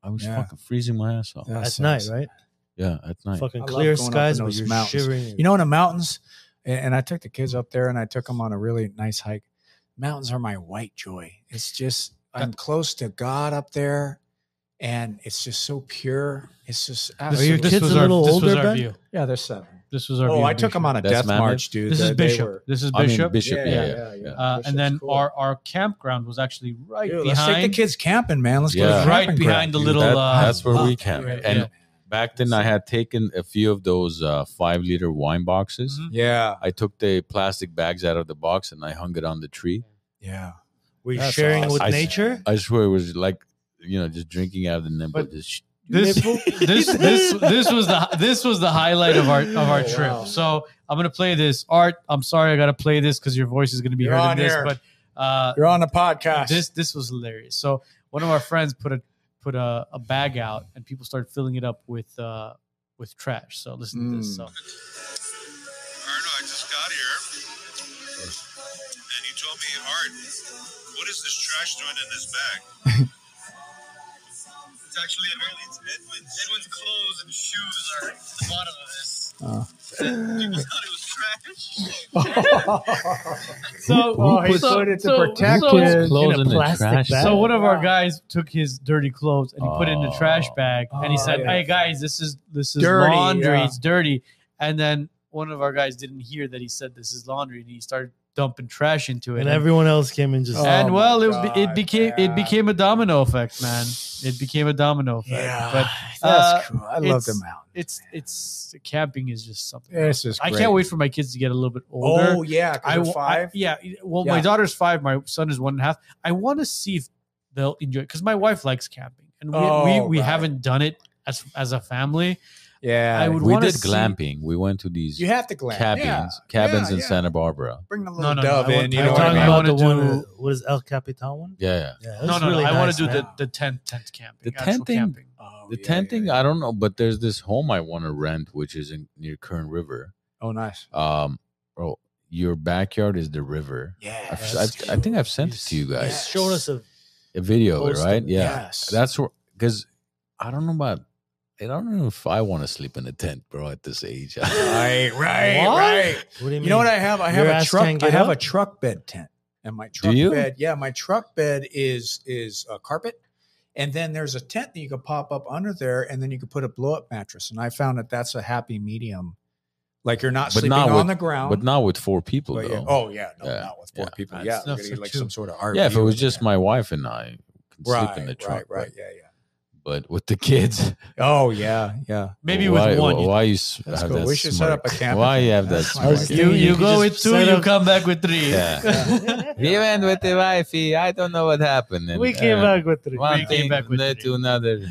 S2: I was
S3: Yeah.
S2: fucking freezing my ass off. Yeah,
S3: That
S4: At
S3: sucks.
S4: night, right?
S2: at night.
S4: Fucking
S3: I love
S4: clear
S3: going up
S4: skies,
S3: in
S4: but
S3: those
S4: you're
S3: mountains.
S4: shivering.
S3: You know, in the mountains, and, and I took the kids up there, and I took them on a really nice hike.
S9: mountains are my white joy. It's just I'm close to God up there, and it's just so pure. It's just ah.
S1: This-
S4: your
S1: this
S9: absolutely.
S4: kids
S1: was
S4: a
S1: our-
S4: little
S1: this was
S4: older,
S1: our
S4: Ben?
S1: view.
S9: yeah, there's seven.
S1: This was our view
S9: Oh, I
S1: of
S9: took
S1: Bishop.
S9: him on a
S2: That's
S9: death
S2: Mammoth?
S9: march, dude.
S1: This is
S9: They- they
S1: Bishop.
S9: were-
S1: This is
S2: I mean,
S1: Bishop.
S2: Bishop,
S9: Yeah,
S2: yeah. yeah,
S9: yeah, yeah.
S1: uh,
S9: Bishop's
S1: and then
S9: cool.
S1: our our campground was actually right
S9: Dude,
S1: behind.
S9: let's take the kids camping, man. Let's
S2: Yeah.
S9: go to
S1: Right
S9: camping
S1: behind
S9: ground,
S1: the
S9: dude.
S1: little,
S2: That-
S1: uh,
S2: that's where we
S9: fuck,
S2: can.
S9: right,
S2: And
S1: yeah.
S2: back then, I had taken a few of those uh, five liter wine boxes.
S9: Mm-hmm.
S1: Mhm.
S9: Yeah,
S2: I took the plastic bags out of the box and I hung it on the tree.
S9: yeah.
S4: Were you
S9: That's
S4: sharing
S9: awesome.
S4: with
S2: I-
S4: nature?
S2: I swear it was like, you know, just drinking out of the nimble.
S1: But
S2: Just sh-
S1: this this this this was the this was the highlight of our of our
S9: Oh,
S1: trip.
S9: wow.
S1: So I'm gonna play this. Art, I'm sorry I gotta play this because your voice is gonna be
S9: You're
S1: heard
S9: on
S1: in this,
S9: air.
S1: but uh,
S9: You're on the podcast.
S1: this this was hilarious. So one of our friends put a put a, a bag out and people started filling it up with uh, with trash. So listen to this.
S9: Mm.
S1: So
S10: Arno, I just got here. And you told me, Art, what is this trash doing in this bag? it's actually apparently it's Edwin's. Edwin's clothes and shoes are at the bottom of this. People thought it was trash.
S1: so
S9: Oh, he
S1: so-
S9: put it to
S1: so-
S9: protect
S1: so-
S9: his-
S2: clothes
S4: in a
S2: in the
S4: plastic
S2: trash.
S4: bag?
S1: So one of our guys took his dirty clothes and he put it in a
S2: Oh.
S1: trash bag and he
S9: Oh,
S1: said,
S9: yeah.
S1: "Hey guys, this is this is
S9: Dirty,
S1: laundry.
S9: yeah.
S1: It's dirty." And then one of our guys didn't hear that he said this is laundry and he started dumping trash into it.
S4: And everyone else came and just
S9: Oh.
S1: and well,
S9: my
S1: it, was- it
S9: God,
S1: became
S9: man.
S1: it became a domino effect, man. It became a domino effect.
S9: yeah,
S1: But
S9: that's
S1: uh,
S9: cool. I love the
S1: it's-
S9: mountain.
S1: it's it's camping is just something.
S9: This is.
S1: I
S9: great.
S1: can't wait for my kids to get a little bit older.
S9: Oh yeah, 'cause
S1: I,
S9: they're
S1: w- I-
S9: five.
S1: yeah. e, Well, my
S9: Yeah.
S1: daughter's five. My son is one and a half. I want to see if they'll enjoy it because my wife likes camping, and we
S9: Oh,
S1: we, we
S9: right.
S1: haven't done it as as a family.
S9: yeah,
S1: I would
S2: we
S1: want
S2: did
S1: to
S2: glamping. We went to these
S9: You have to glam.
S2: cabins,
S9: Yeah,
S2: cabins
S9: yeah,
S2: in
S9: yeah.
S2: Santa Barbara.
S9: Bring the
S1: No,
S9: little
S1: no, no,
S9: dove
S1: I
S9: in.
S1: want-
S9: You
S1: I
S9: know
S4: You're
S9: what
S4: talking
S1: mean?
S9: I
S1: I
S4: about
S1: wanna
S4: the one,
S1: do-
S4: with- what is El Capitan one?
S2: Yeah, yeah.
S4: Yeah,
S1: No, no, no. I want to do the the tent tent camping.
S2: The
S1: actual
S2: tenting?
S1: camping.
S9: Oh,
S2: The
S9: yeah,
S2: tenting,
S9: yeah, yeah.
S2: I don't know, but there's this home I want to rent, which is in near Kern River.
S9: Oh, nice.
S2: Um, bro, your backyard is the river.
S9: Yeah.
S2: I've,
S9: that's
S2: I've, I
S9: cool.
S2: think I've sent it to you
S4: He's
S2: guys.
S4: showing us a
S2: A video of it,
S4: Post
S2: right?
S4: it.
S2: Yeah.
S9: Yes.
S2: That's where, because I don't know about, I don't know if I want to sleep in a tent, bro, at this age.
S9: right, right,
S1: What?
S9: right.
S4: What do you,
S9: You
S4: mean?
S9: know what I have? I have
S4: Your
S9: a
S4: ass can't
S9: truck. I
S4: get
S9: have
S4: up?
S9: a truck bed tent, and my truck
S2: you?
S9: bed. Yeah, my truck bed is is a carpet, and then there's a tent that you could pop up under there, and then you could put a blow up mattress. And I found that that's a happy medium. Like you're not
S2: But
S9: sleeping
S2: not
S9: on
S2: with-
S9: the ground,
S2: but not with four people,
S9: But
S2: though.
S9: yeah. Oh yeah, no,
S2: Yeah.
S9: not with four
S2: uh, Yeah.
S9: people.
S1: That's
S9: Yeah, we're
S1: enough
S9: gonna
S1: for
S9: get like
S1: two.
S9: some sort of RV.
S2: yeah, if it was
S9: over
S2: just
S9: there.
S2: my wife and I, can
S9: right,
S2: sleep in the truck.
S9: right, right,
S2: but-
S9: yeah, yeah.
S2: But with the kids,
S9: Oh yeah, yeah.
S1: Maybe
S2: why,
S1: with one.
S2: Why,
S1: you-
S2: you s-
S9: That's
S2: have
S9: cool.
S2: that
S9: We should set
S2: smirk?
S9: up a camp.
S2: Why you have that
S9: That's what I was
S2: smirk?
S1: you,
S4: Yeah,
S1: you
S4: you
S1: go
S4: just
S1: with two,
S4: set
S1: you
S4: up-
S1: come back with three.
S2: Yeah. We went with the wifey. I don't know what happened. And,
S4: we came
S2: uh,
S4: back with three,
S2: One
S1: We came
S2: thing
S1: back with
S2: led
S1: three.
S2: to another.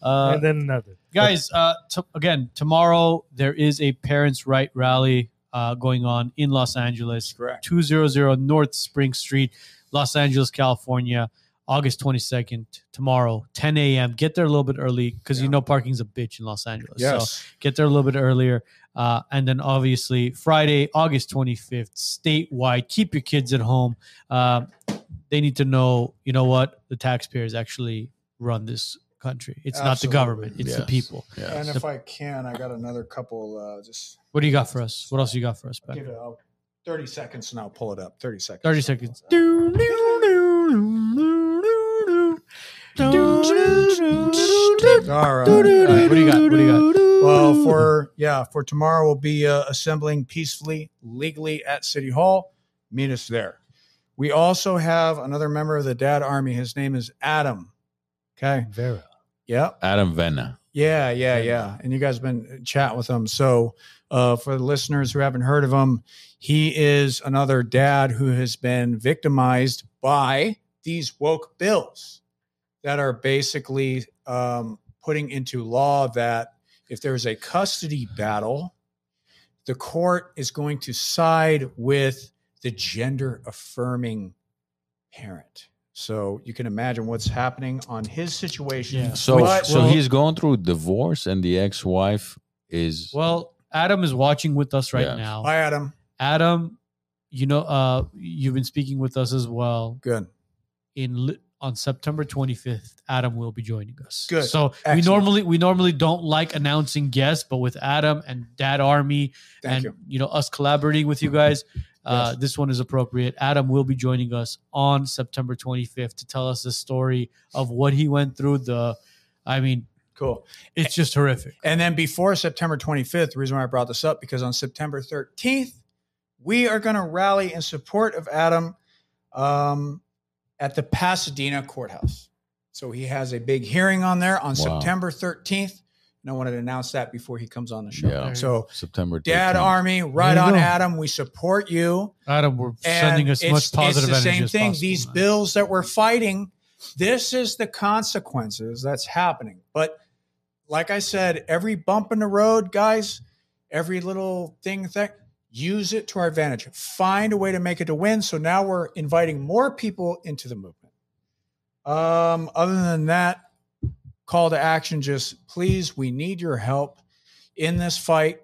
S1: Uh,
S4: and then another.
S1: guys uh, t- again tomorrow there is a parents right rally uh, going on in los angeles
S9: correct.
S1: 200 north spring street los angeles california august 22nd tomorrow 10 a.m get there a little bit early because you
S9: Yeah.
S1: know parking's a bitch in los angeles so
S9: Yes.
S1: get there a little bit earlier uh, and then obviously friday august 25th statewide keep your kids at home uh, they need to know you know what the taxpayers actually run this country it's not the
S9: Absolutely.
S1: government it's the
S2: Yes.
S1: people
S2: Yeah.
S9: and if I can, I got another couple. Uh, just
S1: What do you got for us? What else you got for us,
S9: give
S1: Ben?
S9: it out. Thirty seconds, and I'll pull it up. Thirty seconds.
S1: 30 seconds.
S9: All right. All right.
S1: What do you got? What do you got?
S9: Well, for yeah, for tomorrow we'll be uh, assembling peacefully, legally at City Hall. Meet us there. We also have another member of the Dad Army. His name is Adam. Okay.
S4: Vera.
S9: Yep.
S2: Adam Venna.
S9: Yeah, yeah, yeah. And you guys have been uh, chatting with him. So, uh, for the listeners who haven't heard of him, he is another dad who has been victimized by these woke bills that are basically um, putting into law that if there's a custody battle, the court is going to side with the gender affirming parent. So you can imagine what's happening on his situation.
S1: Yeah.
S2: So,
S9: But-
S2: so
S1: well-
S2: he's going through divorce, and the ex-wife is
S1: Well, Adam is watching with us right
S2: Yeah.
S1: now.
S9: Hi, Adam.
S1: Adam, you know, uh, you've been speaking with us as well.
S9: Good.
S1: In li- on September 25th, Adam will be joining us.
S9: Good.
S1: So we
S9: Excellent.
S1: normally we normally don't like announcing guests, but with Adam and Dad Army
S9: Thank
S1: and
S9: you. Mm-hmm.
S1: know us collaborating with you guys, Uh, This one is appropriate. Adam will be joining us on September 25th to tell us the story of what he went through. The, I mean,
S9: Cool.
S1: it's just horrific.
S9: And then before September 25th, the reason why I brought this up because on September 13th, we are going to rally in support of Adam um, at the Pasadena courthouse. So he has a big hearing on there on
S2: Wow.
S9: September 13th, and I wanted to announce that before he comes on the show.
S2: Yeah.
S9: So,
S2: September.
S9: Dad
S2: 13th.
S9: Army, right
S1: There you
S9: on
S1: go.
S9: Adam. We support you.
S1: Adam, we're
S9: And
S1: sending as
S9: it's,
S1: much positive
S9: it's the
S1: energy
S9: same
S1: as
S9: thing.
S1: possible,
S9: These
S1: man.
S9: bills that we're fighting, this is the consequences that's happening. But like I said, every bump in the road, guys, every little thing that use it to our advantage. Find a way to make it a win. So now we're inviting more people into the movement. Um, other than that, call to action just please, we need your help in this fight.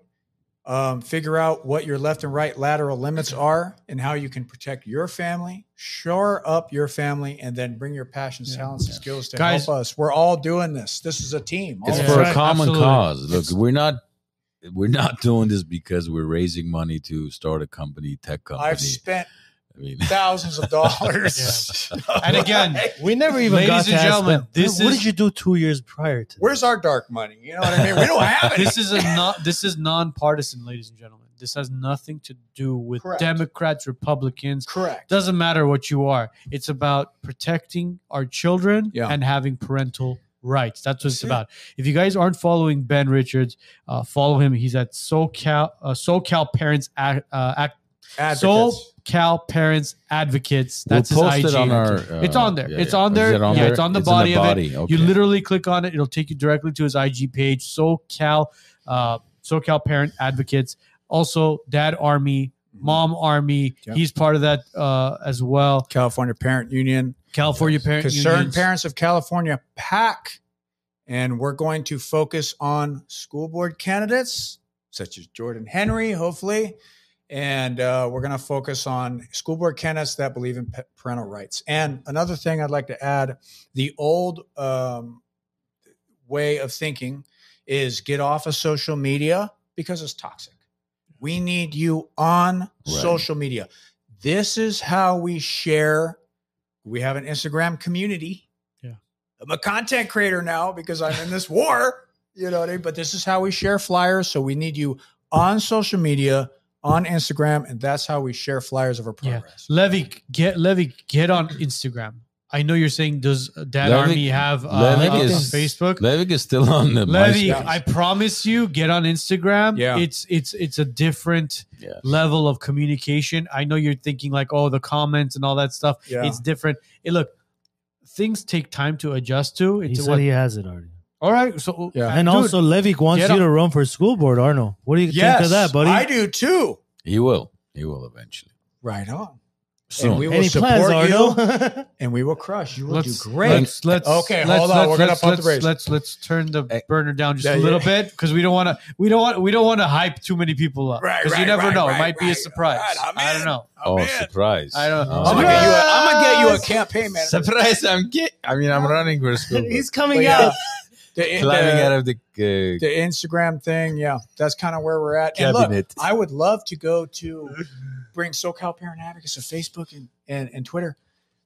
S9: Um, figure out what your left and right lateral limits are and how you can protect your family, shore up your family, and then bring your passions, talents, and skills to
S1: Guys-
S9: help us. We're all doing this. This is a team.
S2: It's
S1: Yeah.
S9: All of
S2: for
S1: That's
S9: us.
S2: a
S1: right,
S2: common
S1: absolutely.
S2: cause. Look, we're not we're not doing this because we're raising money to start a company, tech company.
S9: I've spent
S2: I mean,
S9: thousands of dollars.
S1: And again,
S4: We never even
S1: Ladies
S4: got
S1: and
S4: to ask
S1: gentlemen,
S4: them,
S1: this
S4: what
S1: is-
S4: did you do two years prior to?
S9: Where's
S4: this?
S9: our dark money? You know what I mean? We don't have any.
S1: this is a not this is nonpartisan, ladies and gentlemen. This has nothing to do with
S9: Correct.
S1: Democrats, Republicans.
S9: Correct.
S1: Doesn't matter what you are. It's about protecting our children
S9: Yeah.
S1: and having parental rights. That's what it's about. If you guys aren't following Ben Richards, uh, follow him. He's at SoCal uh, SoCal Parents Act, uh, Act
S9: Advocates.
S1: SoCal Parents Advocates. That's
S2: we'll post
S1: his IG.
S2: it on our.
S1: It's
S2: uh,
S1: on there.
S2: yeah,
S1: It's
S2: yeah.
S1: on
S2: Is
S1: there.
S2: it on
S1: yeah,
S2: there?
S1: it's on the
S2: in
S1: body, of it.
S2: Okay.
S1: You literally click on it; it'll take you directly to his IG page, SoCal, uh, SoCal Parent Advocates. Also, Dad Army,
S2: Mm-hmm.
S1: Mom Army.
S9: Yeah.
S1: He's part of that uh, as well.
S9: California Parent Union,
S1: California Parent
S9: Concerned
S1: Unions.
S9: Parents of California, PAC. And we're going to focus on school board candidates such as Jordan Henry, hopefully. And uh, we're going to focus on school board candidates that believe in pa- parental rights. And another thing I'd like to add the old um, way of thinking is get off of social media because it's toxic. We need you on social media. This is how we share. We have an Instagram community.
S1: Yeah.
S9: I'm a content creator now because I'm in this war. You know what I mean? But this is how we share flyers. So we need you on social media, on Instagram, and that's how we share flyers of our
S1: Yeah.
S9: progress.
S1: Levy, get Levy, get on Instagram. I know you're saying does Dad
S2: Levy-
S1: Army have uh,
S2: Levy
S1: uh,
S2: is-
S1: Facebook?
S2: Levick is still on the.
S1: Levy,
S2: MySpace.
S1: I promise you, get on Instagram.
S9: Yeah.
S1: It's it's it's a different
S2: Yeah.
S1: level of communication. I know you're thinking like, oh, the comments and all that stuff.
S9: Yeah.
S1: It's different. It, look, things take time to adjust to.
S4: He
S1: It's
S4: said
S1: what,
S4: he has it already.
S1: all right. So uh,
S9: Yeah.
S4: And
S1: Dude,
S4: also, Levick wants
S1: get
S4: you
S1: on-
S4: to run for school board, Arno. What do you think of that, buddy?
S9: I do too.
S2: He will. He will eventually.
S9: Right on.
S2: Soon.
S9: And we will
S4: Any
S9: support
S4: plans,
S9: you,
S4: Arno?
S9: and we will crush. You will
S1: let's
S9: do great.
S1: Let's, let's
S9: Okay,
S1: Let's,
S9: hold on.
S1: let's-
S9: We're gonna
S1: let's-
S9: pump the
S1: let's-
S9: brakes.
S1: Let's let's turn the
S2: Hey.
S1: burner down just
S9: Yeah,
S1: a little
S9: yeah.
S1: bit because we don't want to. We don't want. We don't want to hype too many people up
S9: Right,
S1: because you
S9: right,
S1: never
S9: right,
S1: know.
S9: right,
S1: it might be a
S9: right.
S1: surprise.
S9: All right, I'm
S1: I
S9: in.
S1: don't know.
S2: oh,
S9: man.
S2: surprise!
S1: I don't-
S2: Oh.
S9: I'm gonna get you. A, I'm gonna get you a campaign manager.
S2: Surprise! I'm get. I mean, I'm running for school.
S4: He's
S9: But
S4: coming
S9: yeah,
S4: out.
S9: the,
S2: bus.
S9: the-
S2: climbing out of the. Uh,
S9: the Instagram thing. Yeah, that's kind of where we're at. And look,
S2: Cabinet.
S9: I would love to go to bring SoCal Parent Advocates to Facebook and, and, and Twitter.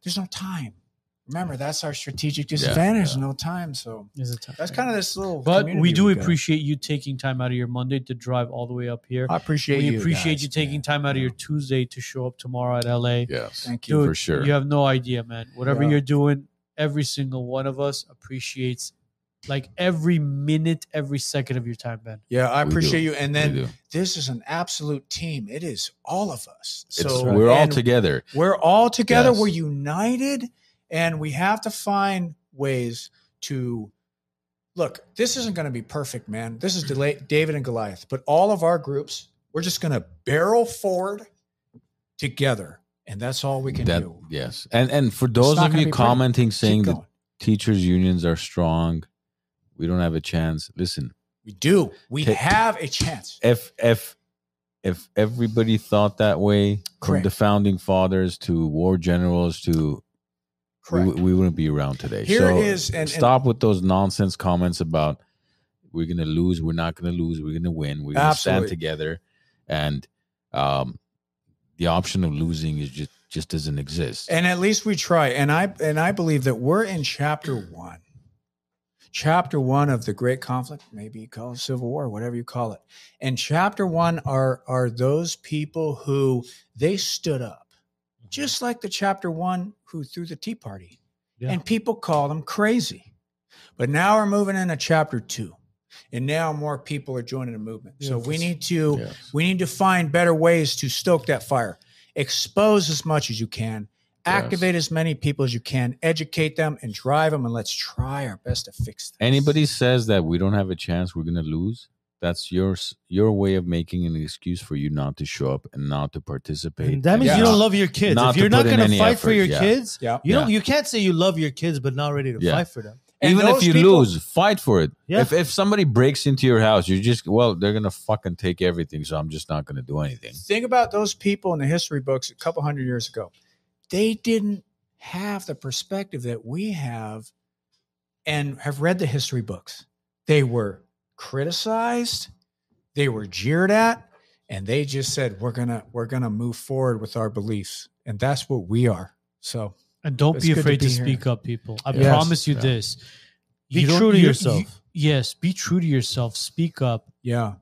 S9: There's no time. Remember, that's our strategic disadvantage. No time. So
S1: Is it time?
S9: that's kind of this little.
S1: But
S9: community
S1: we do
S9: got.
S1: appreciate you taking time out of your Monday to drive all the way up here.
S9: I appreciate
S1: we
S9: you.
S1: appreciate
S9: guys,
S1: you taking
S9: man.
S1: time out of your Tuesday to show up tomorrow at LA.
S2: yes.
S9: Thank you.
S1: Dude,
S2: for sure.
S1: You have no idea, man. Whatever
S9: Yeah.
S1: you're doing, every single one of us appreciates like every minute, every second of your time, Ben.
S9: Yeah, I
S2: We do.
S9: appreciate you. And
S2: We
S9: then
S2: do.
S9: this is an absolute team. It is all of us.
S2: It's-
S9: So
S2: we're all
S9: and
S2: together.
S9: We're all together.
S2: Yes.
S9: We're united, and we have to find ways to look. This isn't going to be perfect, man. This is delay, David and Goliath, but all of our groups, we're just going to barrel forward together, and that's all we can
S2: That-
S9: do.
S2: yes, and and for those
S9: not
S2: of
S9: gonna
S2: you
S9: be pretty.
S2: commenting
S9: Keep
S2: saying that
S9: going.
S2: teachers unions are strong, we don't have a chance. Listen,
S9: we do. We
S2: Ta-
S9: have a chance.
S2: if if if everybody thought that way from
S9: Correct.
S2: the founding fathers to war generals to we,
S9: Correct.
S2: we wouldn't be around today.
S9: Here
S2: so
S9: is- and- and-
S2: stop with those nonsense comments about we're gonna lose, we're not gonna lose, we're gonna win, we're gonna stand
S9: Absolutely.
S2: together, and um, the option of losing is just just doesn't exist.
S3: And at least we try. And I and I believe that we're in chapter
S2: Mm.
S3: one. Chapter one of the Great Conflict, maybe you call it Civil War, whatever you call it. And chapter one are are those people who they stood up,
S2: Mm-hmm.
S3: just like the chapter one who threw the Tea Party.
S4: Yeah.
S3: And people call them crazy. But now we're moving into chapter two. And now more people are joining the movement. so we need to
S2: Yes.
S3: we need to find better ways to stoke that fire. Expose as much as you can, activate as many people as you can, educate them and drive them, and let's try our best to fix this.
S2: Anybody says that we don't have a chance, we're gonna lose. That's your s- your way of making an excuse for you not to show up and not to participate.
S4: And that
S2: and
S4: means you
S2: not-
S4: don't love your kids.
S2: Not
S4: if you're
S2: to
S4: not
S2: put in
S4: going to
S2: any
S4: fight for
S2: effort,
S4: your
S2: yeah.
S4: kids,
S3: Yeah.
S4: you don't.
S2: Yeah.
S4: You can't say you love your kids but not ready to
S2: Yeah.
S4: fight for them.
S3: And
S2: even if
S3: those
S2: you
S3: people-
S2: lose, fight for it.
S4: Yeah.
S2: If if somebody breaks into your house, you just well, they're gonna fucking take everything. So I'm just not gonna do anything.
S3: Think about those people in the history books a couple hundred years ago. They didn't have the perspective that we have and have read the history books. They were criticized, they were jeered at, and they just said, We're gonna, we're gonna move forward with our beliefs. And that's what we are. So
S1: And don't
S3: It's
S1: be
S3: good to
S1: afraid to,
S3: be here.
S1: speak up, people. I
S3: Yes.
S1: promise you
S2: Yeah.
S1: this.
S4: Be
S1: You don't-
S4: true to
S1: you- you-
S4: yourself.
S1: yes, be true to yourself. Speak up.
S3: yeah.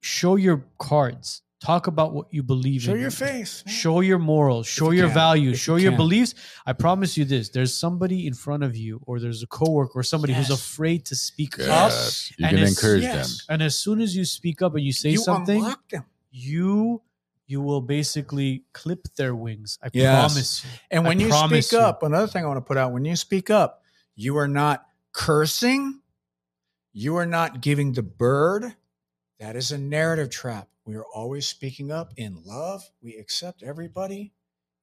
S1: Show your cards. Talk about what you believe
S3: Show
S1: in.
S3: your face. man.
S1: Show your morals. Show
S3: you
S1: your
S3: can.
S1: values.
S3: If
S1: show
S3: you
S1: your
S3: can.
S1: beliefs. I promise you this. There's somebody in front of you, or there's a coworker or somebody who's
S3: Yes.
S1: afraid to speak up.
S3: Us,
S2: You're
S1: and
S2: gonna
S1: it's-
S2: encourage
S3: yes.
S2: them.
S1: And as soon as you speak up and you say
S3: you
S1: something,
S3: unlock them.
S1: you you will basically clip their wings. I
S3: Yes.
S1: promise you.
S3: And
S1: I
S3: when you
S1: promise
S3: speak
S1: you.
S3: up, another thing I want to put out when you speak up, you are not cursing, you are not giving the bird. That is a narrative trap. We are always speaking up in love. We accept everybody.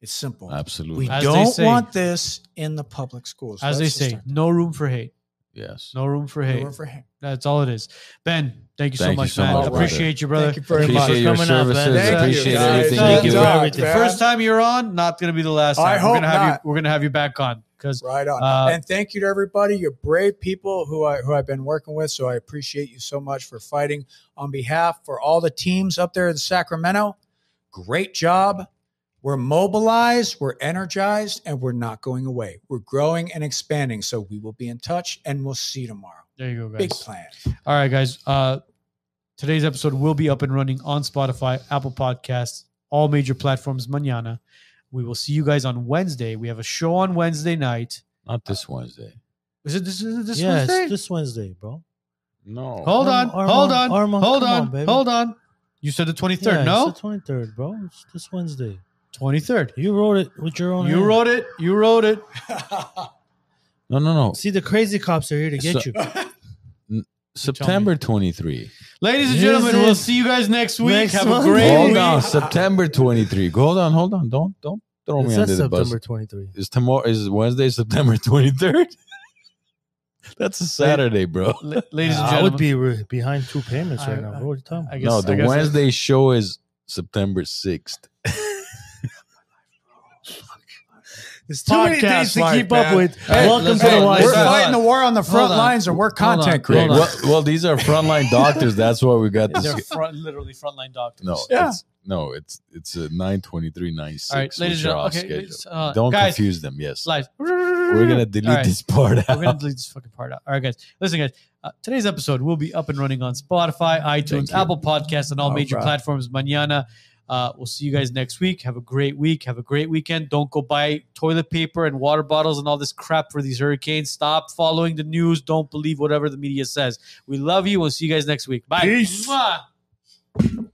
S3: It's simple.
S2: Absolutely.
S3: We
S1: As they
S3: don't
S1: say-
S3: want this in the public schools.
S1: As they
S3: Let's just
S1: say,
S3: start there.
S1: no room for hate.
S2: yes.
S1: No room for
S3: No
S1: hate.
S3: room for hate.
S1: That's all it is. Ben, thank you so
S2: Thank you
S1: much,
S2: so
S1: man.
S2: much, brother.
S1: Appreciate you, brother.
S3: Thank you very
S2: Appreciate
S3: much.
S4: Thanks for
S2: your
S4: coming out,
S2: services.
S4: man.
S3: Thank
S2: appreciate
S3: you, guys.
S2: everything
S3: Thank
S2: you
S3: you.
S2: do.
S4: Everything.
S3: man.
S1: First time you're on, not gonna be the last time.
S3: I
S1: we're
S3: hope
S1: gonna have
S3: not.
S1: you we're gonna have you back on because
S3: Right on.
S1: Uh,
S3: and thank you to everybody, you brave people who I who I've been working with. So I appreciate you so much for fighting on behalf for all the teams up there in Sacramento. Great job. We're mobilized, we're energized, and we're not going away. We're growing and expanding. So we will be in touch and we'll see you tomorrow.
S1: there you go, guys.
S3: Big plan.
S1: All right, guys. Uh, today's episode will be up and running on Spotify, Apple Podcasts, all major platforms mañana. We will see you guys on Wednesday. We have a show on Wednesday night.
S2: Not this Wednesday.
S1: Is it this, is it this
S4: yeah, it's
S1: Wednesday?
S4: this Wednesday, bro.
S2: No.
S1: hold on,
S4: Armand-
S1: hold on,
S4: Armand- Armand,
S1: hold
S4: come on,
S1: on,
S4: baby.
S1: hold on. You said the 23rd,
S4: Yeah,
S1: no?
S4: it's the twenty third, bro. It's this Wednesday.
S1: 23rd.
S4: You wrote it with your own.
S1: You
S4: hand.
S1: wrote it. You wrote it.
S2: No, no, no.
S4: See, the crazy cops are here to get
S2: So-
S4: you.
S2: September 23.
S1: Ladies and
S4: Is
S1: gentlemen, we'll
S4: it?
S1: see you guys next week.
S4: Next
S1: have
S4: month?
S1: a great
S2: Hold
S1: week.
S2: on. September 23. Hold on. Hold on. Don't don't throw
S4: It
S2: me
S4: says
S2: under the bus.
S4: September twenty three.
S2: Is tomorrow is Wednesday, September 23rd? That's a Saturday, bro.
S1: La- Ladies and
S4: I
S1: gentlemen,
S4: would be re- behind two payments
S1: I-
S4: right now, bro. What are you talking
S1: I
S4: about?
S1: guess,
S2: no,
S1: I
S2: the
S1: guess
S2: Wednesday show is September 6th.
S4: It's too many
S3: Podcast
S4: things to
S3: life,
S4: keep up
S3: man.
S4: with.
S1: Hey,
S4: Welcome
S1: let's-
S4: to
S1: hey,
S4: the
S1: Why
S3: we're
S1: is
S4: Wild.
S1: that?
S3: fighting the war on the front
S1: Hold on.
S3: lines and we're
S1: Hold on.
S3: content
S2: Great.
S3: creators.
S2: Well, well, these are frontline doctors. That's why we got this.
S1: they're front, literally frontline doctors.
S2: No,
S3: Yeah.
S2: it's, no, it's it's a nine twenty three ninety six.
S1: All right, ladies and gentlemen. Okay, let's, uh,
S2: Don't
S1: guys,
S2: confuse them. Yes,
S1: Slides.
S2: we're gonna delete
S1: All right.
S2: this part out.
S1: We're gonna delete this fucking part out. All right, guys. Listen, guys. Uh, today's episode will be up and running on Spotify, iTunes,
S2: you.
S1: Apple Podcasts, and all
S3: No
S1: major
S3: problem.
S1: platforms. Mañana. Uh, we'll see you guys next week. Have a great week. Have a great weekend. Don't go buy toilet paper and water bottles and all this crap for these hurricanes. Stop following the news. Don't believe whatever the media says. We love you. We'll see you guys next week. Bye. Mwah.